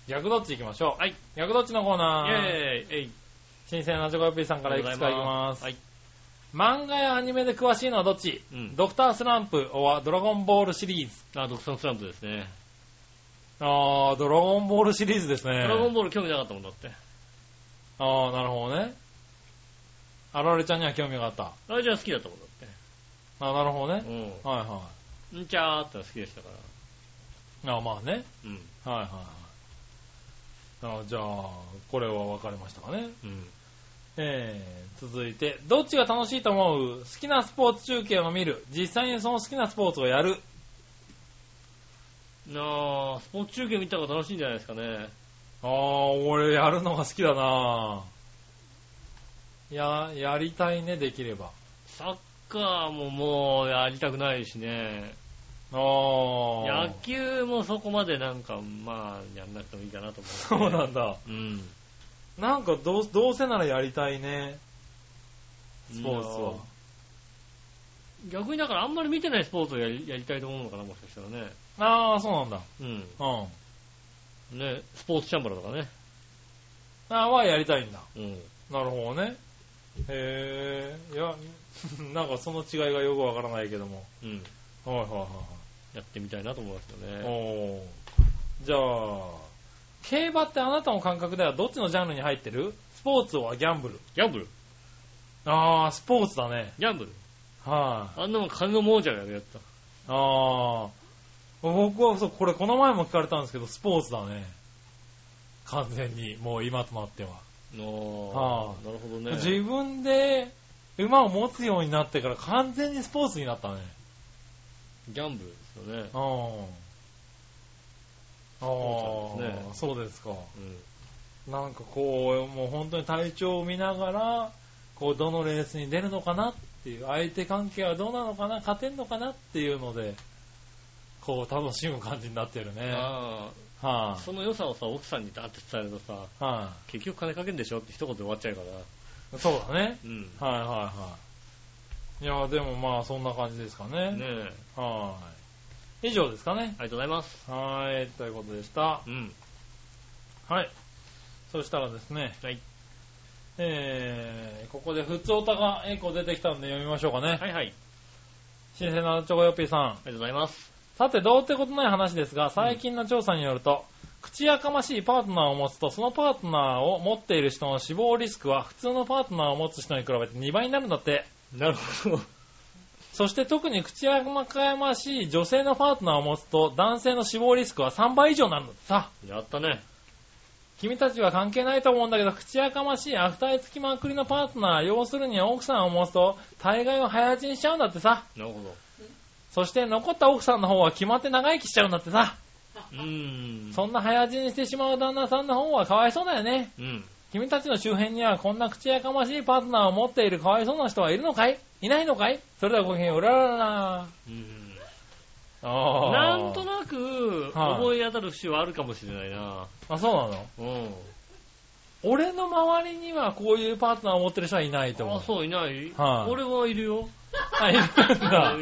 逆どっち行きましょう。
はい。
逆どっちのコ
イェ
ー
ー
ナー。
イえい。
新鮮なジョコヨッピーさんからいくつかいきます。
はい。
漫画やアニメで詳しいのはどっち、
うん
ドクタースランプ、おはドラゴンボールシリーズ。
あ、独占スランプですね。
あー、ドラゴンボールシリーズですね。
ドラゴンボール興味なかったもんだって。
ああ、なるほどね。あられちゃんには興味があった。
あれじゃ好きだったもんだって。
あなるほどね。
う
はいは
ん。んちゃーっての好きでしたから。
い。あまあね。
うん。
はいはいはい。あじゃあ、これは分かりましたかね。
うん。
えー、続いて、どっちが楽しいと思う好きなスポーツ中継を見る。実際にその好きなスポーツをやる。
なあ、スポーツ中継見た方が楽しいんじゃないですかね。
ああ、俺やるのが好きだなや、やりたいね、できれば。
サッカーももうやりたくないしね。
ああ
野。球もそこまでなんか、まあ、やんなくてもいいかなと
そ
思
う
う。
なんだ。
うん。
なんかどう、どうせならやりたいね。スポーツは。
逆にだからあんまり見てないスポーツをやりやりたいと思うのかな、もしかしたらね。
ああ、そうなんだ。
うん。
うん。
ね、スポーツチャンバラとかね。
あはやりたいんだ。
うん。
なるほどね。へえ、いや、 なんかその違いがよくわからないけども。
うん。
はいはいは
やってみたいなと思いますよ
い。
ね。
おーじゃあ、競馬ってあなたの感覚ではどっちのジャンルに入ってるスポーツはギャンブル。
ギャンブル
ああ、スポーツだね。
ギャンブル
はい、
あんなもん金の亡者がやるやつだ。
ああ、僕はそう、これこの前も聞かれたんですけど、スポーツだね。完全に、もう今となっては。
あ
は
あ、なるほどね。
自分で馬を持つようになってから完全にスポーツになったね。
ギャンブルですよね。
うん。ああ
そうなんですね、
そうですか。
うん
なんかこう、もう本当に体調を見ながら、こう、どのレースに出るのかなっていう、相手関係はどうなのかな、勝てんのかなっていうので、こう、楽しむ感じになってるね。はい、
ああ、その良さをさ、奥さんにだって伝えるとさ、
はい、
結局金かけんでしょって一言で終わっちゃうから。
そうだね。
うん。ね
はいはいはい。いや、でもまあ、そんな感じですかね。
え。
はい。以上ですかね。
ありがとうございます。
はい、ということでした。
うん。
はい。そしたらですね、
はい。
えー、ここで普通おたが1個出てきたんで読みましょうか
は
ね。
いはい。あり
新鮮なチョコヨッピーさん。
がとうございます。
さて、どうってことない話ですが、最近の調査によると、口やかましいパートナーを持つと、そのパートナーを持っている人の死亡リスクは、普通のパートナーを持つ人に比べて2倍になるんだって。
なるほど。
そして特に口やかましい女性のパートナーを持つと、男性の死亡リスクは3倍以上になるんだってさ。
やったね。
君たちは関係ないと思うんだけど、口やかましい悪態つきまくりのパートナー、要するに奥さんを持つと、大概を早打ちにしちゃうんだってさ。
なるほど。
そして残った奥さんの方は決まって長生きしちゃうんだってさ。
うーん。
そんな早死にしてしまう旦那さんの方はかわいそうだよね。
うん。
君たちの周辺にはこんな口やかましいパートナーを持っているかわいそうな人はいるのかいいないのかいそれではごきげんよう、うらららら。
うん。
あ
なんと
な
なく、
はい
思い当たる節はあるかもしれないな。
あ、そうなの
うん。
俺の周りにはこういうパートナーを持ってる人はいないと思う。
あ、そう、いない
はい
俺はいる よ。
あ、いるんだ
う。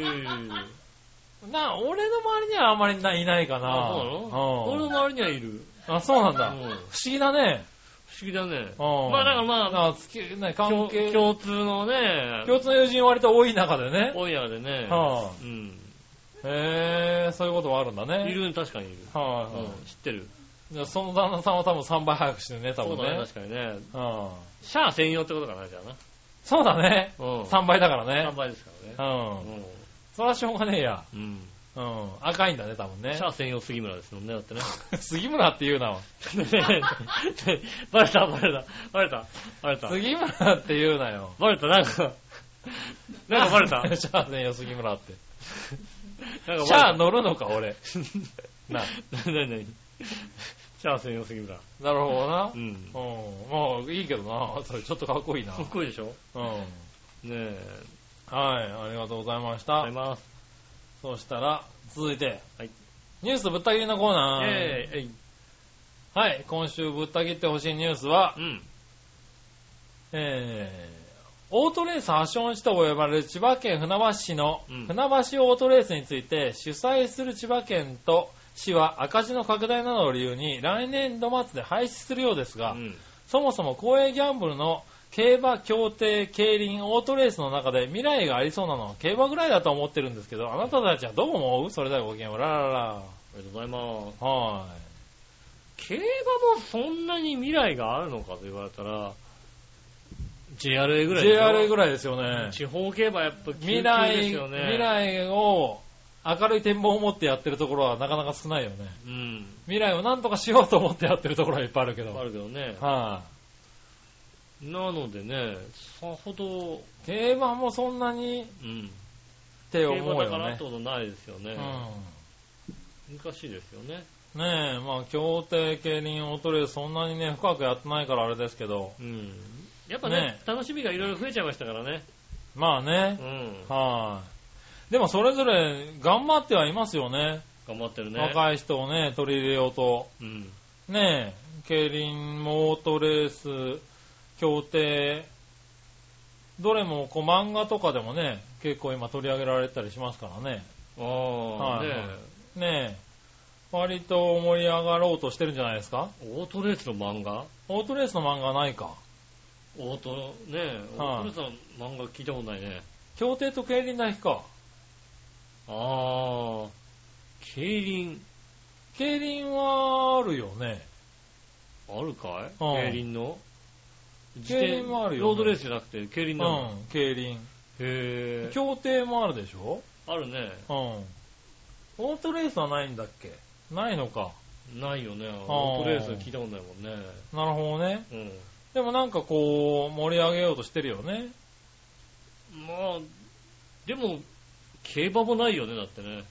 ん
な、俺の周りにはあんまりないないかな。
あ、そうなの俺の周りにはいる。うん
うん。あ、そうなんだ。
不
不
思
思議だね。
議だね。
うん。
まあだからまあ
なつき、ね、関
共
係、
共通のね、
共通の友人割と多い中でね。
オンエアでね。
は
うん。
へえ、そういうことはあるんだね。
いるね、確かにいる。
は
う
い、はい
ん、知ってる。
じゃあその旦那さんは多分3倍早くしてるね、多
そう
分
だね、
ね。
確かにね。
うん
シャア専用ってことかな、じゃあな。
そうだね。
うん。
3倍だからね
3。倍ですからね
う。ん。
うん
それはしょうがねえや。
うん。
うん。赤いんだね、多分ね
シ。ャア専用杉村ですもんね、だ ってね。
杉村って言うな。
バレた、バレた、バレた、バレた。
杉村って言うなよ。
バレた、なんか、なんかバレた。なんか
シャアねえよ、杉村って。
バレた
シャア乗るのか、俺。な、
なになにシャア専用杉村。
なるほどな
う。ん。
う
か
ん。まあ、いいけどな。それちょっとかっこいいな。
っこいいでしょ
うん。はい、
ねえ。
ありがとうございまし
あ
た
り。ます。
そしたら、続いて。
はい
ニュースぶった切りのコーナー。
ええ、えい。
はい、今週ぶった切ってほしいニュースは
う、ん。
えー、オートレース発祥地とも呼ばれる千葉県船橋市の、
うん
船橋オートレースについて、主催する千葉県と市は赤字の拡大などを理由に来年度末で廃止するようですが、
うん。
そもそも公営ギャンブルの競馬、競艇、競輪、オートレースの中で未来がありそうなのは競馬ぐらいだと思ってるんですけど、あなたたちはどう思うそれではごきげんよう。ラララ
ありがとうございます。
ラ。は
競馬もそんなに未来があるのかと言われたら、JRA ぐ
い。
らいでしょ
JRA ぐらいですよね。
地方競馬やっぱ緊急
未来、
ですよね。
未。来を明るい展望を持ってやってるところはなかなか少ないよね。
うん。
未来をなんとかしようと思ってやってるところはいっぱいあるけど。
あ
はい、
るけどね。なのでね、さほど、
競馬もそんなにっ
うん。
て
競
思う
馬だか
よ
らっ
ね
て。ことないですよね
う。
難しいですよね。
ん。ねえ、まあ、競艇、競輪、オートレースそんなにね、深くやってないからあれですけど。
うん。やっぱね、
ね
楽しみがいろいろ増えちゃいましたからね。
まあね
う。ん。
はい。でもそれぞれ頑張ってはいますよね。
頑張ってるね。
若い人をね、取り入れようと。
うん。
ねえ、競輪、モートレース、競艇、どれもこう漫画とかでもね、結構今取り上げられたりしますからね。
ああ、
はい
ね
はいねえ、割と盛り上がろうとしてるんじゃないですか
えオートレースの漫画
オートレースの漫画はないか。
オート、ねえ、オートレースの漫画聞いたことないね。
競艇と競輪だけか。
ああ、競輪、
競輪はあるよね。
あるかい
うん
競輪の
競輪もあるよね
ロードレースじゃなくて、競
う
輪なの。
ん、競輪。
へえ。
競艇もあるでしょ
あるね。
うん。オートレースはないんだっけないのか。
ないよね。
ー
オートレース聞いたことないもんね。
なるほどね。
うん。
でもなんかこう、盛り上げようとしてるよね。
まあ、でも、競馬もないよね、だってね。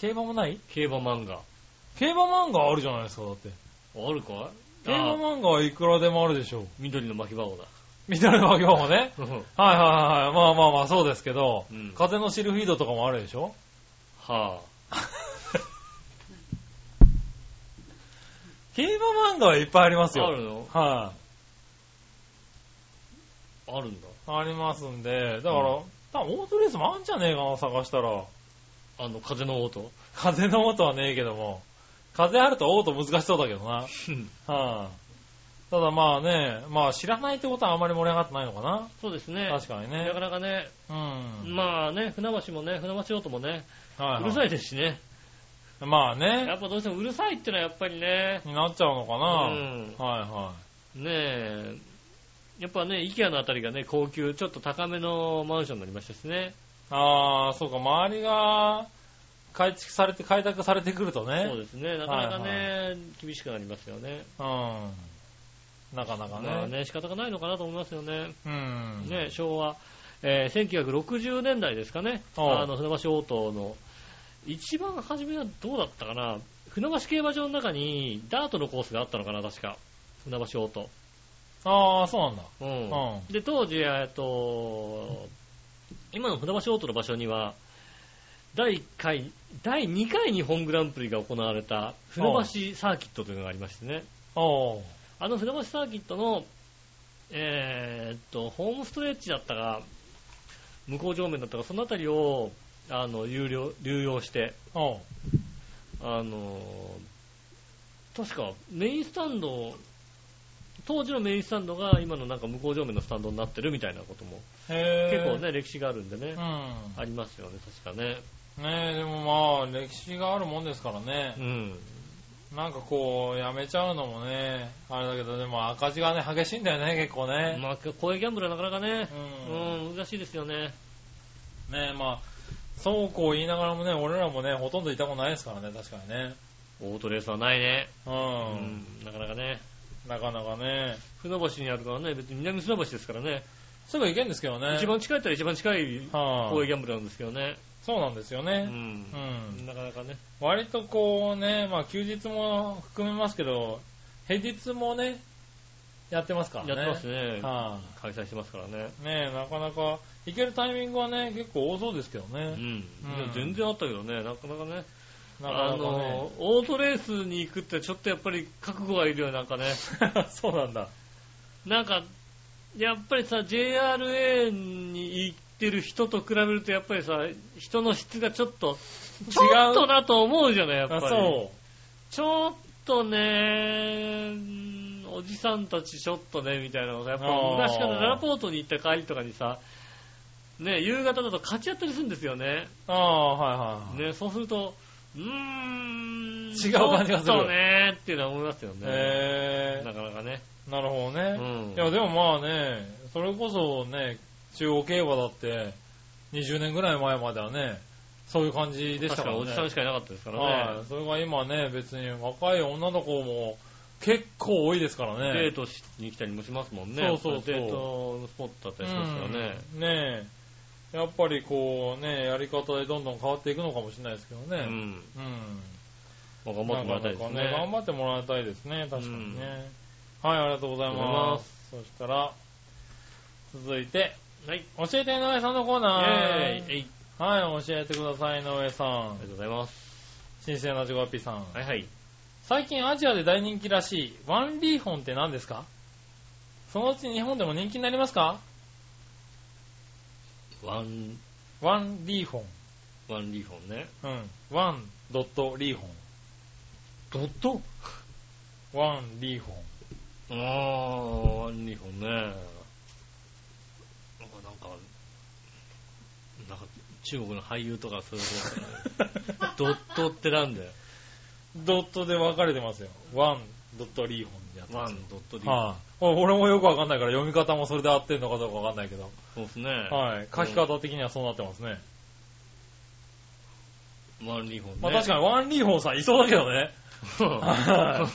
競馬もない
競馬漫画。
競馬漫画あるじゃないですか、だって。
あるかい
競
あ
馬
ー
漫画はいくらでもあるでしょう。
緑の巻き箱だ。
みたいなわけ もね。
うん
はいはいはい。まあまあまあ、そうですけど、
うん
風のシルフィードとかもあるでしょ
は
競馬漫画はいっぱいありますよ。
あるの
は
あ、あるんだ。
い、あ。りますんで、だから、
うん
多分オートレースもあんじゃねえかな、探したら。
あの、風の音。
風の音はねえけども。風あるとオート難しそうだけどな。はい、ただまあね、まあ知らないってことはあまり盛り上がってないのかな。
そうですね。
確かにね
なか。なかね、
うん。
まあね、船橋もね、船橋音もね、
は
うるさ
い
いですしね。
はい。まあ
や
ね、
っぱどうしてもうるさいってのはやっぱりね、
になっちゃうのか
う
な。
ん。
はいは
ねえ、やっぱね、IKEA のあたりがね、高級、ちょっと高めのマンションになりましたしね。
い。ああ、そうか、周りが改築されて、開拓されてくるとね。
そうですね、なかなかね、
は
厳しくなりますよね。
うん。なかなかね。
まあね、仕方がないのかなと思いますよね。
うん。
ね、昭和、えー1960年代ですかね、
おう
あの船橋応答の、一番初めはどうだったかな、船橋競馬場の中にダートのコースがあったのかな、確か、船橋応答。
ああ、そうなんだ。
うん
う
で、当時、えっと、今の船橋オートの場所には、第1回、第2回日本グランプリが行われた船橋サーキットというのがありましてね、
おう
あの船橋サーキットの、えーっと、ホームストレッチだったか、向こう上面だったか、そのあたりを、あの、有料、流用して、
おう
あの、確かメインスタンド、当時のメインスタンドが今のなんか向こう上面のスタンドになってるみたいなことも、
へえ。
結構。ね、歴史があるんでね、
う
ありますよね、確かね。
ん。ねえ、でもまあ、歴史があるもんですからね
う。ん。
なんかこう、やめちゃうのもね、あれだけど、でも赤字がね、激しいんだよね、結構ね。
まあ、公営ギャンブルはなかなかね、
う
うん、難しいですよね。
ねえ、まあ、そうこう言いながらもね、俺らもね、ほとんどいたことないですからね、確かにね。
オートレースはないね。
う。
うんん、なかなかね。
なかなかね。
船橋にあるからね、別に南船橋ですからね、
すぐ行けんですけどね。
一番近いったら一番近い
はあ
公営ギャンブルなんですけどね。
そうなんですよ
う
ね。
ん
う。ん。
なかなかね。
割とこうね、まあ休日も含めますけど、平日もね、やってますからね。
やってます
ね。
ね。
は
開催してますからね。
い、ねえ、なかなか、行けるタイミングはね、結構多そうですけど
う
ね。
ん。で
うん
も全然あったけどね、なかなかね。
なかな
あ
かね
の。、オートレースに行くってちょっとやっぱり覚悟がいるよね、なんかね。
そうなんだ。
なんか、やっぱりさ、JRA に行ってる人と比べると、やっぱりさ、人の質がちょっと、ちょっとなと思うじゃない、やっぱ
あ、
り。
そ
ちょっとね、うんおじさんたちちょっとね、みたいなのが、やっぱ
あー
昔からララポートに行った帰りとかにさ、ね、夕方だと勝ち合ったりするんですよね。
う。ああ、はいはい。
ね、そうすると、うーん、
違う感じがする
ちょっとね、っていうのは思いますよね。
へ
なかなかね。
え、なるほど
う
ね。
ん
い。や、でもまあね、それこそね、中央競馬だって、20年ぐらい前まではね、そういう感じで
確
したか
からに
ね。
おじさんしかいなかったですから
は
ね
い。。それが今ね、別に若い女の子も結構多いですからね。
デートしに来たりもしますもんね。
そうそうそう
デートのスポットだったりしますからね。
うんねえ。やっぱりこうね、やり方でどんどん変わっていくのかもしれないですけど
う
ね。
ん。
うん。
まあ頑張ってもらいたいです
なかなか頑
ね。
張ってもらいたいですね、確かにね。はい、ありがとうござい
ありがとうござい
ま。
ます
そしたら、続いて、
はい。
教えて井上さんのコ
イ
ー
ェ
ナー。
ーイえい
はい、教えてください、井上さ
あ
ん
りが。とうございます。
新鮮なジョガピーさん。
はいはい。
最近アジアで大人気らしい、ワンリーホンって何ですかそのうち日本でも人気になりますか
ワン、
ワンリーホン。
ワンリーフォンね。
うん。ワンドットリーホ
ドット
ン。ワンリーホン。
あー、ワンリーフォンね。なんか、なんか、なんか中国の俳優とかそういうことだ よねドットってなんだよ。
ドットで分かれてますよ。ワンドットリーホンでやって
ワ
ます。
ンドットリーフォン。
はい、お俺もよくわかんないから読み方もそれで合ってんのかどうかわかんないけど。
そうですね。
はい。書き方的にはそうなってますね。
うワンリーホンね。
まあ確かにワンリーホンさんいそうだけどね。 は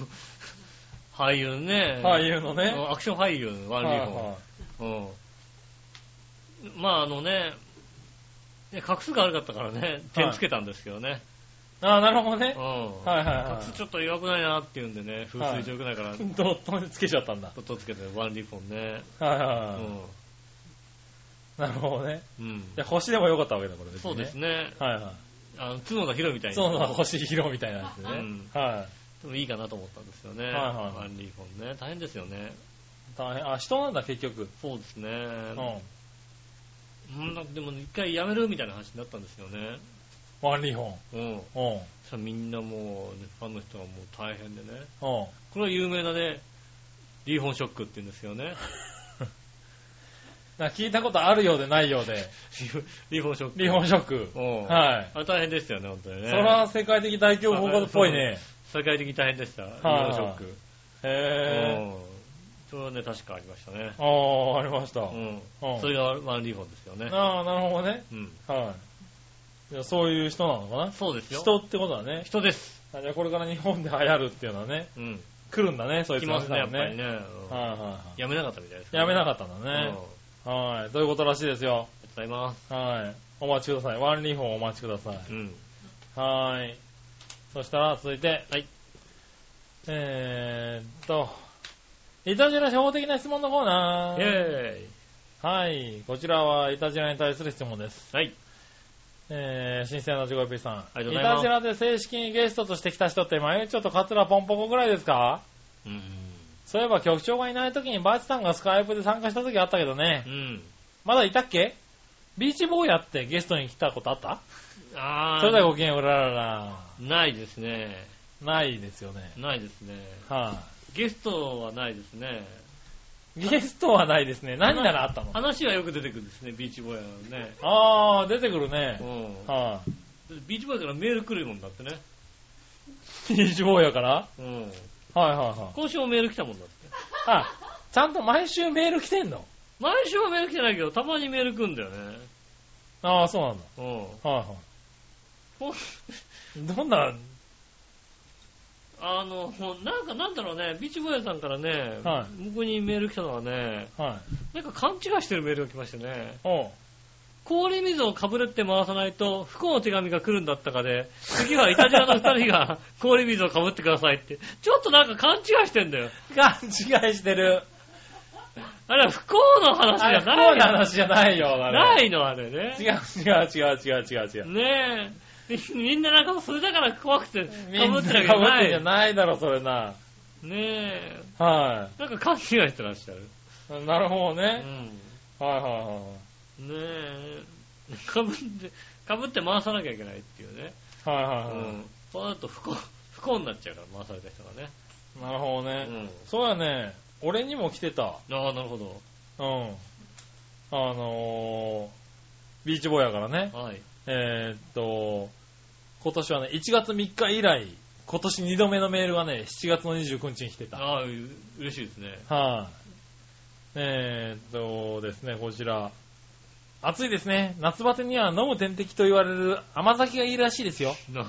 俳優ね。
はい、いうのね。
アクション俳優、ワンリー
はいは
ホ
い
ン。うん。まああのね、ね画数が悪かったからね、点つけたんですけどね。
ああ、なるほどね
う。ん。
はいはいは
画数ちょっと弱くないなっていうんでね、風水上くないから、ちょ
い。ドットにつけちゃったんだ。
っとつけてワンリーホンね。
はいはいうは
ん。
い。なるほどね。
うん。
じゃあ星でもよかったわけだ、これ、
そうです
ね。
ね。
はいは
あの、角田博みたいに。
い。そうなの、星広みたいなやつね。
うん
はい。
でもいいかなと思ったんですよね。
いはい
ワンリーホンね。大変ですよね。
大変。あ、人なんだ、結局。
そうですね。
うん。
うん、なんかでも一回やめるみたいな話になったんですよね。
ワンリーホ
うん。
ン。うん。
さみんなもう、ね、ファンの人はもう大変でね。
うん。
これは有名なね、リーホンショックって言うんですよ ね。
なんか聞いたことあるようでないようで。
リーホンショック。
リーホンショック。
うん。
はい。
あれ大変でしたよね、本当にね。
それは世界的大恐慌っぽいね。
世界的に大変でした。リーホンショック。
へ
うん。それはね、確かありましたね。
ぇー。ああ、ありました。
うん。
うん
それがワンリーホンですよね。
ああ、なるほどね。
うん。
はい。いやそういう人なのかな
そうですよ。
人ってことだね。
人です。
あじゃあこれから日本で流行るっていうのはね、
うん。
来るんだね、そういう
来ますね、やっぱりね。
ね。
うん
はいはいはい。
やめなかったみたいですね。
やめな
か
かったんだ
うん。ありが
ね。はい。ということらしいですよ。
とうございます。
はい。お待ちください。ワンリーホンお待ちください。
うん。
はい。そしたら、続いて。
はい。
えーっと、いたじら初歩的な質問のコーナ
イェ
ー。
ーイ。
はい。こちらは、いたじらに対する質問です。
はい。
えー、新鮮なジゴピーさん。
ありがとうございます
いたじらで正式にゲストとして来た人って、まゆちょとカツラポンポコぐらいですか
うん。
そういえば局長がいない時にバチさんがスカイプで参加した時あったけどね
う。ん。
まだいたっけビーチボーヤってゲストに来たことあった
あー。
それではごきげんうららら。
ないですね。
ないですよね。
ないですね。
はい、
ゲストはないですね。
ゲストはないですね。何ならあったの
話はよく出てくるんですね、ビーチボーイはね。
あー、出てくるね。
う
は
ん。ビーチボーイからメール来るもんだってね。
い、ビーチボーイやからはい
うん。
はいはい。
今週もメール来たもんだって。
あ、ちゃんと毎週メール来てんの
毎週はメール来てないけど、たまにメール来るんだよね。
あー、そうなんだ。
うん。
はい
ほん
はい。どんな、
あの、ほんなんかなんだろうね、ビーチボーイさんからね、
は
僕にメール来たのはね、
はい。
なんか勘違いしてるメールが来ましてね。
おう
氷水をかぶれって回さないと不幸の手紙が来るんだったかで、次はイタジアの二人が 氷水をかぶってくださいって、ちょっとなんか勘違いしてんだよ。
勘違いしてる。
あれは不幸の話じ
あ
ゃ
れ、不
な
幸
い
な話じゃないよ、あれ。
ないのあれね。
違う違う違う違う違う違う。
ねえ。みんななんかそれだから怖くてか
みん
ぶ
な
ってるわけじ
か
ゃ
ぶっ
な
てんじゃ
い。
ないだろ、それな。
ねえ。
は
なんか勘違いしてらっしゃる。
い。なる
う
ほどね。
ん。
はいはいは
ねえ。かぶって、かぶって回さなきゃいけないっていうね。
い。はいうはいはい。
ん。そうなると不幸、不幸になっちゃうから回された人がね。
なるほどね。
うん。
そうやね。俺にも来てた。
ああ、なるほど。
うん。あのー、ビーチボーイやからね。
はい。
えーっと、今年はね、1月3日以来、今年2度目のメールがね、7月の29日に来てた。は
あ
い、
あ、う嬉しいですね。
えーっとですね、こちら。暑いですね。夏バテには飲む点滴と言われる甘酒がいいらしいですよ。
な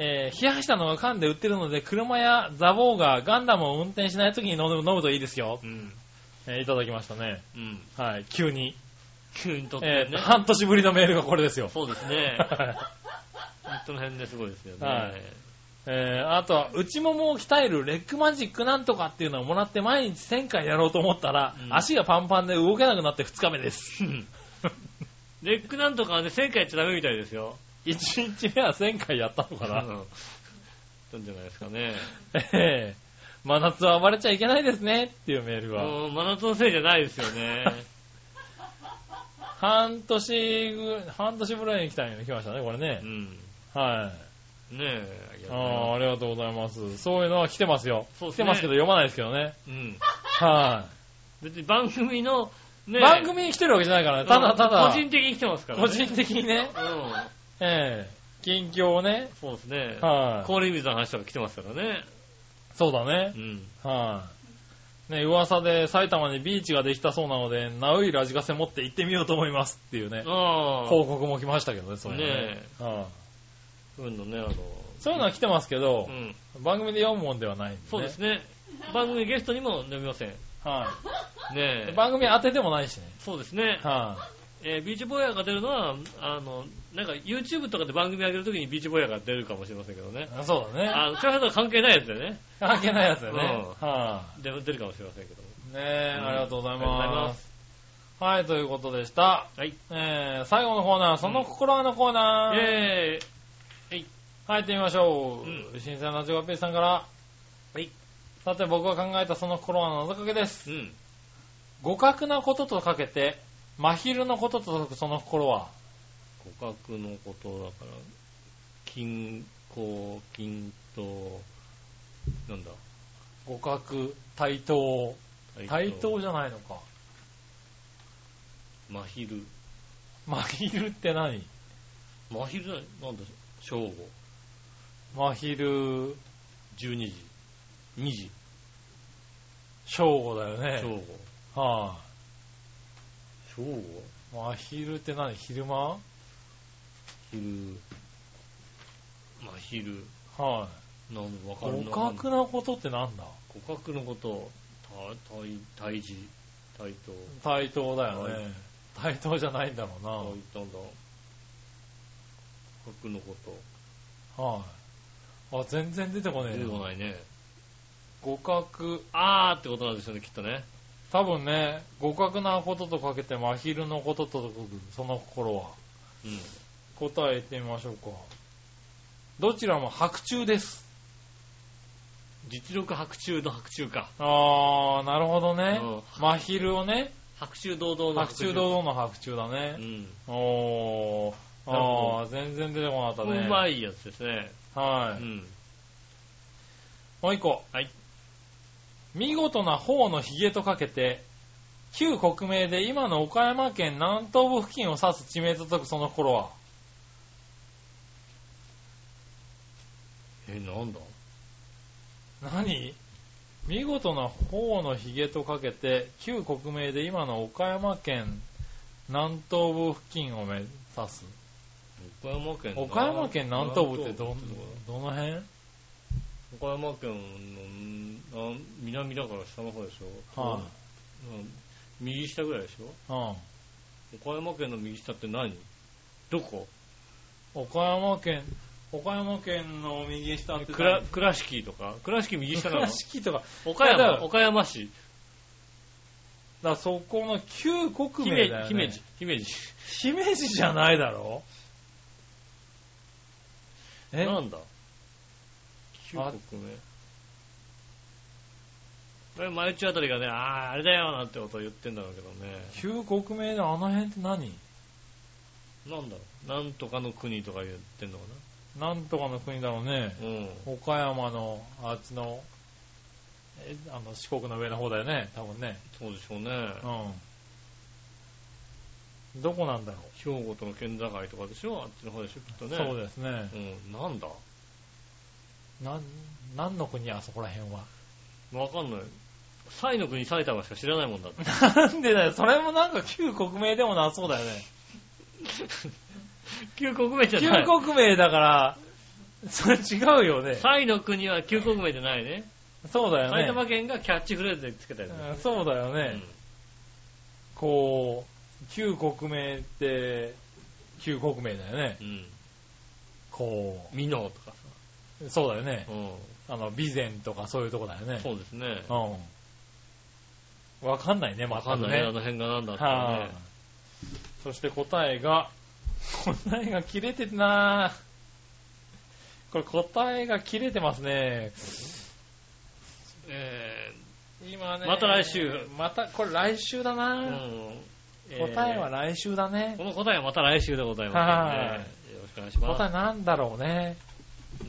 えー冷やしたのが缶で売ってるので、車やザボーがガンダムを運転しない時に飲む飲むといいですよ
う。ん。
えーいただきましたね。
うん。
はい、急に。
急にとって
えー
ね。
半年ぶりのメールがこれで すよ。
そうです ね。
は
その辺ですごいですよね。
はいえーあとは、内ももを鍛えるレッグマジックなんとかっていうのをもらって毎日1000回やろうと思ったら、
うん
足がパンパンで動けなくなって2日目です。
レックなんとかはね、1000回やっちゃダメみたいですよ。
1日目は1000回やったのか
う
な。
ん。なんじゃないですかね。
えー真夏は暴れちゃいけないですねっていうメールは。
もう、真夏のせいじゃないですよね。
半年ぐ、半年ぶりに来たんよ来ましたね、これね
う。ん。
は
ねえ、あり
い。
が
あ
とうございま
ーありがとうございます。そういうのは来てますよ。
そうで
来
すね
てますけど読まないですけどね。
す。うん。
はい。
別に番組の、ね
番組に来てるわけじゃないからね。ただただ、
個人的に来てますからね。
個人的にね、
うん。
ええ近況をね、
そうですね。
はい、
氷水の話とか来てますからね。
そうだね
う、ん。
はい、ね、噂で埼玉にビーチができたそうなので、ナウイラジカセ持って行ってみようと思いますっていうね、
ああ。
報告も来ましたけどね、そういうのね。
ね
は
分のね、あの、
そういうのは来てますけ
う
ど、
ん。
番組で読むもんではないんで、ね。
そうですね。番組ゲストにも呼びません。ね
は
え
い。。番組当ててもないしね。
そうですね。
は
えービーチボーヤが出るのは、あの、なんか YouTube とかで番組上げるときにビーチボーヤが出るかもしれませんけどね。
い。そうだね。
あの、開発は関係ないやつでね。
関係ないやつだよね。
う
は
で出るかもしれませんけども。
い。ねえ、
うん
ありがとうござい
ありがとうござい
ま。
ます
はい、ということでした。
はい。
えー、最後のコーナー、その心のコーナー。
えー、
はい、行ってみましょう。
う
新鮮なジョガペイさんから。
はい。
さて僕が考えたその心は謎かけです。
うん。
互角なこととかけて、真昼のことと解くその心は。
互角のことだから、均衡、均等、なんだ、
互角、対等。対等じゃないのか。
真昼。
真昼って何
真昼じゃないなんだ、正午、
真昼、
12時、2時、
正午だよね。
正午。
はい、
正午
真昼って何昼間はい、
昼、真昼、なんだ、わかる
互
な
角なことってなんだ
互角のこと、た対、対峙、対等、
対等だよね。
はい
対等じゃないんだろうな。
対
はい、
なんだ、互角のこと、
あ、全然出てこね
出て
えな
こないね。
互角、
あーってことなんですよね、きっとね。
多分ね、互角なこととかけて真昼のことと解く、その心は。
うん。
答え言ってみましょうか。どちらも白昼です。
実力白昼の白昼か。
あー、なるほどね
うん。
真昼をね、
白昼堂々の
白昼堂々の白昼だ
う
ね。
ん。
おー、
なるほ
あー、全然出てこなかったね。
うまいやつですね。う
はい。
ん。
もう一個。
はい。
見事な方のヒゲとかけて、旧国名で今の岡山県南東部付近を指す地名と解くその頃は。
え、なんだ
何見事な方のヒゲとかけて、旧国名で今の岡山県南東部付近を目指す。
岡山県の
岡山県南東部ってど、
南東部って
どの辺はい、
どこ岡山県の南南だから下の方でしょ。うん右下ぐらいでしょ。
うん。
岡山県の右下って何どこ
岡山県、岡山県の右下って
倉倉敷とか倉敷右下なの
倉敷とか、だか
岡
いやだか
山、
ら
岡山市。
らそこの旧国名
姫
だよ、ね。
姫路。、姫路。
姫路じゃないだろえ
なんだ九国目。これ、毎日あたりがね、あー、あれだよなんてことを言ってんだろうけどね。
旧国名のあの辺って何
なんだろう。なんとかの国とか言ってんのか
なんとかの国だろうね。
な。うん。
岡山のあっちの、えあの四国の上の方だよね、多分ね。
そうでしょうね。
うん。どこなんだろ
兵庫との県境とかでしょあっちの方でしょきっと
う。
ね。
そうですね。
うん。なんだ
なん、何の国あそこら辺は。
わかんない。サイの国埼玉しか知らないもんだって。
なんでだよ、それもなんか旧国名でもなそうだよね。
旧国名じゃ
旧
ない。
国名だから、それ違うよね。
サイの国は旧国名じゃないね。
そうだよね。
埼玉県がキャッチフレーズでつけたやつ
うんそうだよね。
うん
こう、旧国名って、旧国名だよね。
うん。
こ
美濃とか
う、そうだよね
さ。。うん。
あの、備前とかそういうとこだよね。
そうですね。
うん。わかんないね、ま
わか
た
ん
ね。
ないね、あの辺がなんだってね
はい、そして答えが、答えが切れてるなぁこれ答えが切れてますね。
え
今ね。
また来週。
また、これ来週だ
ーう
な
ん
ぁ、答えは
ね、
来週だね。
この答えはまた来週でございますので、よろしくお願いします。
答えなんだろう
ね
ね。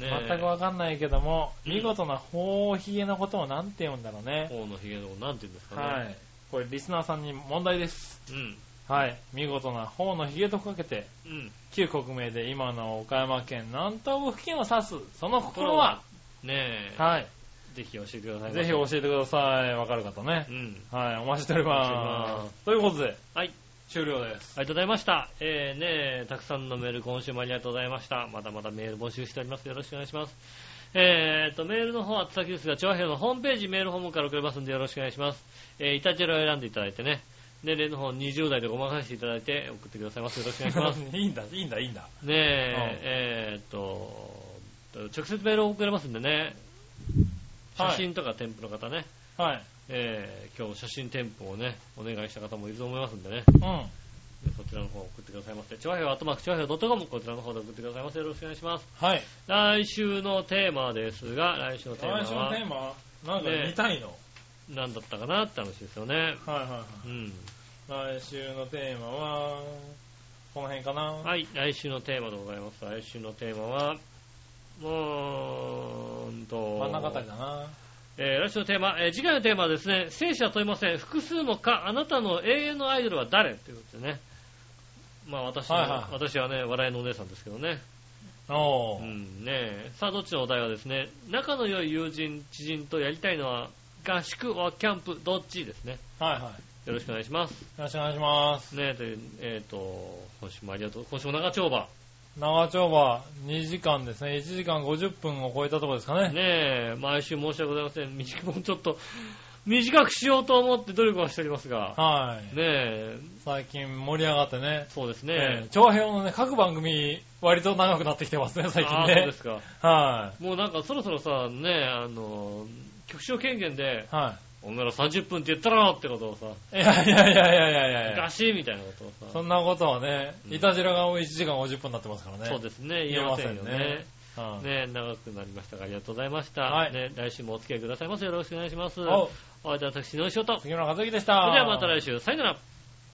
え
全くわかんないけども、
うん
見事な頬ひげのことをなんて読んだろうね。
頬のひげのことなんて言うんですかね。
はい。これリスナーさんに問題です。
うん。
はい。見事な頬のひげとかけて、
うん。
旧国名で今の岡山県南東部付近を指す、その
心
心は
は、ね
はい。
え、ぜひ教えてください。
ぜひ教えてください。わかる方ね
う。ん。
はい。お待ちしてお
お待ちしており
りま。
ます
ということで、
はい。
終了です。
ありがとうございました。えー、ねえたくさんのメール今週もありがとうございました。まだまだメール募集しております。よろしくお願いします。えーと、メールの方は先ですが、調和平のホームページメールフォームから送れますんでよろしくお願いします。えー、イタチェラを選んでいただいてね、年齢の方20代でごまかしていただいて送ってくださいます。よろしくお願いし ます。ね
いいんだ、いいんだ、いいんだ。
え、えーと、直接メールを送れますんでね、
は
写
い
真とか添付の方ね、
はい。
えー今日写真添付をね、お願いした方もいると思いますんでね。
うん。
そちらの方送ってくださいませ。長平、あとまく長平 .com、こちらの方で送ってくださいませ。よろしくお願いします。
はい。
来週のテーマですが、来週のテーマ
来週のテ
は
ーマなんか
ね
見たいの、
何だったかなって話ですよね。
はいは
うん。
いはい。来週のテーマは、この辺かなはい。
はい、来週のテーマでございます。来週のテーマは、うーんと、
真ん中あたりだな。
えー来週のテーマ、えー次回のテーマはですね、生死は問いません。複数のか、あなたの永遠のアイドルは誰ということでね。まあ私は、
はいはい
私はね、笑いのお姉さんですけどね。う
おー。
んねえさあ、どっちのお題はですね、仲の良い友人、知人とやりたいのは、合宿、はキャンプ、どっちですね。
はいはい。
よ
よ
ろしくお願いします。
ろしくお願いします。
ねえ、というえっ、と、今週もありがとう。今週も長丁場。
長丁場2時間ですね。1時間50分を超えたところですかね。
ねえ、毎週申し訳ございません。短く、もうちょっと、短くしようと思って努力はしておりますが。
は
ね
い。
え、
最近盛り上がってね。
そうです
え
ね
え。長編のね、各番組、割と長くなってきてますね、最近
ああ、そう
ね
で。すか。
は
もうなんかそろそろさ、ねえ、あの、局長権限で
い。、は
お前ら30分って言ったらってことをさ、
い。いやいやいやいやいやいやいや
ガシーみたいなことをさ。
そんなことはね、
うん
いたじらが1時間50分になってますからね。
そうですね、言えませんよ
言え
ね。
はい
ね長くなりましたが、ありがとうございました。
はい
ね、来週もお付き合いくださいます。よろしくお願いします。
おう
お相手は私、井上翔と。それ
杉村和之でした。
ではまた来週、さよなら。